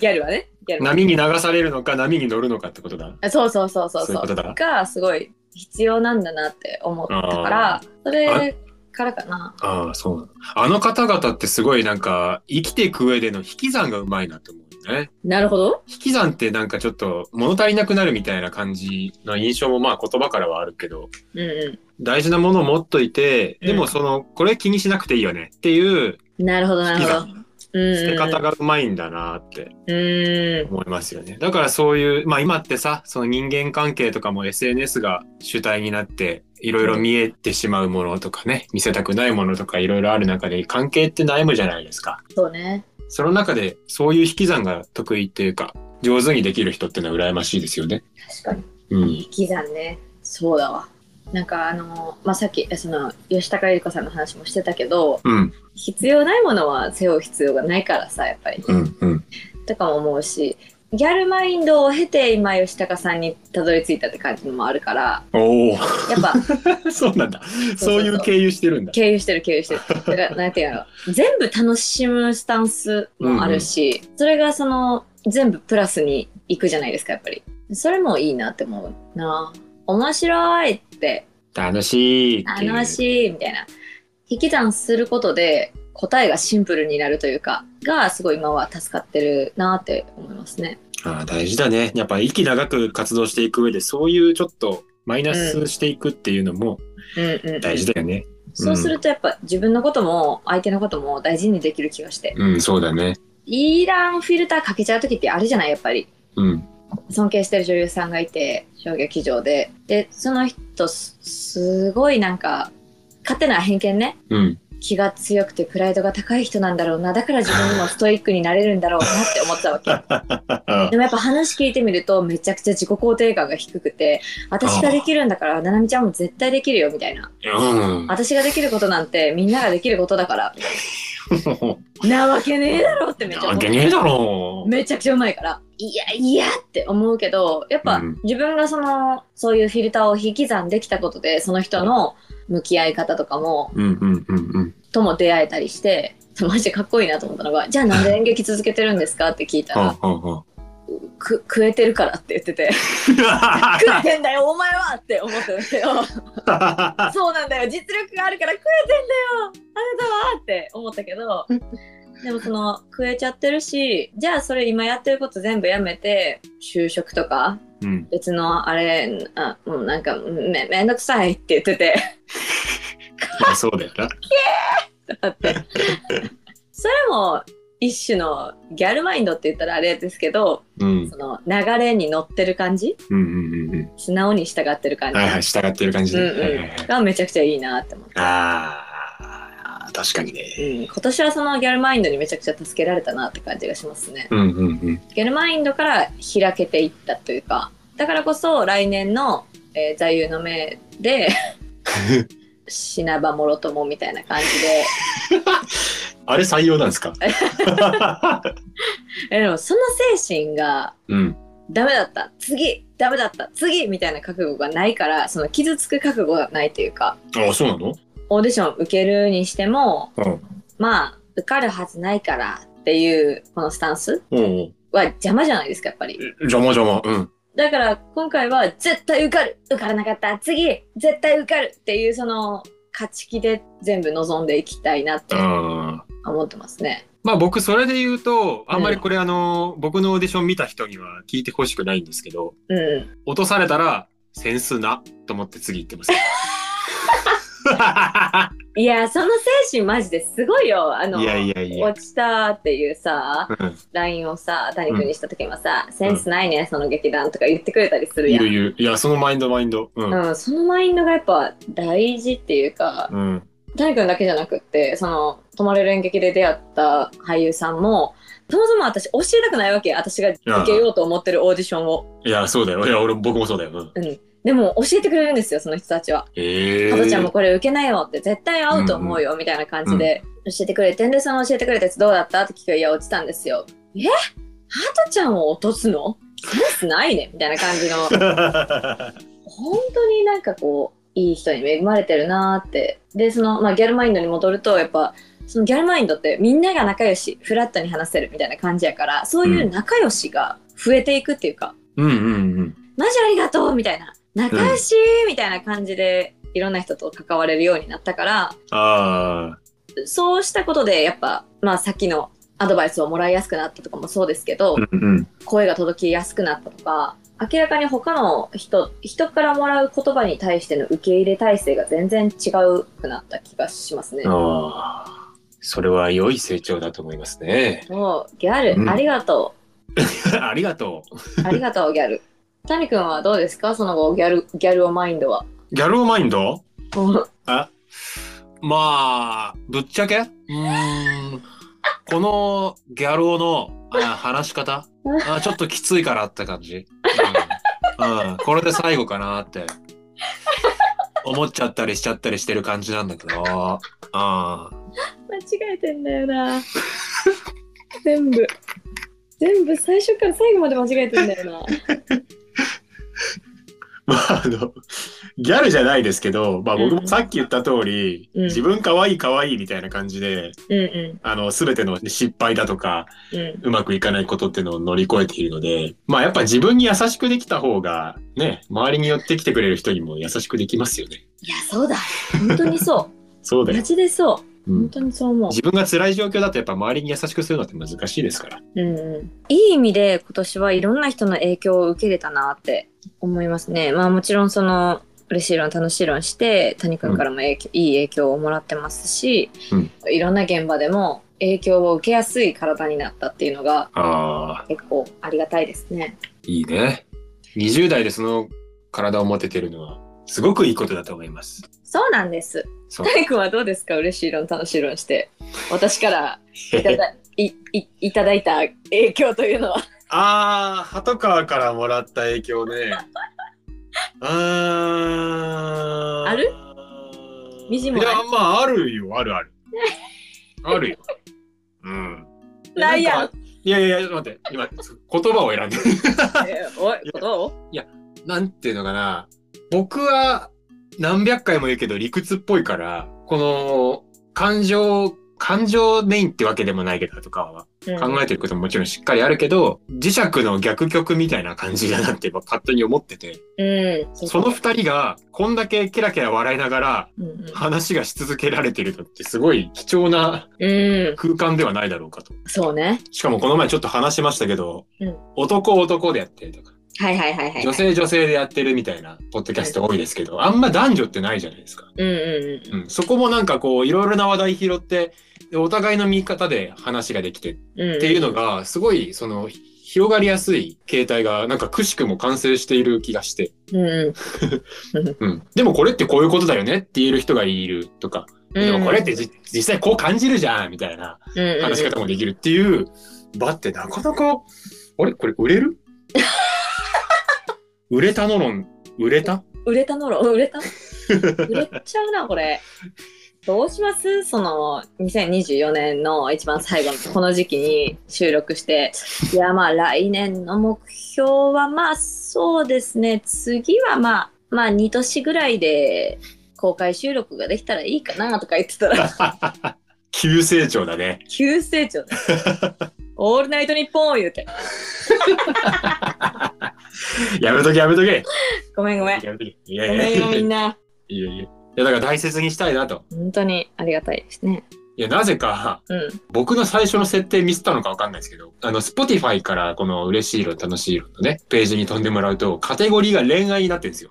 [SPEAKER 1] ギャルはねギャルは
[SPEAKER 3] 波に流されるのか、波に乗るのかってことだ。
[SPEAKER 1] あそうそうそうそう
[SPEAKER 3] そうい
[SPEAKER 1] そ
[SPEAKER 3] うこと
[SPEAKER 1] う
[SPEAKER 3] だ
[SPEAKER 1] がすごい必要なんだなって思ったからそれからかな
[SPEAKER 3] ああ、そうなの。あの方々ってすごいなんか、生きていく上での引き算がうまいなって思うね。
[SPEAKER 1] なるほど
[SPEAKER 3] 引き算ってなんかちょっと物足りなくなるみたいな感じの印象もまあ言葉からはあるけど、
[SPEAKER 1] うんう
[SPEAKER 3] 大事なものを持っといて、
[SPEAKER 1] うん
[SPEAKER 3] でもその、これ気にしなくていいよねっていう、
[SPEAKER 1] んなるほどなるほどうん
[SPEAKER 3] 捨て方
[SPEAKER 1] う
[SPEAKER 3] がうまいんだなって
[SPEAKER 1] んうん
[SPEAKER 3] 思いますよね。だからそういう、まあ今ってさ、その人間関係とかも SNS が主体になって、いろいろ見えてしまうものとかね、見せたくないものとかいろいろある中で、関係って悩むじゃないですか。
[SPEAKER 1] そうね
[SPEAKER 3] その中で、そういう引き算が得意っていうか、上手にできる人ってのは羨ましいですよね。
[SPEAKER 1] 確かに
[SPEAKER 3] うん。
[SPEAKER 1] 引き算ねそうだわなんかあのまあさっきその吉高由里子さんの話もしてたけど
[SPEAKER 3] うん。
[SPEAKER 1] 必要ないものは背負う必要がないからさやっぱり
[SPEAKER 3] うん。うん。
[SPEAKER 1] とかも思うしギャルマインドを経て今吉高さんにたどり着いたって感じのもあるから
[SPEAKER 3] おお
[SPEAKER 1] やっぱ
[SPEAKER 3] そうなんだ
[SPEAKER 1] そ
[SPEAKER 3] そう
[SPEAKER 1] そう
[SPEAKER 3] ういう経由してるんだ
[SPEAKER 1] 経由してる経由 してるだからなんていうの全部楽しむスタンスもあるし、それがその全部プラスにいくじゃないですかやっぱりそれもいいなって思うな面白いって
[SPEAKER 3] 楽しいっていう
[SPEAKER 1] 楽しいみたいな引き算することで答えがシンプルになるというかがすごい今は助かってるなって思いますね
[SPEAKER 3] ああ大事だねやっぱ息長く活動していく上でそういうちょっとマイナスしていくっていうのも
[SPEAKER 1] うんうん
[SPEAKER 3] 大事だよね
[SPEAKER 1] そうするとやっぱ自分のことも相手のことも大事にできる気がして
[SPEAKER 3] うん、そうだね
[SPEAKER 1] いらんフィルターかけちゃう時ってあるじゃないやっぱり
[SPEAKER 3] うん
[SPEAKER 1] 尊敬してる女優さんがいて小劇場ででその人すすごいなんか勝手な偏見ね
[SPEAKER 3] うん
[SPEAKER 1] 気が強くてプライドが高い人なんだろうなだから自分にもストイックになれるんだろうなって思ってたわけでもやっぱ話聞いてみるとめちゃくちゃ自己肯定感が低くて私ができるんだからななみちゃんも絶対できるよみたいな
[SPEAKER 3] うん
[SPEAKER 1] 私ができることなんてみんなができることだからなわけねえだろってめっちゃ
[SPEAKER 3] な
[SPEAKER 1] 思
[SPEAKER 3] わ
[SPEAKER 1] って
[SPEAKER 3] けねえだろ
[SPEAKER 1] めちゃくちゃうまいからいやいやって思うけどやっぱ
[SPEAKER 3] うん
[SPEAKER 1] 自分がそのそういうフィルターを引き算できたことでその人の向き合い方とかも
[SPEAKER 3] うんうんうんうん
[SPEAKER 1] とも出会えたりしてマジでかっこいいなと思ったのが「じゃあなんで演劇続けてるんですか?」って聞いたら
[SPEAKER 3] は あは
[SPEAKER 1] 「く食えてるから」って言ってて「食えてんだよお前は!」って思ってたんだけ ど
[SPEAKER 3] あはあ
[SPEAKER 1] そうなんだよ実力があるから食えてんだよあなたはって思ったけどでもその食えちゃってるしじゃあそれ今やってること全部やめて就職とか
[SPEAKER 3] うん
[SPEAKER 1] 別のあれあもうなんかめめんどくさいって言ってて
[SPEAKER 3] まあそうだよな
[SPEAKER 1] だってそれも一種のギャルマインドって言ったらあれですけど
[SPEAKER 3] うん
[SPEAKER 1] その流れに乗ってる感じ
[SPEAKER 3] うんうんうんうん
[SPEAKER 1] 素直に従ってる感じ、
[SPEAKER 3] はいはい従ってる感じ
[SPEAKER 1] うん
[SPEAKER 3] で、はいはいは
[SPEAKER 1] うん、
[SPEAKER 3] い
[SPEAKER 1] がめちゃくちゃいいなって思って。
[SPEAKER 3] ああ確かにね
[SPEAKER 1] うん、今年はそのギャルマインドにめちゃくちゃ助けられたなって感じがしますね。
[SPEAKER 3] うんうんうん
[SPEAKER 1] ギャルマインドから開けていったというか、だからこそ来年の、えー座右の銘 で、品場もろともみたいな感じで、
[SPEAKER 3] あれ採用なんです か
[SPEAKER 1] えでもその精神が
[SPEAKER 3] うん
[SPEAKER 1] ダメだった、次、ダメだった、次みたいな覚悟がないから、その傷つく覚悟がないというか、
[SPEAKER 3] あそうなの
[SPEAKER 1] オーディション受けるにしても、
[SPEAKER 3] うん
[SPEAKER 1] まあ、受かるはずないからっていう、このスタンス
[SPEAKER 3] おう
[SPEAKER 1] は邪魔じゃないですか、やっぱり。
[SPEAKER 3] 邪魔邪魔うん
[SPEAKER 1] だから今回は絶対受かる受からなかった次絶対受かるっていうその勝ち気で全部望んでいきたいなって
[SPEAKER 3] あー
[SPEAKER 1] 思ってますね。
[SPEAKER 3] まあ僕それで言うとあんまりこれあの僕のオーディション見た人には聞いてほしくないんですけど
[SPEAKER 1] うん。
[SPEAKER 3] 落とされたらセンスなと思って次行って ます
[SPEAKER 1] いやその精神マジですごいよ。あの
[SPEAKER 3] いやいやいや
[SPEAKER 1] 落ちたっていうさ
[SPEAKER 3] うん
[SPEAKER 1] ラインをさ谷君にした時もさ、センスないねその劇団とか言ってくれたりする
[SPEAKER 3] ゆ
[SPEAKER 1] やん。
[SPEAKER 3] るゆるいやそのマインドマインドうん、うん
[SPEAKER 1] うん、そのマインドがやっぱ大事っていうか谷君だけじゃなくってその「泊まれる演劇」で出会った俳優さんもそもそも私教えたくないわけ私が受けようと思ってるオーディションを、
[SPEAKER 3] いやそうだよいや俺僕もそうだよ、うん、
[SPEAKER 1] うん、でも教えてくれるんですよその人たちは「
[SPEAKER 3] ええ
[SPEAKER 1] 加トちゃんもこれ受けないよ」って絶対合うと思うよ、みたいな感じで教えてくれてんでその教えてくれたやつどうだったって聞くいや落ちたんですよ」えハトちゃんを落とすのセンスないねみたいな感じの本当になんかこういい人に恵まれてるなーってでその、まあ、ギャルマインドに戻るとやっぱそのギャルマインドってみんなが仲良しフラットに話せるみたいな感じやからそういう仲良しが増えていくっていうか、
[SPEAKER 3] うんうんうん
[SPEAKER 1] マジありがとうみたいな仲良しみたいな感じでいろんな人と関われるようになったから
[SPEAKER 3] あ
[SPEAKER 1] そうしたことでやっぱ、まあ、さっきのアドバイスをもらいやすくなったとかもそうですけど、
[SPEAKER 3] あうんうん
[SPEAKER 1] 声が届きやすくなったとか明らかに他の人人からもらう言葉に対しての受け入れ体制が全然違うくなった気がしますね。
[SPEAKER 3] ああ、それは良い成長だと思いますね。
[SPEAKER 1] もうギャル、
[SPEAKER 3] うん
[SPEAKER 1] ありがと
[SPEAKER 3] ありがとう。
[SPEAKER 1] うありがとうギャ ル。谷君はどうですかその後ギャルギャルをマインドは。
[SPEAKER 3] ギャルマインド
[SPEAKER 1] うん
[SPEAKER 3] あまあ、ぶっちゃけうーんこのギャル男のあ話し方あちょっときついからって感じ。うん、うんこれで最後かなって思っちゃったりしちゃったりしてる感じなんだけど。うん
[SPEAKER 1] 間違えてんだよな。全部。全部最初から最後まで間違えてんだよな。
[SPEAKER 3] まあ、あの、ギャルじゃないですけど、まあ僕もさっき言った通り、
[SPEAKER 1] うん
[SPEAKER 3] 自分可愛い可愛いみたいな感じで、
[SPEAKER 1] うんう
[SPEAKER 3] あの、すべての失敗だとか、
[SPEAKER 1] んうん。
[SPEAKER 3] うまくいかないことっていうのを乗り越えているので、まあやっぱ自分に優しくできた方が、ね、周りに寄ってきてくれる人にも優しくできますよね。
[SPEAKER 1] いや、そうだ。本当にそ
[SPEAKER 3] そう
[SPEAKER 1] う。
[SPEAKER 3] だ
[SPEAKER 1] マ
[SPEAKER 3] よ。
[SPEAKER 1] ジでそう。
[SPEAKER 3] うん
[SPEAKER 1] 本当にそう思う。
[SPEAKER 3] 自分が辛い状況だとやっぱ周りに優しくするのって難しいですから。
[SPEAKER 1] うんうん、いい意味で今年はいろんな人の影響を受けれたなって思いますね。まあもちろんその嬉しい論楽しい論して谷君からも影響、いい影響をもらってますし、
[SPEAKER 3] うん
[SPEAKER 1] いろんな現場でも影響を受けやすい体になったっていうのが
[SPEAKER 3] ああ、
[SPEAKER 1] 結構ありがたいですね。
[SPEAKER 3] いいね。20代でその体を持ててるのは、すごくいいことだと思います。
[SPEAKER 1] そうなんです。
[SPEAKER 3] そう。
[SPEAKER 1] 谷君はどうですか嬉しい論楽しい論して私からいただいいいただいた影響というのは。
[SPEAKER 3] ああ、鳩川からもらった影 響ね。あー
[SPEAKER 1] あるみじんもない
[SPEAKER 3] いや、まあ、あるよ、あるあ る。あるよ。うん。
[SPEAKER 1] ないやん
[SPEAKER 3] んか。いやいやいや、待って、今、言葉を選んでる。
[SPEAKER 1] えーおいことを
[SPEAKER 3] なんていうのかな。僕は何百回も言うけど理屈っぽいから、この感情、感情メインってわけでもないけどとかは
[SPEAKER 1] うん
[SPEAKER 3] 考えてることももちろんしっかりあるけど、磁石の逆曲みたいな感じだなって勝手に思ってて、
[SPEAKER 1] うん、
[SPEAKER 3] その二人がこんだけケラケラ笑いながら
[SPEAKER 1] うんうん
[SPEAKER 3] 話がし続けられてるのってすごい貴重な
[SPEAKER 1] うん、
[SPEAKER 3] 空間ではないだろうかと。
[SPEAKER 1] そうね。
[SPEAKER 3] しかもこの前ちょっと話しましたけど、
[SPEAKER 1] うん
[SPEAKER 3] 男男でやってるとか、
[SPEAKER 1] はいはいはいはい。
[SPEAKER 3] 女性女性でやってるみたいなポッドキャスト多いですけど、あんま男女ってないじゃないですか。
[SPEAKER 1] うんうん
[SPEAKER 3] うん、そこもなんかこういろいろな話題拾って、でお互いの見方で話ができて
[SPEAKER 1] うん。うん、
[SPEAKER 3] っていうのがすごいその広がりやすい形態がなんかくしくも完成している気がして、
[SPEAKER 1] うんうん。
[SPEAKER 3] うん、でもこれってこういうことだよねって言える人がいるとか、でもこれってじ実際こう感じるじゃんみたいな
[SPEAKER 1] うんうん
[SPEAKER 3] 話し方もできるっていう場ってなかなかあれこれ売 れる売れたの論売れた
[SPEAKER 1] 売れたのろ、 売れ た売れちゃうな、これ。どうしますその2024年の一番最後のこの時期に収録していやまあ来年の目標はまあそうですね次はまあまあ2年ぐらいで公開収録ができたらいいかなとか言ってたら
[SPEAKER 3] 急成長だね
[SPEAKER 1] 急成長だオールナイトニッポン言うて
[SPEAKER 3] やめとけやめとけ
[SPEAKER 1] ごめんご めん
[SPEAKER 3] やめとけいや
[SPEAKER 1] ご
[SPEAKER 3] いや
[SPEAKER 1] めん
[SPEAKER 3] いや
[SPEAKER 1] よみん
[SPEAKER 3] い
[SPEAKER 1] な
[SPEAKER 3] やいやいやだから大切にしたいなと
[SPEAKER 1] 本当にありがたいですね
[SPEAKER 3] いやなぜか
[SPEAKER 1] うん
[SPEAKER 3] 僕の最初の設定ミスったのかわかんないですけど、あの、Spotify からこの嬉しい色、楽しい色のね、ページに飛んでもらうと、カテゴリーが恋愛になってるんですよ。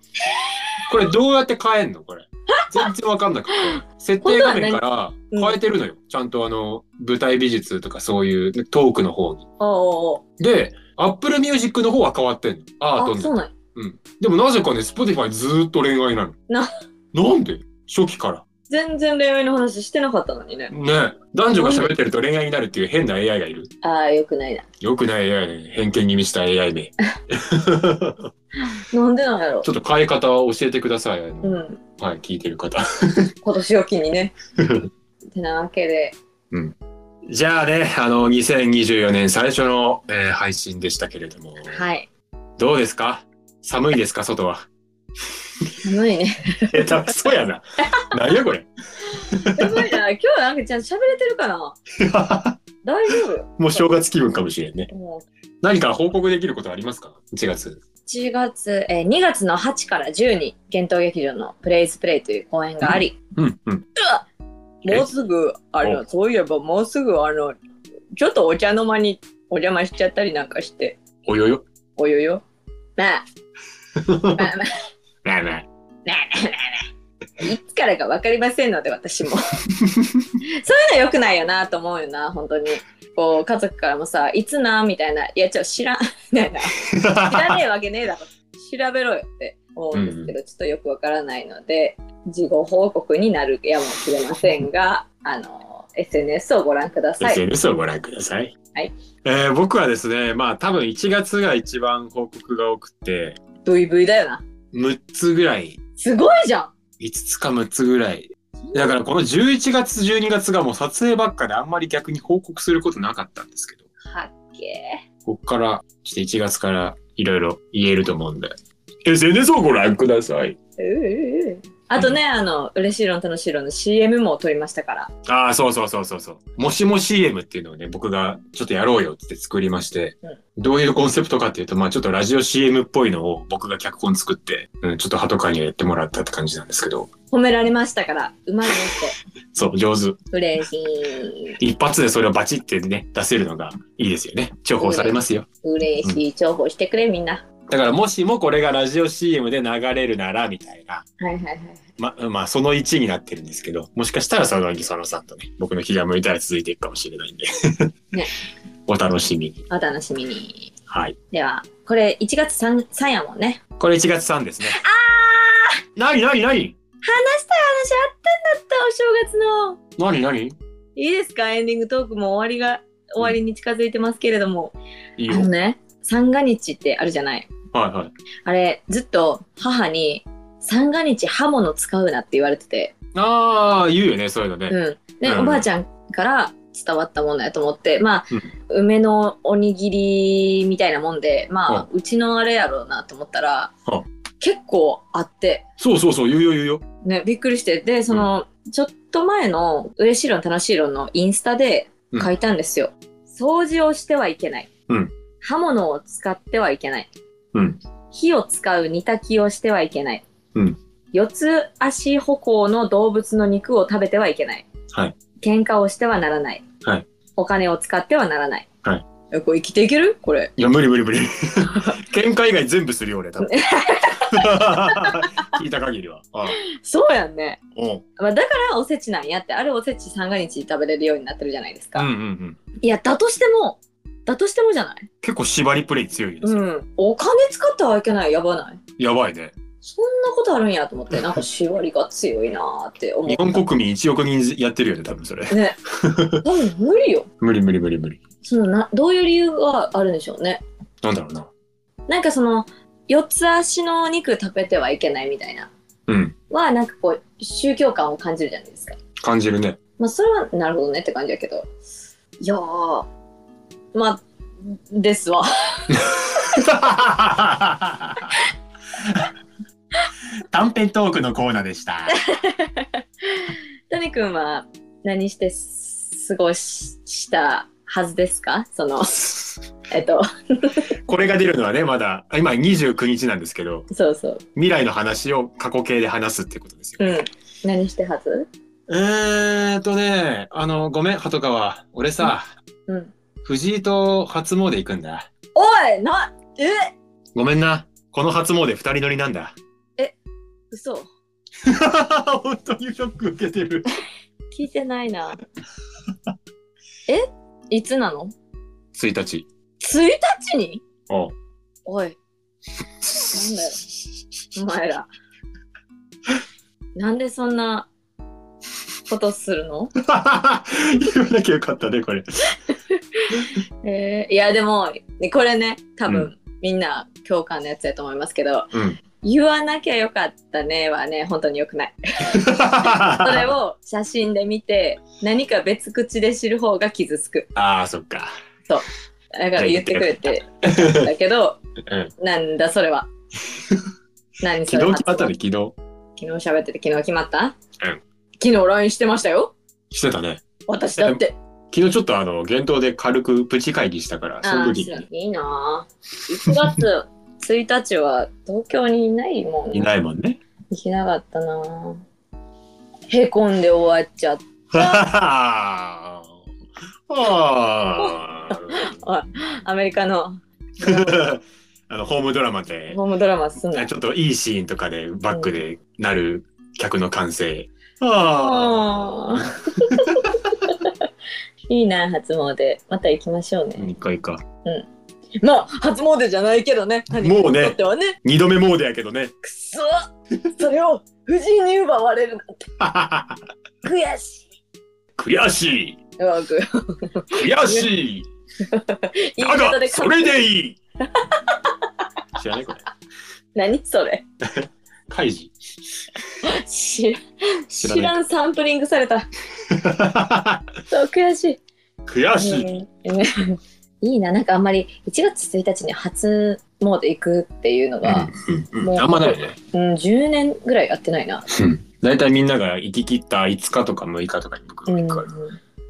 [SPEAKER 3] これどうやって変えんのこれ。全然わかんなくて。設定画面から
[SPEAKER 1] 本当は何
[SPEAKER 3] 変えてるのよ。ちゃんとあの、舞台美術とかそういうトークの方に。
[SPEAKER 1] おうおう
[SPEAKER 3] で、Apple Music の方は変わってんの。アー
[SPEAKER 1] お
[SPEAKER 3] ト
[SPEAKER 1] うあ
[SPEAKER 3] に
[SPEAKER 1] そうなんや
[SPEAKER 3] うん。でもなぜかね、Spotify ずーっと恋愛なの。
[SPEAKER 1] な、
[SPEAKER 3] なんで初期から。
[SPEAKER 1] 全然恋愛の話してなかったのにね
[SPEAKER 3] ね男女が喋ってると恋愛になるっていう変な AI がいる。
[SPEAKER 1] ああよくないな
[SPEAKER 3] よくない AI ね。偏見に満ちた AI 名。
[SPEAKER 1] なんでなんやろ
[SPEAKER 3] ちょっと変え方を教えてください。あの
[SPEAKER 1] うん
[SPEAKER 3] はい、聞いてる方。
[SPEAKER 1] 今年を機に ねてなわけで
[SPEAKER 3] じゃあね、あの、2024年最初の、えー配信でしたけれども、
[SPEAKER 1] はい
[SPEAKER 3] どうですか寒いですか外 は。
[SPEAKER 1] 寒いね
[SPEAKER 3] 下手くそやな。 何やこれ。
[SPEAKER 1] やばいな今日なんかちゃんと喋れてるかな大丈夫
[SPEAKER 3] もう正月気分かもしれんね。
[SPEAKER 1] もう
[SPEAKER 3] 何か報告できることありますか ?1 月。
[SPEAKER 1] 1月、えー、2月の8から10に幻冬劇場の「プレイズプレイ」という公演があり、
[SPEAKER 3] うん、うん。え
[SPEAKER 1] もうすぐ、あの、そういえばもうすぐ、あの、ちょっとお茶の間にお邪魔しちゃったりなんかして、
[SPEAKER 3] およよ。
[SPEAKER 1] およよ。ま あ、まあまあ、
[SPEAKER 3] なあなあ
[SPEAKER 1] いつからか分かりませんので、私も。 そういうの良くないよなと思うよな、本当に。こう、家族からもさ、いつなみたいな、いや、ちょ、知らん、 みたいな。知 らねえわけねえだろ。調べろよって思うんですけど、ちょっとよくわからないので、事後報告になるやもしれませんが、あの、SNS をご覧ください。
[SPEAKER 3] SNS をご覧ください。
[SPEAKER 1] はい。
[SPEAKER 3] えー僕はですね、まあ多分1月が一番報告が多くて、
[SPEAKER 1] VV だよな。
[SPEAKER 3] 6つぐらい、
[SPEAKER 1] すごいじゃん
[SPEAKER 3] 5つか6つぐらい。だからこの11月、12月がもう撮影ばっかであんまり逆に報告することなかったんですけど、
[SPEAKER 1] はっけ
[SPEAKER 3] こっから、ちょっと1月からいろいろ言えると思うんで。SNS をご覧ください。
[SPEAKER 1] あとね、あの、嬉しい論楽しい論の CM も撮りましたから。
[SPEAKER 3] ああ、そうそうそうそうそう。もしも CM っていうのをね、僕がちょっとやろうよって作りまして、どういうコンセプトかっていうと、まあちょっとラジオ CM っぽいのを僕が脚本作って、うん、ちょっとハトカにやってもらったって感じなんですけど、
[SPEAKER 1] 褒められましたから、うまいねっ
[SPEAKER 3] そう、上手。
[SPEAKER 1] て。嬉しい。
[SPEAKER 3] 一発でそれをバチってね、出せるのがいいですよね。重宝されますよ。
[SPEAKER 1] 嬉しい。重宝してくれ、みんな。
[SPEAKER 3] だからもしもこれがラジオ CM で流れるなら、みたいな。
[SPEAKER 1] はいはいはい。
[SPEAKER 3] ま、まあ、その1になってるんですけど、もしかしたらその佐野さんとね、僕の気が向いたら続いていくかもしれないんで。
[SPEAKER 1] ね
[SPEAKER 3] お楽しみに。
[SPEAKER 1] お楽しみに。
[SPEAKER 3] はい。
[SPEAKER 1] では、これ1月 3, 3やもんね。
[SPEAKER 3] これ1月3ですね。あなになになに
[SPEAKER 1] 話したい話あったんだった、お正月の。
[SPEAKER 3] なになに
[SPEAKER 1] いいですかエンディングトークも終わりが、終わりに近づいてますけれども。
[SPEAKER 3] いい
[SPEAKER 1] あ
[SPEAKER 3] よ
[SPEAKER 1] の。ね、三が日ってあるじゃない。
[SPEAKER 3] はいはい。
[SPEAKER 1] あれ、ずっと母に、三が日刃物使うなって言われてて。
[SPEAKER 3] ああ、言うよね、そういうのね。
[SPEAKER 1] うん。で、
[SPEAKER 3] うん
[SPEAKER 1] おばあちゃんから伝わったものやと思って、まあ、
[SPEAKER 3] う
[SPEAKER 1] 梅のおにぎりみたいなもんで、まあ、うちのあれやろうなと思ったら、
[SPEAKER 3] は
[SPEAKER 1] 結構あって、
[SPEAKER 3] そうそうそう、言うよ言うよ。
[SPEAKER 1] ね、びっくりして、で、その、ちょっと前の、嬉しい論楽しい論のインスタで書いたんですよ。掃除をしてはいけない。
[SPEAKER 3] うん
[SPEAKER 1] 刃物を使ってはいけない。
[SPEAKER 3] うん
[SPEAKER 1] 火を使う煮炊きをしてはいけない。
[SPEAKER 3] うん
[SPEAKER 1] 四つ足歩行の動物の肉を食べてはいけない。
[SPEAKER 3] はい
[SPEAKER 1] 喧嘩をしてはならない。
[SPEAKER 3] はい
[SPEAKER 1] お金を使ってはならない。
[SPEAKER 3] はい
[SPEAKER 1] えこれ生きていけるこれ。
[SPEAKER 3] いや、無理無理無理。喧嘩以外全部するよ、俺、多分。 聞いた限りは。ああ
[SPEAKER 1] そうやんね。
[SPEAKER 3] おう
[SPEAKER 1] まあ、だからおせちなんやって、あれおせち三が日食べれるようになってるじゃないです
[SPEAKER 3] う
[SPEAKER 1] か。
[SPEAKER 3] んうんうん。
[SPEAKER 1] いや、だとしても、だとしてもじゃない
[SPEAKER 3] 結構縛りプレイ強いです、
[SPEAKER 1] うん。お金使ってはいけない、やばない。
[SPEAKER 3] やばいね。
[SPEAKER 1] そんなことあるんやと思って、なんか縛りが強いなーって思
[SPEAKER 3] 日
[SPEAKER 1] う。
[SPEAKER 3] 本国民1億人やってるよね、多分それ。
[SPEAKER 1] ね。多分無理よ。
[SPEAKER 3] 無理無理無理無理。
[SPEAKER 1] そのな、どういう理由があるんでしょうね。
[SPEAKER 3] なんだろうな。
[SPEAKER 1] なんかその、四つ足の肉食べてはいけないみたいな。
[SPEAKER 3] うん。
[SPEAKER 1] は、なんかこう、宗教感を感じるじゃないですか。
[SPEAKER 3] 感じるね。
[SPEAKER 1] まあ、それはなるほどねって感じやけど。いやー、まあ、ですわ。
[SPEAKER 3] 短編トークのコーナーでした。
[SPEAKER 1] 谷くんは何して過ごししたはずですかそ のえっと
[SPEAKER 3] これが出るのはね、まだ、今29日なんですけど、
[SPEAKER 1] そうそう
[SPEAKER 3] 未来の話を過去形で話すってことですよ。
[SPEAKER 1] うん何してはず
[SPEAKER 3] えーっとね、あの、ごめん、鳩川。俺さ、
[SPEAKER 1] うん
[SPEAKER 3] 藤井と初詣行くんだ。
[SPEAKER 1] おいなえ
[SPEAKER 3] ごめんな。この初詣二人乗りなんだ。
[SPEAKER 1] 嘘
[SPEAKER 3] 本当にショック受けてる。
[SPEAKER 1] 聞いてないな えいつなの
[SPEAKER 3] 1日。
[SPEAKER 1] 1日に
[SPEAKER 3] おう
[SPEAKER 1] おいなんだよお前 らなんでそんなことするの
[SPEAKER 3] 言わなきゃよかったね、これ。
[SPEAKER 1] えーいやでもこれね多分、
[SPEAKER 3] う
[SPEAKER 1] みんな共感のやつやと思いますけど、
[SPEAKER 3] うん。
[SPEAKER 1] 言わなきゃよかったねはね本当に良くないそれを写真で見て何か別口で知る方が傷つく
[SPEAKER 3] ああ、そっか。
[SPEAKER 1] だから言ってくれて
[SPEAKER 3] う
[SPEAKER 1] だけど
[SPEAKER 3] ん。
[SPEAKER 1] なんだそれは何それ
[SPEAKER 3] 昨日決まったね、昨日。
[SPEAKER 1] 昨日喋ってて昨日決まった
[SPEAKER 3] うん
[SPEAKER 1] 昨日 LINE してましたよ
[SPEAKER 3] してたね。
[SPEAKER 1] 私だって
[SPEAKER 3] 昨日ちょっとあの、幻冬で軽くプチ会議したから、そ
[SPEAKER 1] あ
[SPEAKER 3] の
[SPEAKER 1] あ
[SPEAKER 3] 時
[SPEAKER 1] ー
[SPEAKER 3] に
[SPEAKER 1] いいなぁ1月1日は東京にいないもん
[SPEAKER 3] いないもん ね。
[SPEAKER 1] 行けなかったなぁへこんで終わっちゃった
[SPEAKER 3] あ あ。
[SPEAKER 1] アメリカの
[SPEAKER 3] あの、ホームドラマで、
[SPEAKER 1] ホームドラマすんの
[SPEAKER 3] ちょっといいシーンとかで、バックでなる客の歓声。ああ。
[SPEAKER 1] いいな初詣また行きましょうね、
[SPEAKER 3] 一回か。
[SPEAKER 1] まあ初詣じゃないけどね谷君
[SPEAKER 3] もうね
[SPEAKER 1] にとってはね
[SPEAKER 3] 二度目モードやけどね。
[SPEAKER 1] くそそれを藤井に奪われるなんて悔し
[SPEAKER 3] 悔しい
[SPEAKER 1] いうわく
[SPEAKER 3] 悔しい
[SPEAKER 1] 言い
[SPEAKER 3] だ
[SPEAKER 1] 方
[SPEAKER 3] が
[SPEAKER 1] で
[SPEAKER 3] それでいい 知らないこれ。
[SPEAKER 1] 何それ
[SPEAKER 3] カイジ。
[SPEAKER 1] 知ら
[SPEAKER 3] 知ら
[SPEAKER 1] 知ら
[SPEAKER 3] ない
[SPEAKER 1] んサンプリングされたそう悔しい
[SPEAKER 3] 悔しい。
[SPEAKER 1] うんねいいな、なんかあんまり1月1日に初詣行くっていうのが、
[SPEAKER 3] うん
[SPEAKER 1] もう
[SPEAKER 3] あんまないね。
[SPEAKER 1] うん、10年ぐらいやってないな。
[SPEAKER 3] だいたいみんなが行き切った5日とか6日とかに僕
[SPEAKER 1] う
[SPEAKER 3] が
[SPEAKER 1] ん
[SPEAKER 3] 行くから。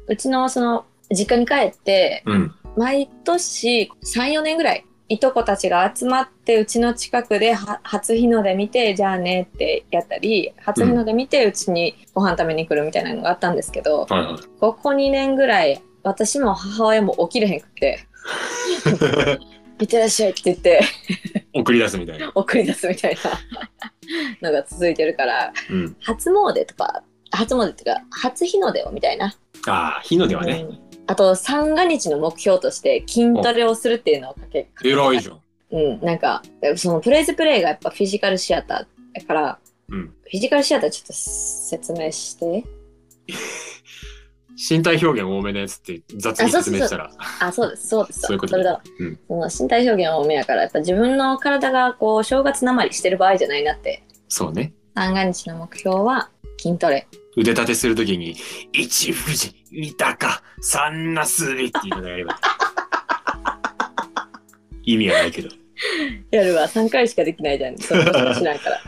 [SPEAKER 1] うちのその実家に帰って、
[SPEAKER 3] うん。
[SPEAKER 1] 毎年34年ぐらいいとこたちが集まってうちの近くでは初日の出見てじゃあねってやったり初日の出見てうちにご飯食べに来るみたいなのがあったんですけど、
[SPEAKER 3] はいはい。
[SPEAKER 1] ここ2年ぐらい私も母親も起きれへんくって「いってらっしゃい」って言って
[SPEAKER 3] 送り出すみたいな。
[SPEAKER 1] 送り出すみたいなのが続いてるから
[SPEAKER 3] うん。
[SPEAKER 1] 初詣とか初詣っていうか初日の出をみたいな
[SPEAKER 3] ああ、日の出はね。
[SPEAKER 1] うんあと三が日の目標として筋トレをするっていうのをかけ
[SPEAKER 3] 偉いじゃん。
[SPEAKER 1] うん、なんかそのプレイズプレイがやっぱフィジカルシアターだから、
[SPEAKER 3] うん
[SPEAKER 1] フィジカルシアターちょっと説明して
[SPEAKER 3] 身体表現多めのやつって雑に説明したら。
[SPEAKER 1] あそうですそうです
[SPEAKER 3] そういうこと
[SPEAKER 1] れだ、
[SPEAKER 3] うん
[SPEAKER 1] その身体表現多めやからやっぱ自分の体がこう正月なまりしてる場合じゃないなって
[SPEAKER 3] そうね。
[SPEAKER 1] 三が日の目標は筋トレ
[SPEAKER 3] 腕立てするときに、一富士、三鷹、三なすびっていうのがやればいい。意味はないけど。
[SPEAKER 1] やるは3回しかできないじゃんそれしか知らん から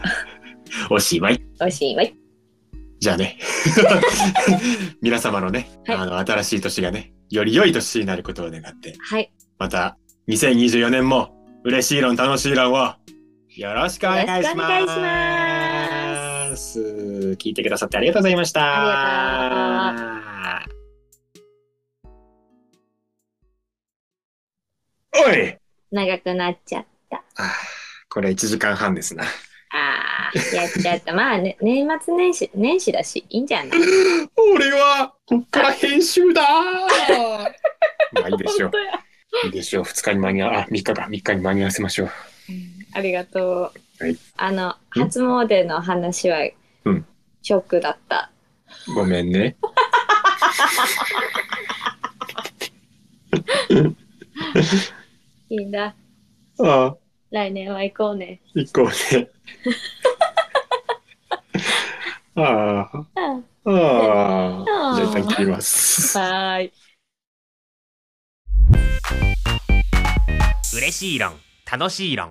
[SPEAKER 3] おしまい。
[SPEAKER 1] 美味しいわい
[SPEAKER 3] じゃあ ね。皆様のね、
[SPEAKER 1] はい
[SPEAKER 3] あの、新しい年がね、より良い年になることを願って、
[SPEAKER 1] はい
[SPEAKER 3] また、2024年も、嬉しい論、楽しい論を、よろしくお願いしま
[SPEAKER 1] よ
[SPEAKER 3] す。
[SPEAKER 1] ろしくお願いします
[SPEAKER 3] 聞いてくださってありがとうございました。
[SPEAKER 1] あり
[SPEAKER 3] おい
[SPEAKER 1] 長くなっちゃった
[SPEAKER 3] あーこれ1時間半ですな。
[SPEAKER 1] あーやっちゃったまあ、ね、年末年始年始だしいいんじゃない
[SPEAKER 3] 俺は、こっから編集だ まあいいでしょ
[SPEAKER 1] 本
[SPEAKER 3] う
[SPEAKER 1] 当。や
[SPEAKER 3] いいでしょう。2日に間に合わ、あ、3日か、3日に間に合わせましょう。
[SPEAKER 1] ありがとう。
[SPEAKER 3] はい
[SPEAKER 1] あの初詣の話は
[SPEAKER 3] うん
[SPEAKER 1] ショックだった。
[SPEAKER 3] ごめんね。
[SPEAKER 1] いいんだ。
[SPEAKER 3] ああ、
[SPEAKER 1] 来年は行こうね。
[SPEAKER 3] 行こう ね。ああ、ああ、じゃあ一旦切ります。
[SPEAKER 1] バイ。
[SPEAKER 2] 嬉しい論、楽しい論。